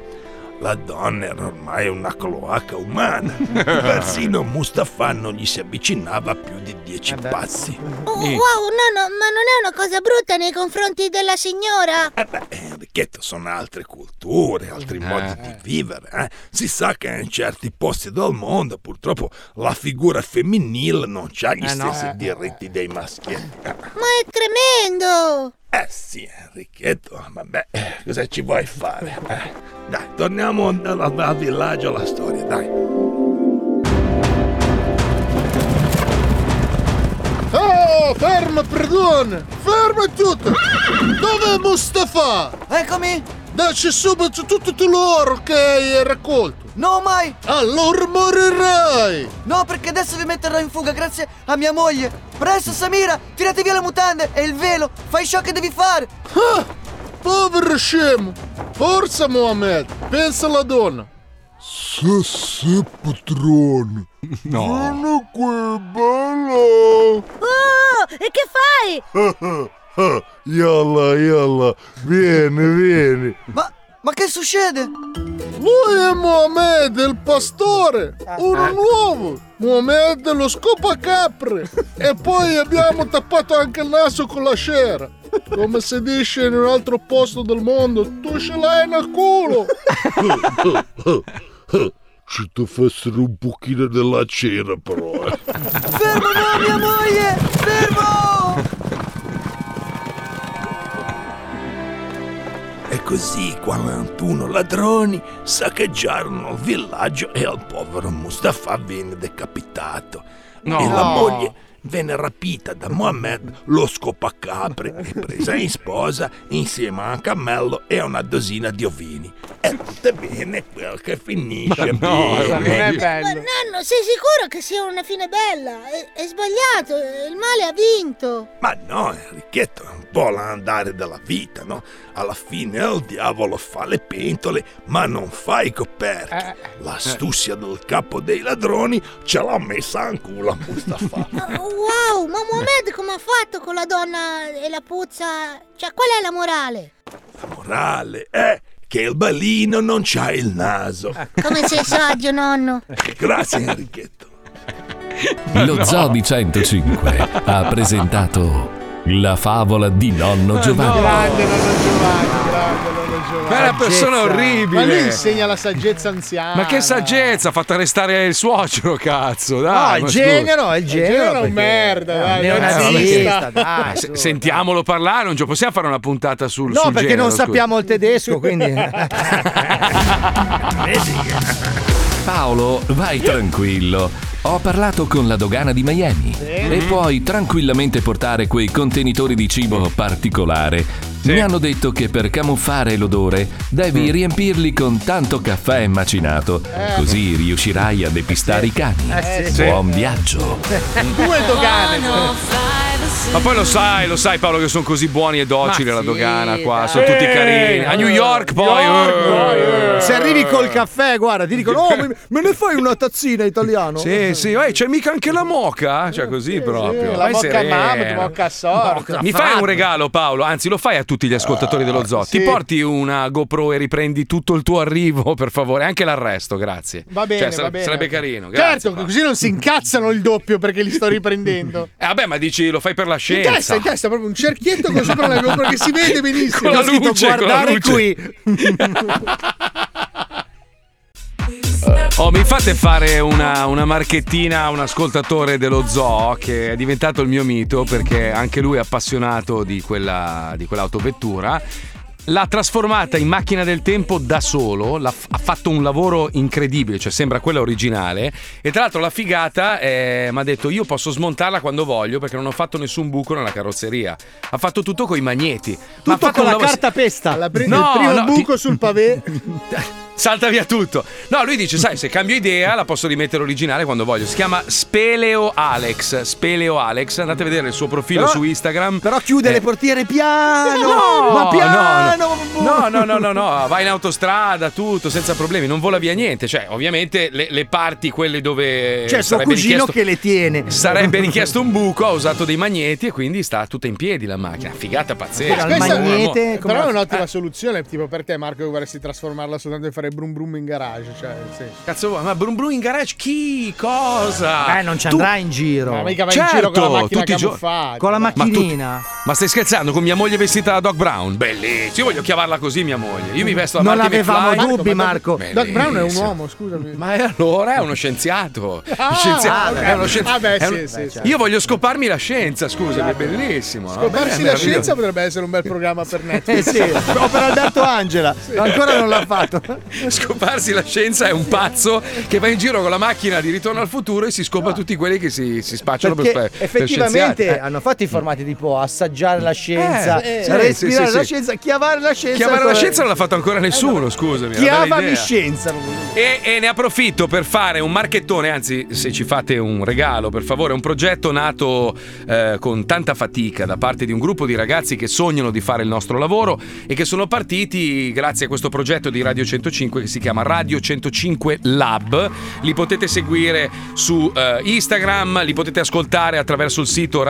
Speaker 10: La donna era ormai una cloaca umana. Persino Mustafa non gli si avvicinava a più di dieci passi.
Speaker 21: Oh, wow, nonno, ma non è una cosa brutta nei confronti della signora?
Speaker 10: Eh. Enrichetto, sono altre culture, altri
Speaker 21: Eh.
Speaker 10: modi di vivere. eh. Si sa che in certi posti del mondo purtroppo la figura femminile non ha gli
Speaker 21: Eh, no.
Speaker 10: stessi
Speaker 21: Eh,
Speaker 10: diritti dei maschietti.
Speaker 21: Ma è tremendo!
Speaker 10: Eh sì, Enrichetto, ma beh, eh, cosa ci vuoi fare? eh? Dai, torniamo al, al- al villaggio alla storia, dai.
Speaker 22: Oh, fermo, perdone! Fermo tutto! Dov'è Mustafa?
Speaker 6: Eccomi!
Speaker 22: Daci subito tutto l'oro che hai raccolto!
Speaker 6: No, mai!
Speaker 22: Allora morirai!
Speaker 6: No, perché adesso vi metterò in fuga grazie a mia moglie. Presto, Samira, tirate via le mutande e il velo. Fai ciò che devi fare.
Speaker 22: Povero scemo! Forza, Mohamed! Pensa alla donna!
Speaker 25: Se se patrone. Sono qui, bello.
Speaker 17: Oh, e che fai?
Speaker 25: Yalla, yalla, vieni, vieni.
Speaker 6: Ma, ma che succede?
Speaker 22: Lui è Mohamed, il pastore! Uno nuovo! Mohamed lo scopacapre! E poi abbiamo tappato anche il naso con la scera! Come si dice in un altro posto del mondo, tu ce l'hai nel culo!
Speaker 25: Eh, Ci ti fossero un pochino della cera, però. eh.
Speaker 6: Fermo, no, mia moglie! Fermo!
Speaker 10: E così 41 ladroni saccheggiarono il villaggio e al povero Mustafa venne decapitato.
Speaker 24: No.
Speaker 10: E la
Speaker 24: No.
Speaker 10: moglie venne rapita da Mohammed lo scopacapre e presa in sposa insieme a un cammello e a una dosina di ovini. E tutto bene quel che finisce
Speaker 24: Ma no,
Speaker 10: bene.
Speaker 24: non è bello.
Speaker 21: Ma nonno, sei sicuro che sia una fine bella? È, è sbagliato, eh, il male ha vinto.
Speaker 10: Ma no, Enrichetto, è un po' l'andare della vita, no? Alla fine il diavolo fa le pentole, ma non fa i coperchi. L'astuzia del capo dei ladroni ce l'ha messa anche la Mustafa.
Speaker 21: Wow, ma Mohamed come ha fatto con la donna e la puzza? Cioè, qual è la morale?
Speaker 10: Morale è che il balino non c'ha il naso.
Speaker 21: Come sei saggio, nonno?
Speaker 10: Grazie Enrichetto.
Speaker 1: Lo Zoo di 105 ha presentato la favola di nonno Giovanni.
Speaker 22: Grande nonno Giovanni, grande nonno Giovanni.
Speaker 2: Ma è una persona
Speaker 22: Saggezza.
Speaker 2: orribile.
Speaker 22: Ma lui insegna la saggezza anziana.
Speaker 2: Ma che saggezza, ha fatto arrestare il suocero, cazzo.
Speaker 22: Ah,
Speaker 2: Dai,
Speaker 22: il
Speaker 2: ma
Speaker 22: genio
Speaker 2: scusa.
Speaker 22: no, il genio. è un merda, dai,
Speaker 2: Eh, vabbè,
Speaker 22: nazista.
Speaker 2: che- Eh, se- sentiamolo parlare, non ci possiamo fare una puntata sul
Speaker 26: No,
Speaker 2: sul
Speaker 26: perché
Speaker 2: genero,
Speaker 26: non
Speaker 2: scusa.
Speaker 26: sappiamo il tedesco, quindi.
Speaker 2: Eh,
Speaker 1: Paolo, vai tranquillo. Ho parlato con la dogana di Miami e puoi tranquillamente portare quei contenitori di cibo particolare. Mi hanno detto che per camuffare l'odore devi riempirli con tanto caffè macinato, così riuscirai a depistare i cani.
Speaker 22: Eh, sì.
Speaker 1: Buon viaggio.
Speaker 22: Due dogane.
Speaker 2: Ma poi lo sai, lo sai Paolo che sono così buoni e docili alla dogana qua, sono tutti
Speaker 22: Eh,
Speaker 2: carini. A New York poi... eh.
Speaker 3: Se arrivi col caffè, guarda, ti dicono: Oh, me me ne fai una tazzina italiano?
Speaker 2: Sì, sì,
Speaker 3: oh,
Speaker 2: eh, c'è mica anche la moca? Cioè così proprio.
Speaker 3: la
Speaker 2: Vai
Speaker 3: moca
Speaker 2: sereno.
Speaker 3: mamma,
Speaker 22: Porca sorda.
Speaker 2: Mi fai un regalo Paolo, anzi lo fai a tutti
Speaker 22: Eh,
Speaker 2: gli ascoltatori dello zoo. Ti porti una GoPro e riprendi tutto il tuo arrivo, per favore, anche l'arresto, grazie.
Speaker 22: Va bene,
Speaker 2: Cioè, sare-
Speaker 22: va bene.
Speaker 2: Sarebbe carino, grazie.
Speaker 22: Certo, così non si incazzano il doppio perché li sto riprendendo.
Speaker 2: Eh, vabbè, ma dici lo fai per la
Speaker 22: In
Speaker 2: scienza.
Speaker 22: testa, in testa, proprio un cerchietto con sopra la GoPro che si vede benissimo.
Speaker 2: Con la
Speaker 22: Ho scritto,
Speaker 2: luce, con la
Speaker 22: guardare
Speaker 2: luce."
Speaker 22: qui.
Speaker 2: Oh, mi fate fare una, una marchettina a un ascoltatore dello zoo che è diventato il mio mito perché anche lui è appassionato di, quella, di quell'autovettura. L'ha trasformata in macchina del tempo da solo, l'ha f- ha fatto un lavoro incredibile, cioè sembra quella originale. E tra l'altro la figata eh, mi ha detto: Io posso smontarla quando voglio perché non ho fatto nessun buco nella carrozzeria. Ha fatto tutto con i magneti. ma ha
Speaker 3: Tutto
Speaker 2: fatto
Speaker 3: con
Speaker 2: un
Speaker 3: la
Speaker 2: lavoro-
Speaker 3: carta pesta.
Speaker 2: La pri- No, il primo no, buco
Speaker 3: sul pavé.
Speaker 2: Salta via tutto. No, lui dice: Sai, se cambio idea, la posso rimettere originale quando voglio. Si chiama Speleo Alex. Speleo Alex. Andate a vedere il suo profilo
Speaker 3: Però-
Speaker 2: su Instagram.
Speaker 3: Però chiude
Speaker 2: Eh,
Speaker 3: le portiere piano.
Speaker 2: No,
Speaker 3: ma
Speaker 2: no,
Speaker 3: piano.
Speaker 2: No, no, no, no, no, va in autostrada, tutto, senza problemi, non vola via niente. Cioè, ovviamente le, le parti, quelle dove.
Speaker 6: C'è
Speaker 3: Cioè,
Speaker 6: suo
Speaker 2: Eh, sarebbe
Speaker 6: cugino
Speaker 2: richiesto-
Speaker 6: che le tiene.
Speaker 2: Sarebbe richiesto un buco, ha usato dei magneti e quindi sta tutta in piedi la macchina. Figata pazzesca. eh,
Speaker 7: Questa-
Speaker 2: Amore.
Speaker 7: però è un'ottima soluzione, tipo per te Marco che vorresti trasformarla soltanto in fare brum brum in garage, cioè nel senso.
Speaker 2: Cazzo vuoi, ma brum brum in garage chi? Cosa?
Speaker 6: Eh, non ci andrà in giro.
Speaker 7: Ma mica vai in giro
Speaker 3: Certo,
Speaker 7: con la macchina
Speaker 2: tutti i giorni.
Speaker 7: camuffata.
Speaker 6: Con la
Speaker 2: Ma tu-
Speaker 6: macchinina.
Speaker 2: Ma stai scherzando con mia moglie vestita da Doc Brown? Bellissimo, io voglio chiamarla così mia moglie. Io mi vesto da
Speaker 6: Non
Speaker 2: Marty
Speaker 6: avevamo
Speaker 2: McFly.
Speaker 6: dubbi, Marco.
Speaker 2: Bellissimo.
Speaker 7: Doc Brown è un uomo, scusami.
Speaker 2: Ma allora è uno scienziato.
Speaker 7: Ah,
Speaker 2: Il scienziato-
Speaker 7: ok.
Speaker 2: è uno scienzi-
Speaker 7: Ah, beh,
Speaker 2: è
Speaker 7: sì, sì, sì.
Speaker 2: Io voglio scoparmi la scienza, scusami, è bellissimo. no?
Speaker 7: Scoparsi
Speaker 2: È
Speaker 7: la
Speaker 2: meraviglioso.
Speaker 7: scienza potrebbe essere un bel programma per
Speaker 2: Eh
Speaker 7: Netflix.
Speaker 2: sì, o per Alberto Angela.
Speaker 7: Ancora non l'ha
Speaker 6: fatto.
Speaker 2: Scoparsi la scienza è un pazzo che va in giro con la macchina di ritorno al futuro e si scopa tutti quelli che si, si spacciano per,
Speaker 3: Perché
Speaker 2: cioè, per- per
Speaker 3: effettivamente
Speaker 2: scienziati. Eh.
Speaker 3: hanno fatto i formati tipo assaggiare la scienza,
Speaker 2: Eh, sì,
Speaker 3: respirare
Speaker 2: sì, sì,
Speaker 3: la
Speaker 2: sì.
Speaker 3: scienza, chiavare la scienza. Eh,
Speaker 2: Chiamare la
Speaker 3: come-
Speaker 2: scienza non l'ha fatto ancora nessuno, scusami. è una bella
Speaker 3: Chiamami
Speaker 2: idea.
Speaker 3: scienza.
Speaker 2: E, e ne approfitto per fare un marchettone, anzi se ci fate un regalo per favore, un progetto nato eh, con tanta fatica da parte di un gruppo di ragazzi che sognano di fare il nostro lavoro e che sono partiti grazie a questo progetto di Radio 105 che si chiama Radio 105 Lab. Li potete seguire su eh, Instagram, li potete ascoltare attraverso il sito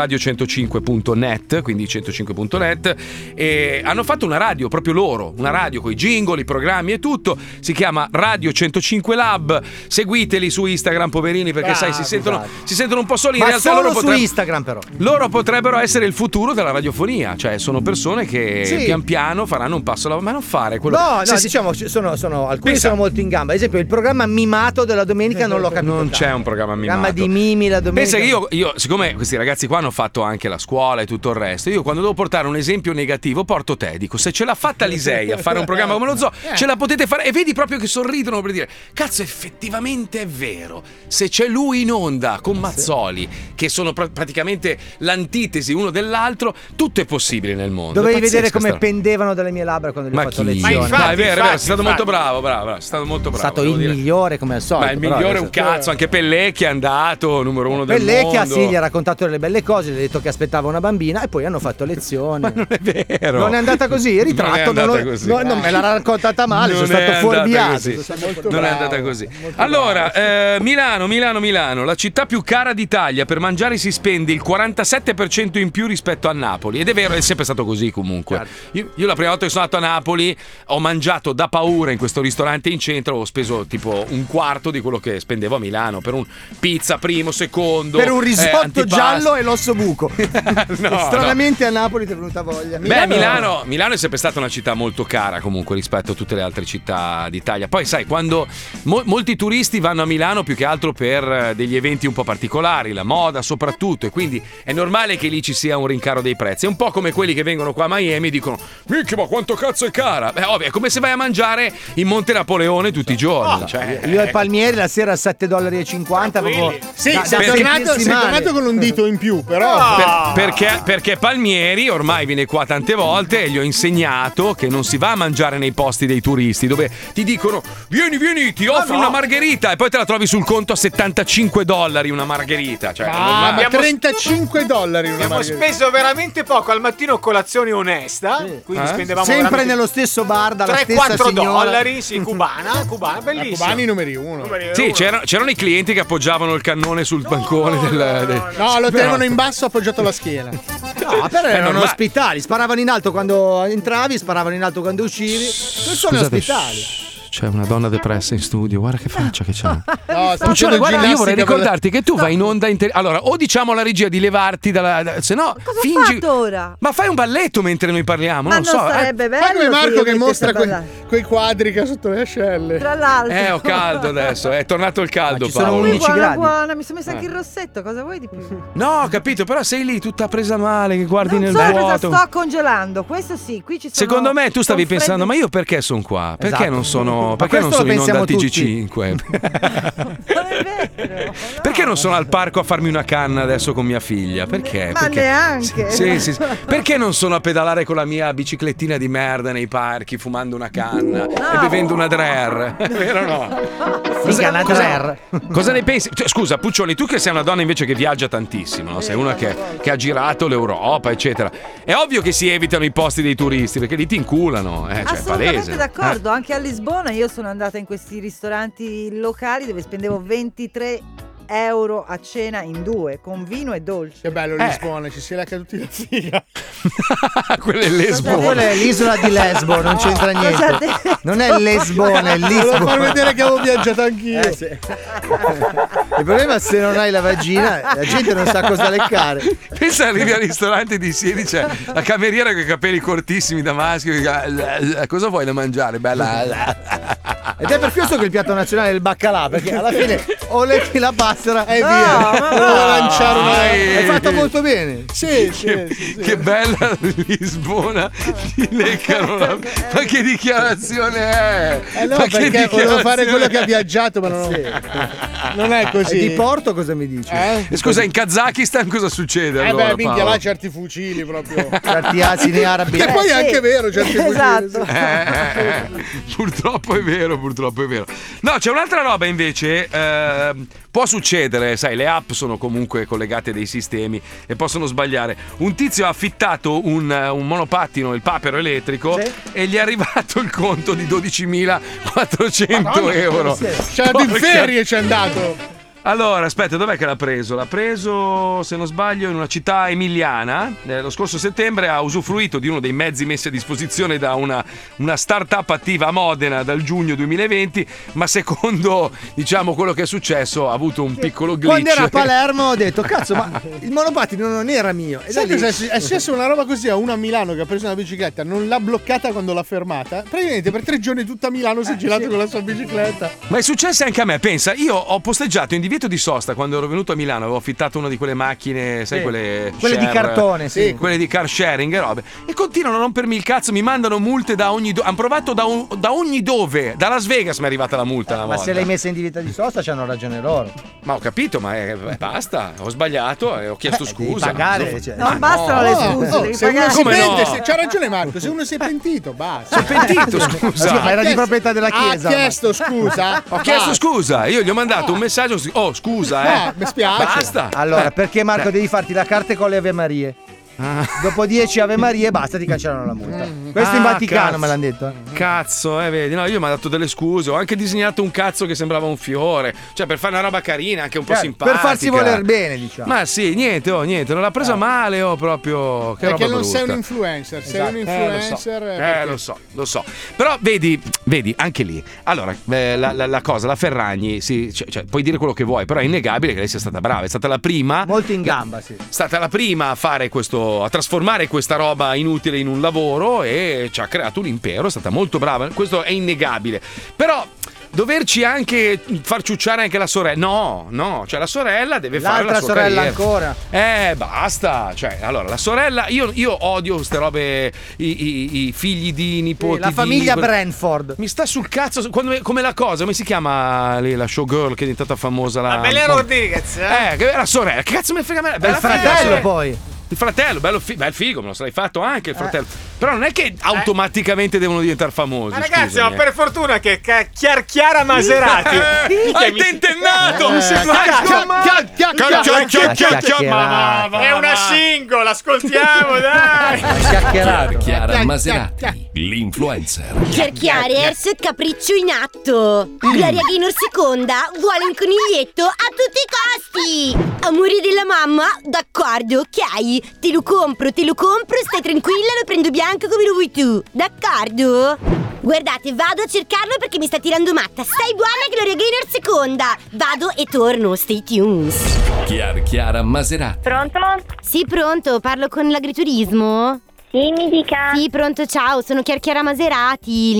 Speaker 2: radio105.net, quindi 105.net e hanno fatto una radio proprio loro, una radio con i jingle, i programmi e tutto, si chiama Radio 105 Lab. Seguiteli su Instagram poverini perché sai
Speaker 3: Bravi,
Speaker 2: si sentono,
Speaker 3: bravi.
Speaker 2: si sentono un po' soli, in
Speaker 3: Ma
Speaker 2: realtà
Speaker 3: solo
Speaker 2: loro
Speaker 3: su
Speaker 2: potrebbero
Speaker 3: Instagram però.
Speaker 2: loro potrebbero essere il futuro della radiofonia, cioè sono persone che
Speaker 3: Sì.
Speaker 2: pian piano faranno un passo alla ma non fare quello
Speaker 3: No, no,
Speaker 2: Se si-
Speaker 3: diciamo, ci sono, sono- alcuni
Speaker 2: Pensa-
Speaker 3: sono molto in gamba. Ad esempio, il programma mimato della domenica non l'ho capito.
Speaker 2: non
Speaker 3: tanto.
Speaker 2: c'è un programma
Speaker 3: Il programma
Speaker 2: mimato.
Speaker 3: di mimi la domenica.
Speaker 2: Pensa che io, io, siccome questi ragazzi qua hanno fatto anche la scuola e tutto il resto, io quando devo portare un esempio negativo porto te, dico se ce l'ha fatta Lisei a fare un programma come lo zoo,
Speaker 3: Eh.
Speaker 2: ce la potete fare e vedi proprio che sorridono per dire cazzo effettivamente è vero, se c'è lui in onda
Speaker 3: Eh,
Speaker 2: con Mazzoli, che sono pra- praticamente l'antitesi uno dell'altro, tutto è possibile nel mondo.
Speaker 3: Dovevi
Speaker 2: È pazzesca
Speaker 3: vedere come
Speaker 2: sta roba.
Speaker 3: pendevano dalle mie labbra quando gli ho
Speaker 2: Ma
Speaker 3: fatto
Speaker 2: chi?
Speaker 3: lezione.
Speaker 2: No, è vero, è vero, sei stato molto bravo, bravo, bravo, sei stato molto
Speaker 3: È
Speaker 2: bravo.
Speaker 3: stato
Speaker 2: devo
Speaker 3: il
Speaker 2: dire.
Speaker 3: migliore come al solito.
Speaker 2: Ma il
Speaker 3: però eh,
Speaker 2: migliore è
Speaker 3: adesso-
Speaker 2: un cazzo, anche Pellecchi è andato, numero uno del
Speaker 3: Pellecchia,
Speaker 2: mondo.
Speaker 3: sì, gli ha raccontato delle belle cose, gli ha detto che aspettava una bambina e poi hanno fatto lezione. Ma non
Speaker 2: è vero.
Speaker 3: Non è andata così, il
Speaker 2: Non è
Speaker 3: ritratto.
Speaker 2: andata
Speaker 3: Non, lo-
Speaker 2: così.
Speaker 3: no, no, me l'ha raccontata male,
Speaker 2: Non
Speaker 3: sono
Speaker 2: è
Speaker 3: stato
Speaker 2: andata
Speaker 3: fuorviato.
Speaker 2: così.
Speaker 3: sono stato molto
Speaker 2: Non è
Speaker 3: bravo.
Speaker 2: andata così. Allora, eh, Milano, Milano, Milano, la città più cara d'Italia, per mangiare si spende il 47% in più rispetto a Napoli. Ed è vero, è sempre stato così comunque. Io, io la prima volta che sono andato a Napoli ho mangiato da paura in questo ristorante in centro, ho speso tipo un quarto di quello che spendevo a Milano per un pizza primo, secondo.
Speaker 3: Per un
Speaker 2: eh,
Speaker 3: risotto
Speaker 2: antipasto.
Speaker 3: giallo e l'osso buco.
Speaker 2: no.
Speaker 3: Stranamente a Napoli ti è venuta voglia.
Speaker 2: Beh, Milano, Milano è sempre stata una città molto cara comunque rispetto a tutte le altre città d'Italia. Poi, sai, quando mo- molti turisti vanno a Milano più che altro per eh, degli eventi un po' particolari, la moda soprattutto, e quindi è normale che lì ci sia un rincaro dei prezzi. È un po' come quelli che vengono qua a Miami e dicono: Micchia, ma quanto cazzo è cara? Beh, ovvio, è come se vai a mangiare in Monte Napoleone tutti i giorni. cioè,
Speaker 3: Io e Palmieri la sera a 7,50 dollari avevo.
Speaker 7: Sì,
Speaker 3: da-
Speaker 7: sei,
Speaker 3: da-
Speaker 7: tornato,
Speaker 3: sentirsi
Speaker 7: sei
Speaker 3: male.
Speaker 7: tornato con un dito in più, però.
Speaker 2: Per- perché, perché Palmieri ormai viene qua tante volte e gli ho insegnato che non si va a mangiare nei posti dei turisti dove ti dicono vieni vieni ti offro una margherita e poi te la trovi sul conto a 75 dollari una margherita cioè, è
Speaker 7: Ah,
Speaker 2: normale.
Speaker 7: ma 35 dollari una
Speaker 27: Abbiamo
Speaker 7: margherita.
Speaker 27: speso veramente poco al mattino colazione onesta, quindi
Speaker 7: Eh?
Speaker 27: spendevamo
Speaker 3: Sempre
Speaker 27: veramente-
Speaker 3: nello stesso bar dalla stessa
Speaker 27: 3-4
Speaker 3: signora.
Speaker 27: dollari, sì, cubana, cubana, bellissima.
Speaker 7: Cubani numeri uno.
Speaker 2: sì c'erano, c'erano i clienti che appoggiavano il cannone sul balcone del, del-
Speaker 7: No, lo
Speaker 2: Però-
Speaker 7: tenevano in basso appoggiato alla schiena.
Speaker 3: ecco.
Speaker 7: Eh,
Speaker 3: No, però
Speaker 2: È
Speaker 3: erano
Speaker 2: normale.
Speaker 3: ospitali, sparavano in alto quando entravi, sparavano in alto quando uscivi. Non sono
Speaker 2: Scusate,
Speaker 3: ospitali.
Speaker 2: C'è una donna depressa in studio, guarda che faccia che c'ha.
Speaker 7: No, sta
Speaker 2: Puccioni,
Speaker 7: facendo
Speaker 2: Ah. guarda, io vorrei
Speaker 7: ginnastica per-
Speaker 2: ricordarti che tu vai in onda in tele- Allora, o diciamo alla regia di levarti dalla. da- se no, fingi.
Speaker 4: ora?
Speaker 2: Ma fai un balletto mentre noi parliamo,
Speaker 4: Ma
Speaker 2: non,
Speaker 4: non
Speaker 2: so. eh.
Speaker 4: sarebbe bello
Speaker 7: Poi come
Speaker 4: se
Speaker 7: Marco
Speaker 4: lo
Speaker 7: che
Speaker 4: mettesse
Speaker 7: mostra
Speaker 4: a
Speaker 7: que-
Speaker 4: ballare.
Speaker 7: quei quadri che ha sotto le ascelle.
Speaker 4: Tra l'altro.
Speaker 2: Eh, ho caldo adesso, è tornato il caldo. Paolo.
Speaker 4: Ui, buona, buona, mi sono messa anche
Speaker 2: Eh.
Speaker 4: il rossetto, cosa vuoi di più?
Speaker 2: No, ho capito, però sei lì tutta presa male, che guardi
Speaker 4: Non
Speaker 2: nel
Speaker 4: so cosa
Speaker 2: vuoto.
Speaker 4: sto congelando, questo sì, qui ci sono
Speaker 2: Secondo me tu stavi
Speaker 4: con
Speaker 2: pensando,
Speaker 4: freddi-
Speaker 2: ma io perché sono qua? Perché
Speaker 4: Esatto.
Speaker 2: non sono,
Speaker 4: Ma
Speaker 2: perché non
Speaker 4: questo
Speaker 2: sono
Speaker 4: lo
Speaker 2: in onda al
Speaker 4: pensiamo
Speaker 2: TG5? Perché non sono al parco a farmi una canna adesso con mia figlia? Perché?
Speaker 4: Ma
Speaker 2: Perché-
Speaker 4: neanche.
Speaker 2: Sì, sì, sì. Perché non sono a pedalare con la mia biciclettina di merda nei parchi, fumando una canna e bevendo una Dreher? È vero o no?
Speaker 3: Figa,
Speaker 4: Ah,
Speaker 3: una
Speaker 2: cosa-
Speaker 3: Dreher.
Speaker 2: Cosa ne pensi? Cioè, scusa, Puccioli, tu che sei una donna invece che viaggia tantissimo, no? sei una che, che ha girato l'Europa, eccetera. È ovvio che si evitano i posti dei turisti perché lì ti inculano, eh, cioè, è
Speaker 4: Assolutamente
Speaker 2: palese.
Speaker 4: d'accordo, anche a Lisbona io sono andata in questi ristoranti locali dove spendevo 23 euro a cena in due, con vino e dolce. Che
Speaker 7: bello
Speaker 2: Eh.
Speaker 7: Lisbona, ci si è caduti la figa.
Speaker 2: Ah, quella è Lesbo.
Speaker 3: Quella è l'isola di Lesbo, non c'entra niente.
Speaker 4: cioè,
Speaker 3: Non è Lesbona, è Lisbona.
Speaker 7: Volevo far vedere che avevo viaggiato anch'io.
Speaker 3: Eh, sì. Il problema è se non hai la vagina, la gente non sa cosa leccare.
Speaker 2: Eh. Pensa arrivi al ristorante di Siena, c'è la cameriera con i capelli cortissimi da maschio. che dica, "La- la- Cosa vuoi da mangiare? Bella. la-"
Speaker 3: Ed è per questo che il piatto nazionale è il baccalà, perché alla fine o lecchi la passera e
Speaker 7: No,
Speaker 3: via.
Speaker 7: Eh, ma no.
Speaker 3: Volevo
Speaker 2: Ah,
Speaker 3: lanciare una-
Speaker 7: Dai.
Speaker 3: È fatto molto bene.
Speaker 7: Sì,
Speaker 2: Che, che bella Lisbona, ti leccano la- Ma che dichiarazione è?
Speaker 7: Eh no,
Speaker 2: Ma che
Speaker 7: perché volevo fare
Speaker 2: dichiarazione
Speaker 7: quello che
Speaker 2: è?
Speaker 7: ha viaggiato, ma non, non è così.
Speaker 3: E Eh, di Porto cosa mi dici?
Speaker 2: E Scusa, in Kazakistan cosa succede?
Speaker 7: Eh
Speaker 2: allora,
Speaker 7: beh, minchia,
Speaker 2: Paolo?
Speaker 7: là certi fucili proprio.
Speaker 2: Certi asini arabi.
Speaker 7: Che poi
Speaker 2: Eh,
Speaker 7: è
Speaker 2: sì.
Speaker 7: anche vero, certi
Speaker 3: Esatto.
Speaker 7: fucili.
Speaker 2: Eh, eh, eh. Purtroppo è vero, purtroppo è vero. No, c'è un'altra roba invece. ehm, può succedere, sai, le app sono comunque collegate a dei sistemi e possono sbagliare. Un tizio ha affittato un, eh, un monopattino, il papero elettrico, e gli è arrivato il conto di 12.400 euro.
Speaker 7: C'è andato in
Speaker 2: Porca-
Speaker 7: ferie, c'è andato.
Speaker 2: allora, aspetta, dov'è che l'ha preso? L'ha preso, se non sbaglio, in una città emiliana. Eh, lo scorso settembre ha usufruito di uno dei mezzi messi a disposizione da una, una start-up attiva a Modena dal giugno 2020, ma secondo, diciamo, quello che è successo ha avuto un piccolo glitch.
Speaker 3: Quando era a Palermo ho detto, cazzo, ma il monopattino non era mio. E da
Speaker 7: Sai
Speaker 3: lì-
Speaker 7: cosa è su- è successo una roba così a uno a Milano che ha preso una bicicletta, non l'ha bloccata quando l'ha fermata. Praticamente per tre giorni tutta Milano
Speaker 3: Eh,
Speaker 7: si è girato con la sua bicicletta.
Speaker 2: Ma è successo anche a me, pensa, io ho posteggiato in divieto di sosta quando ero venuto a Milano, avevo affittato una di quelle macchine, sai,
Speaker 3: Sì.
Speaker 2: quelle...
Speaker 3: Quelle di
Speaker 2: share,
Speaker 3: cartone, sì.
Speaker 2: Quelle di car sharing e robe. E continuano a rompermi il cazzo, mi mandano multe da ogni... Do- hanno provato da, o- da ogni dove, da Las Vegas mi è arrivata la multa una
Speaker 3: Eh, Ma
Speaker 2: volta.
Speaker 3: se l'hai messa in divieto di sosta c'hanno ragione loro.
Speaker 2: Ma ho capito, ma eh, eh, basta, ho sbagliato e ho chiesto scusa.
Speaker 3: Eh, pagare,
Speaker 2: Insomma,
Speaker 3: cioè.
Speaker 2: ma
Speaker 3: Non bastano le scuse,
Speaker 7: Oh,
Speaker 3: devi
Speaker 7: se uno
Speaker 3: pagare.
Speaker 7: si
Speaker 2: Come
Speaker 7: pente,
Speaker 2: no?
Speaker 7: se- c'ha ragione Marco, se uno si è pentito, basta. Si è
Speaker 2: pentito, scusa. Ah,
Speaker 3: Ma era di proprietà della chiesa.
Speaker 7: Ha chiesto scusa.
Speaker 2: Ho chiesto scusa, io gli ho mandato un messaggio, oh scusa eh.
Speaker 3: mi spiace.
Speaker 2: Basta.
Speaker 3: Allora,
Speaker 2: Eh,
Speaker 3: perché Marco
Speaker 2: eh.
Speaker 3: devi farti la carta con le Ave Marie? Dopo 10 Ave Marie basta, ti cancellano la multa. Questo in
Speaker 2: Ah,
Speaker 3: Vaticano
Speaker 2: cazzo.
Speaker 3: me l'hanno detto.
Speaker 2: Cazzo, eh, vedi, no, io mi ho dato delle scuse, ho anche disegnato un cazzo che sembrava un fiore, cioè per fare una roba carina, anche un po'
Speaker 3: Certo,
Speaker 2: simpatica.
Speaker 3: per farsi voler bene, diciamo.
Speaker 2: Ma sì, niente, oh, niente, non l'ha presa male, oh, proprio. Che
Speaker 7: Perché
Speaker 2: roba
Speaker 7: non
Speaker 2: brutta.
Speaker 7: sei un influencer, sei
Speaker 3: Esatto.
Speaker 7: un
Speaker 2: Eh, lo so.
Speaker 7: influencer.
Speaker 2: Eh,
Speaker 7: perché-
Speaker 2: lo so, lo so. Però vedi, vedi, anche lì. Allora, eh, la, la- la cosa, la Ferragni, sì, cioè- cioè, puoi dire quello che vuoi, però è innegabile che lei sia stata brava. È stata la prima.
Speaker 3: Molto in gamba, sì.
Speaker 2: È stata la prima a fare questo, a trasformare questa roba inutile in un lavoro e ci ha creato un impero. È stata molto brava. Questo è innegabile. Però. Doverci anche far ciucciare anche la sorella. No, no, cioè la sorella deve fare la
Speaker 3: L'altra
Speaker 2: sua
Speaker 3: sorella
Speaker 2: carriera.
Speaker 3: ancora.
Speaker 2: Eh, basta. Cioè, allora, la sorella, io, io odio queste robe, i, i- i figli di nipoti.
Speaker 3: la
Speaker 2: di-
Speaker 3: famiglia
Speaker 2: quel-
Speaker 3: Brentford.
Speaker 2: Mi sta sul cazzo, quando- come la cosa, come si chiama lì, la showgirl che è diventata famosa? La
Speaker 6: Belen Rodriguez, eh?
Speaker 2: Eh, che era sorella, che cazzo me ne frega a me? Bella
Speaker 3: il
Speaker 2: figa,
Speaker 3: fratello
Speaker 2: sorella.
Speaker 3: poi. Eh.
Speaker 2: Il fratello, bello fi- bel figo, me lo sarei fatto anche il fratello. Però non è che automaticamente devono diventare famosi.
Speaker 6: Ma ragazzi, ma
Speaker 2: scusami, eh.
Speaker 6: per fortuna che ca- Chiar Chiara Maserati
Speaker 2: Hai
Speaker 6: tentennato! Mi sembra
Speaker 2: Chiar- Chiar- Chiar- Chiar- Chiar- Chiar- Chiar- Chiar-
Speaker 6: Ma- ma- È una singola, ascoltiamo, dai!
Speaker 1: Chiara Chiara
Speaker 5: Chiacchierato.
Speaker 1: Maserati, l'influencer.
Speaker 5: Chiarchiariers, eh, capriccio in atto. Gloria Gaynor seconda vuole un coniglietto a tutti i costi. Amore della mamma, d'accordo, ok. Te lo compro, te lo compro, stai tranquilla, lo prendo bianco come lo vuoi tu. D'accordo? Guardate, vado a cercarlo perché mi sta tirando matta. Stai buona che lo regaino al seconda. Vado e torno, stay tuned.
Speaker 1: Chiara Chiara Maserati.
Speaker 5: Pronto? Sì, pronto, parlo con l'agriturismo. Sì, mi dica. Sì, pronto, ciao, sono Chiara Chiara Maserati,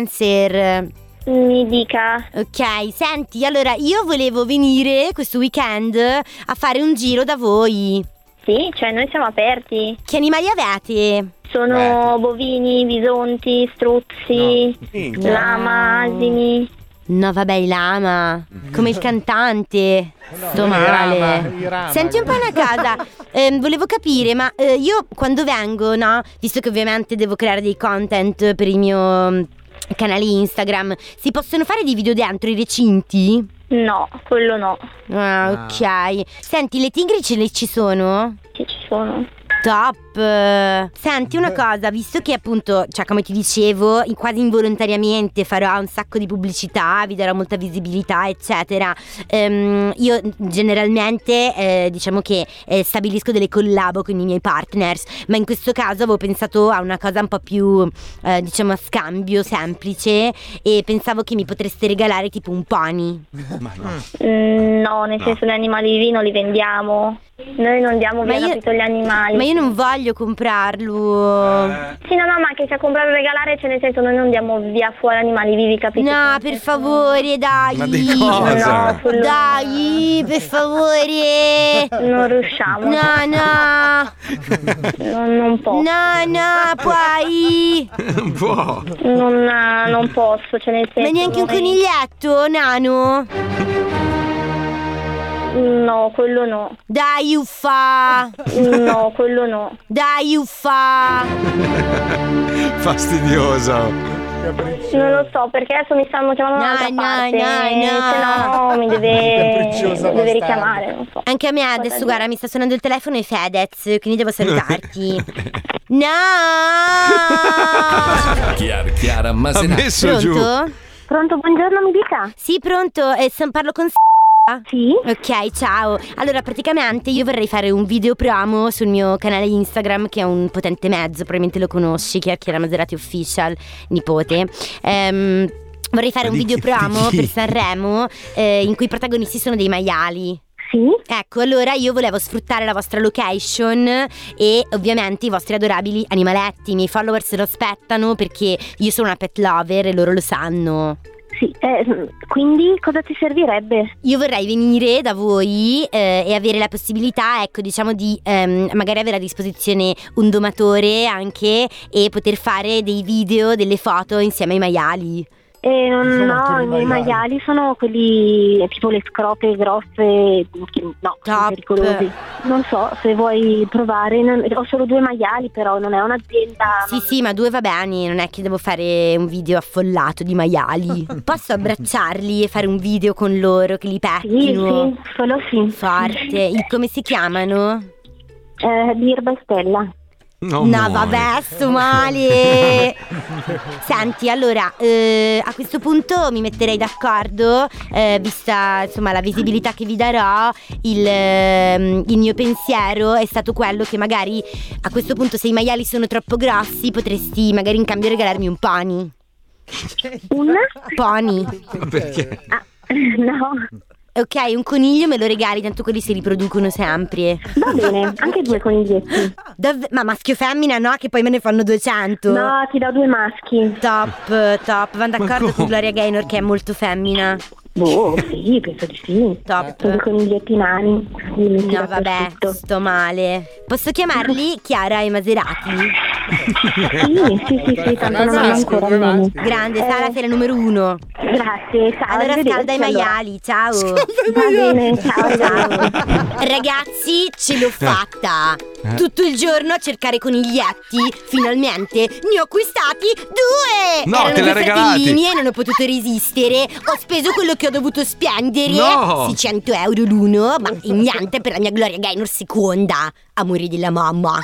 Speaker 5: l'influencer. Mi dica. Ok, senti, allora io volevo venire questo weekend a fare un giro da voi. Sì, cioè noi siamo aperti. Che animali avete?
Speaker 9: Sono bovini, bisonti, struzzi,
Speaker 5: No.
Speaker 9: lama, asini.
Speaker 5: No, vabbè, i lama. Come il cantante. Sto
Speaker 9: Mm. Eh i
Speaker 5: male.
Speaker 9: lama, i lama.
Speaker 5: Senti un po' una cosa. Ehm, volevo capire, ma eh, io quando vengo, no? Visto che ovviamente devo creare dei content per il mio mm, canale Instagram, si possono fare dei video dentro i recinti? No, quello no. Ah, ok. Senti, le tigri ce le ci sono? Sì, ci sono. Top! Senti una cosa, visto che appunto, cioè come ti dicevo, in- quasi involontariamente farò un sacco di pubblicità, vi darò molta visibilità, eccetera. Ehm, io generalmente eh, diciamo che eh, stabilisco delle collabo con i miei partners, ma in questo caso avevo pensato a una cosa un po' più eh, diciamo a scambio semplice e pensavo che mi potreste regalare tipo un pony.
Speaker 9: Mm, No, nel
Speaker 5: No.
Speaker 9: senso gli animali vivi non li vendiamo. Noi non diamo
Speaker 5: Ma
Speaker 9: via
Speaker 5: io-
Speaker 9: capito gli animali.
Speaker 5: Ma io non voglio comprarlo.
Speaker 9: Sì, no, no, ma che sia comprare o regalare, cioè nel senso noi non diamo via fuori animali vivi, capito? Cioè,
Speaker 5: No, per favore, dai.
Speaker 9: Ma di cosa? Cioè, No, quello-
Speaker 5: Dai, per favore.
Speaker 9: Non riusciamo.
Speaker 5: No, no.
Speaker 9: Non, posso.
Speaker 5: No, no, puoi.
Speaker 9: Non può. Non, non posso, cioè nel senso...
Speaker 5: Ma neanche un
Speaker 9: noi-
Speaker 5: coniglietto, nano.
Speaker 9: No, quello no.
Speaker 5: Dai, uffa.
Speaker 9: No, quello no.
Speaker 5: Dai, uffa.
Speaker 2: Fastidiosa.
Speaker 9: Non lo so, perché adesso mi stanno chiamando
Speaker 5: No,
Speaker 9: dall'altra
Speaker 5: no,
Speaker 9: parte.
Speaker 5: no,
Speaker 9: Se no, mi deve,
Speaker 5: Capricciosa
Speaker 9: mi
Speaker 5: bastarda.
Speaker 9: deve richiamare, non so.
Speaker 5: Anche a me adesso, guarda, mi sta suonando il telefono e Fedez, quindi devo salutarti. No!
Speaker 1: Chiara Chiara Maserati.
Speaker 5: Pronto? Pronto, buongiorno, mi dica. Sì, pronto, eh, son- parlo con sì. Ok, ciao. Allora, praticamente io vorrei fare un video promo sul mio canale Instagram che è un potente mezzo, probabilmente lo conosci, che è Chiara Maserati Official, nipote. Ehm, vorrei fare
Speaker 9: Ma
Speaker 5: un
Speaker 9: di
Speaker 5: video
Speaker 9: chi-
Speaker 5: promo
Speaker 9: di chi?
Speaker 5: per Sanremo eh, in cui i protagonisti sono dei maiali. Sì. Ecco, allora io volevo sfruttare la vostra location e ovviamente i vostri adorabili animaletti, i miei follower se lo aspettano perché io sono una pet lover e loro lo sanno. Sì,
Speaker 9: eh, mm,
Speaker 5: quindi cosa ti servirebbe? Io vorrei venire da voi eh, e avere la possibilità, ecco, diciamo di ehm, magari avere a disposizione un domatore anche e poter fare dei video, delle foto insieme ai maiali.
Speaker 9: Eh, non- no, i miei maiali sono quelli eh, tipo le scrope grosse, che- no, sono pericolosi. Non so se vuoi provare, non- ho solo due maiali però, non è un'azienda.
Speaker 5: Sì, sì, ma due va bene, non è che devo fare un video affollato di maiali. Posso abbracciarli e fare un video con loro che li pettino?
Speaker 9: Sì, sì, solo sì.
Speaker 5: Forte. Il- come si chiamano?
Speaker 9: Eh, Birba e Stella.
Speaker 5: No, eh.
Speaker 9: muore.
Speaker 5: vabbè, sto male. Senti, allora, eh, a questo punto mi metterei d'accordo, eh, vista insomma la visibilità che vi darò, il, ehm, il mio pensiero è stato quello che magari a questo punto se i maiali sono troppo grossi potresti magari in cambio regalarmi un pony. Un pony.
Speaker 18: Perché?
Speaker 5: No. Ok, un coniglio me lo regali, tanto quelli si riproducono sempre. Va bene, anche due coniglietti. ma maschio e femmina no, che poi me ne fanno 200.
Speaker 9: No,
Speaker 5: ti do due maschi. Top, top. Vanno d'accordo con Gloria Gaynor che è molto femmina.
Speaker 9: Boh, sì, penso di sì.
Speaker 5: Top.
Speaker 9: Sono con gli ettinani.
Speaker 5: No, vabbè, sto male. Posso chiamarli Chiara e Maserati?
Speaker 9: Sì, sì, sì, sì, tanto non hanno ancora Eh, il nome.
Speaker 5: Grande, Sara sei la numero uno. Grazie, ciao. Allora
Speaker 9: arrivederci,
Speaker 5: scalda i
Speaker 9: allora.
Speaker 5: maiali, ciao.
Speaker 9: Va bene, ciao.
Speaker 5: Ragazzi, ce
Speaker 18: Eh.
Speaker 5: l'ho fatta! Tutto il giorno a cercare coniglietti, finalmente ne ho acquistati due!
Speaker 18: No,
Speaker 5: Erano
Speaker 18: te li
Speaker 5: due
Speaker 18: ha regalati.
Speaker 5: fratellini e non ho potuto resistere. Ho speso quello che ho dovuto spendere,
Speaker 18: No.
Speaker 5: 600 euro l'uno, ma niente per la mia Gloria Gaynor seconda, amore della mamma.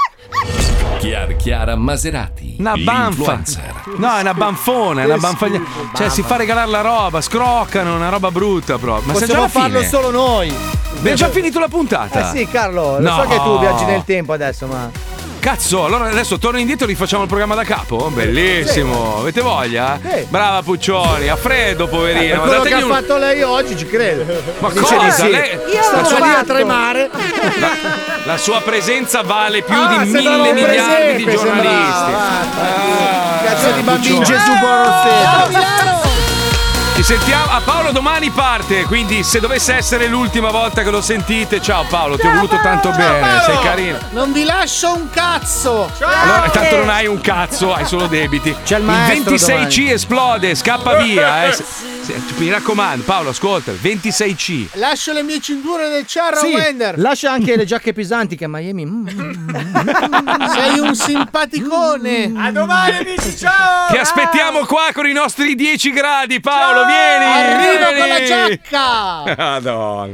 Speaker 1: Chiara Chiara Maserati.
Speaker 2: Una banfa.
Speaker 1: Influencer.
Speaker 2: No, è una banfona, è
Speaker 3: Eh
Speaker 2: una banfagna. Cioè, si fa regalare la roba, scroccano, una roba brutta proprio. Ma
Speaker 3: Possiamo
Speaker 2: siamo già alla
Speaker 3: farlo
Speaker 2: fine.
Speaker 3: solo noi.
Speaker 2: Abbiamo già finito la puntata.
Speaker 3: Eh sì, Carlo, lo
Speaker 2: No.
Speaker 3: so che tu viaggi nel tempo adesso, ma.
Speaker 2: Cazzo, allora adesso torno indietro e rifacciamo il programma da capo? Bellissimo, avete voglia?
Speaker 3: Sì.
Speaker 2: Brava Puccioni, a freddo
Speaker 3: Per
Speaker 2: poverino.
Speaker 3: quello che
Speaker 2: dategli
Speaker 3: ha
Speaker 2: un-
Speaker 3: fatto lei oggi, ci credo.
Speaker 2: Ma
Speaker 3: Dice di
Speaker 2: cosa?
Speaker 3: sì.
Speaker 2: Lei- Io
Speaker 3: Sta
Speaker 2: l'ho
Speaker 3: già lì a
Speaker 2: fatto.
Speaker 3: tremare.
Speaker 2: La sua presenza vale più
Speaker 3: Ah,
Speaker 2: di
Speaker 3: sembrava
Speaker 2: mille
Speaker 3: un
Speaker 2: miliardi di
Speaker 3: presepe, sembrava.
Speaker 2: giornalisti.
Speaker 3: Cazzo di bambini
Speaker 2: Puccioni.
Speaker 3: Gesù
Speaker 2: Ciao,
Speaker 3: Borrofeo.
Speaker 2: Ci sentiamo. A Paolo domani parte, quindi se dovesse essere l'ultima volta che lo sentite, ciao Paolo, ti ho voluto tanto bene, sei carino.
Speaker 3: Non vi lascio un cazzo.
Speaker 2: Allora, tanto non hai un cazzo, hai solo debiti. C'è il
Speaker 3: maestro
Speaker 2: 26C
Speaker 3: domani.
Speaker 2: esplode, scappa via. eh. Se- se- mi raccomando, Paolo, ascolta, 26C.
Speaker 7: Lascio le mie cinture del Charro Wender.
Speaker 3: lascia anche le giacche pesanti che a Miami. mm,
Speaker 7: Sei un simpaticone. Mm. A domani, amici, ciao.
Speaker 2: Ti aspettiamo qua con i nostri 10 gradi, Paolo, vieni.
Speaker 7: Arrivo con la
Speaker 2: vieni.
Speaker 7: giacca.
Speaker 2: Madonna.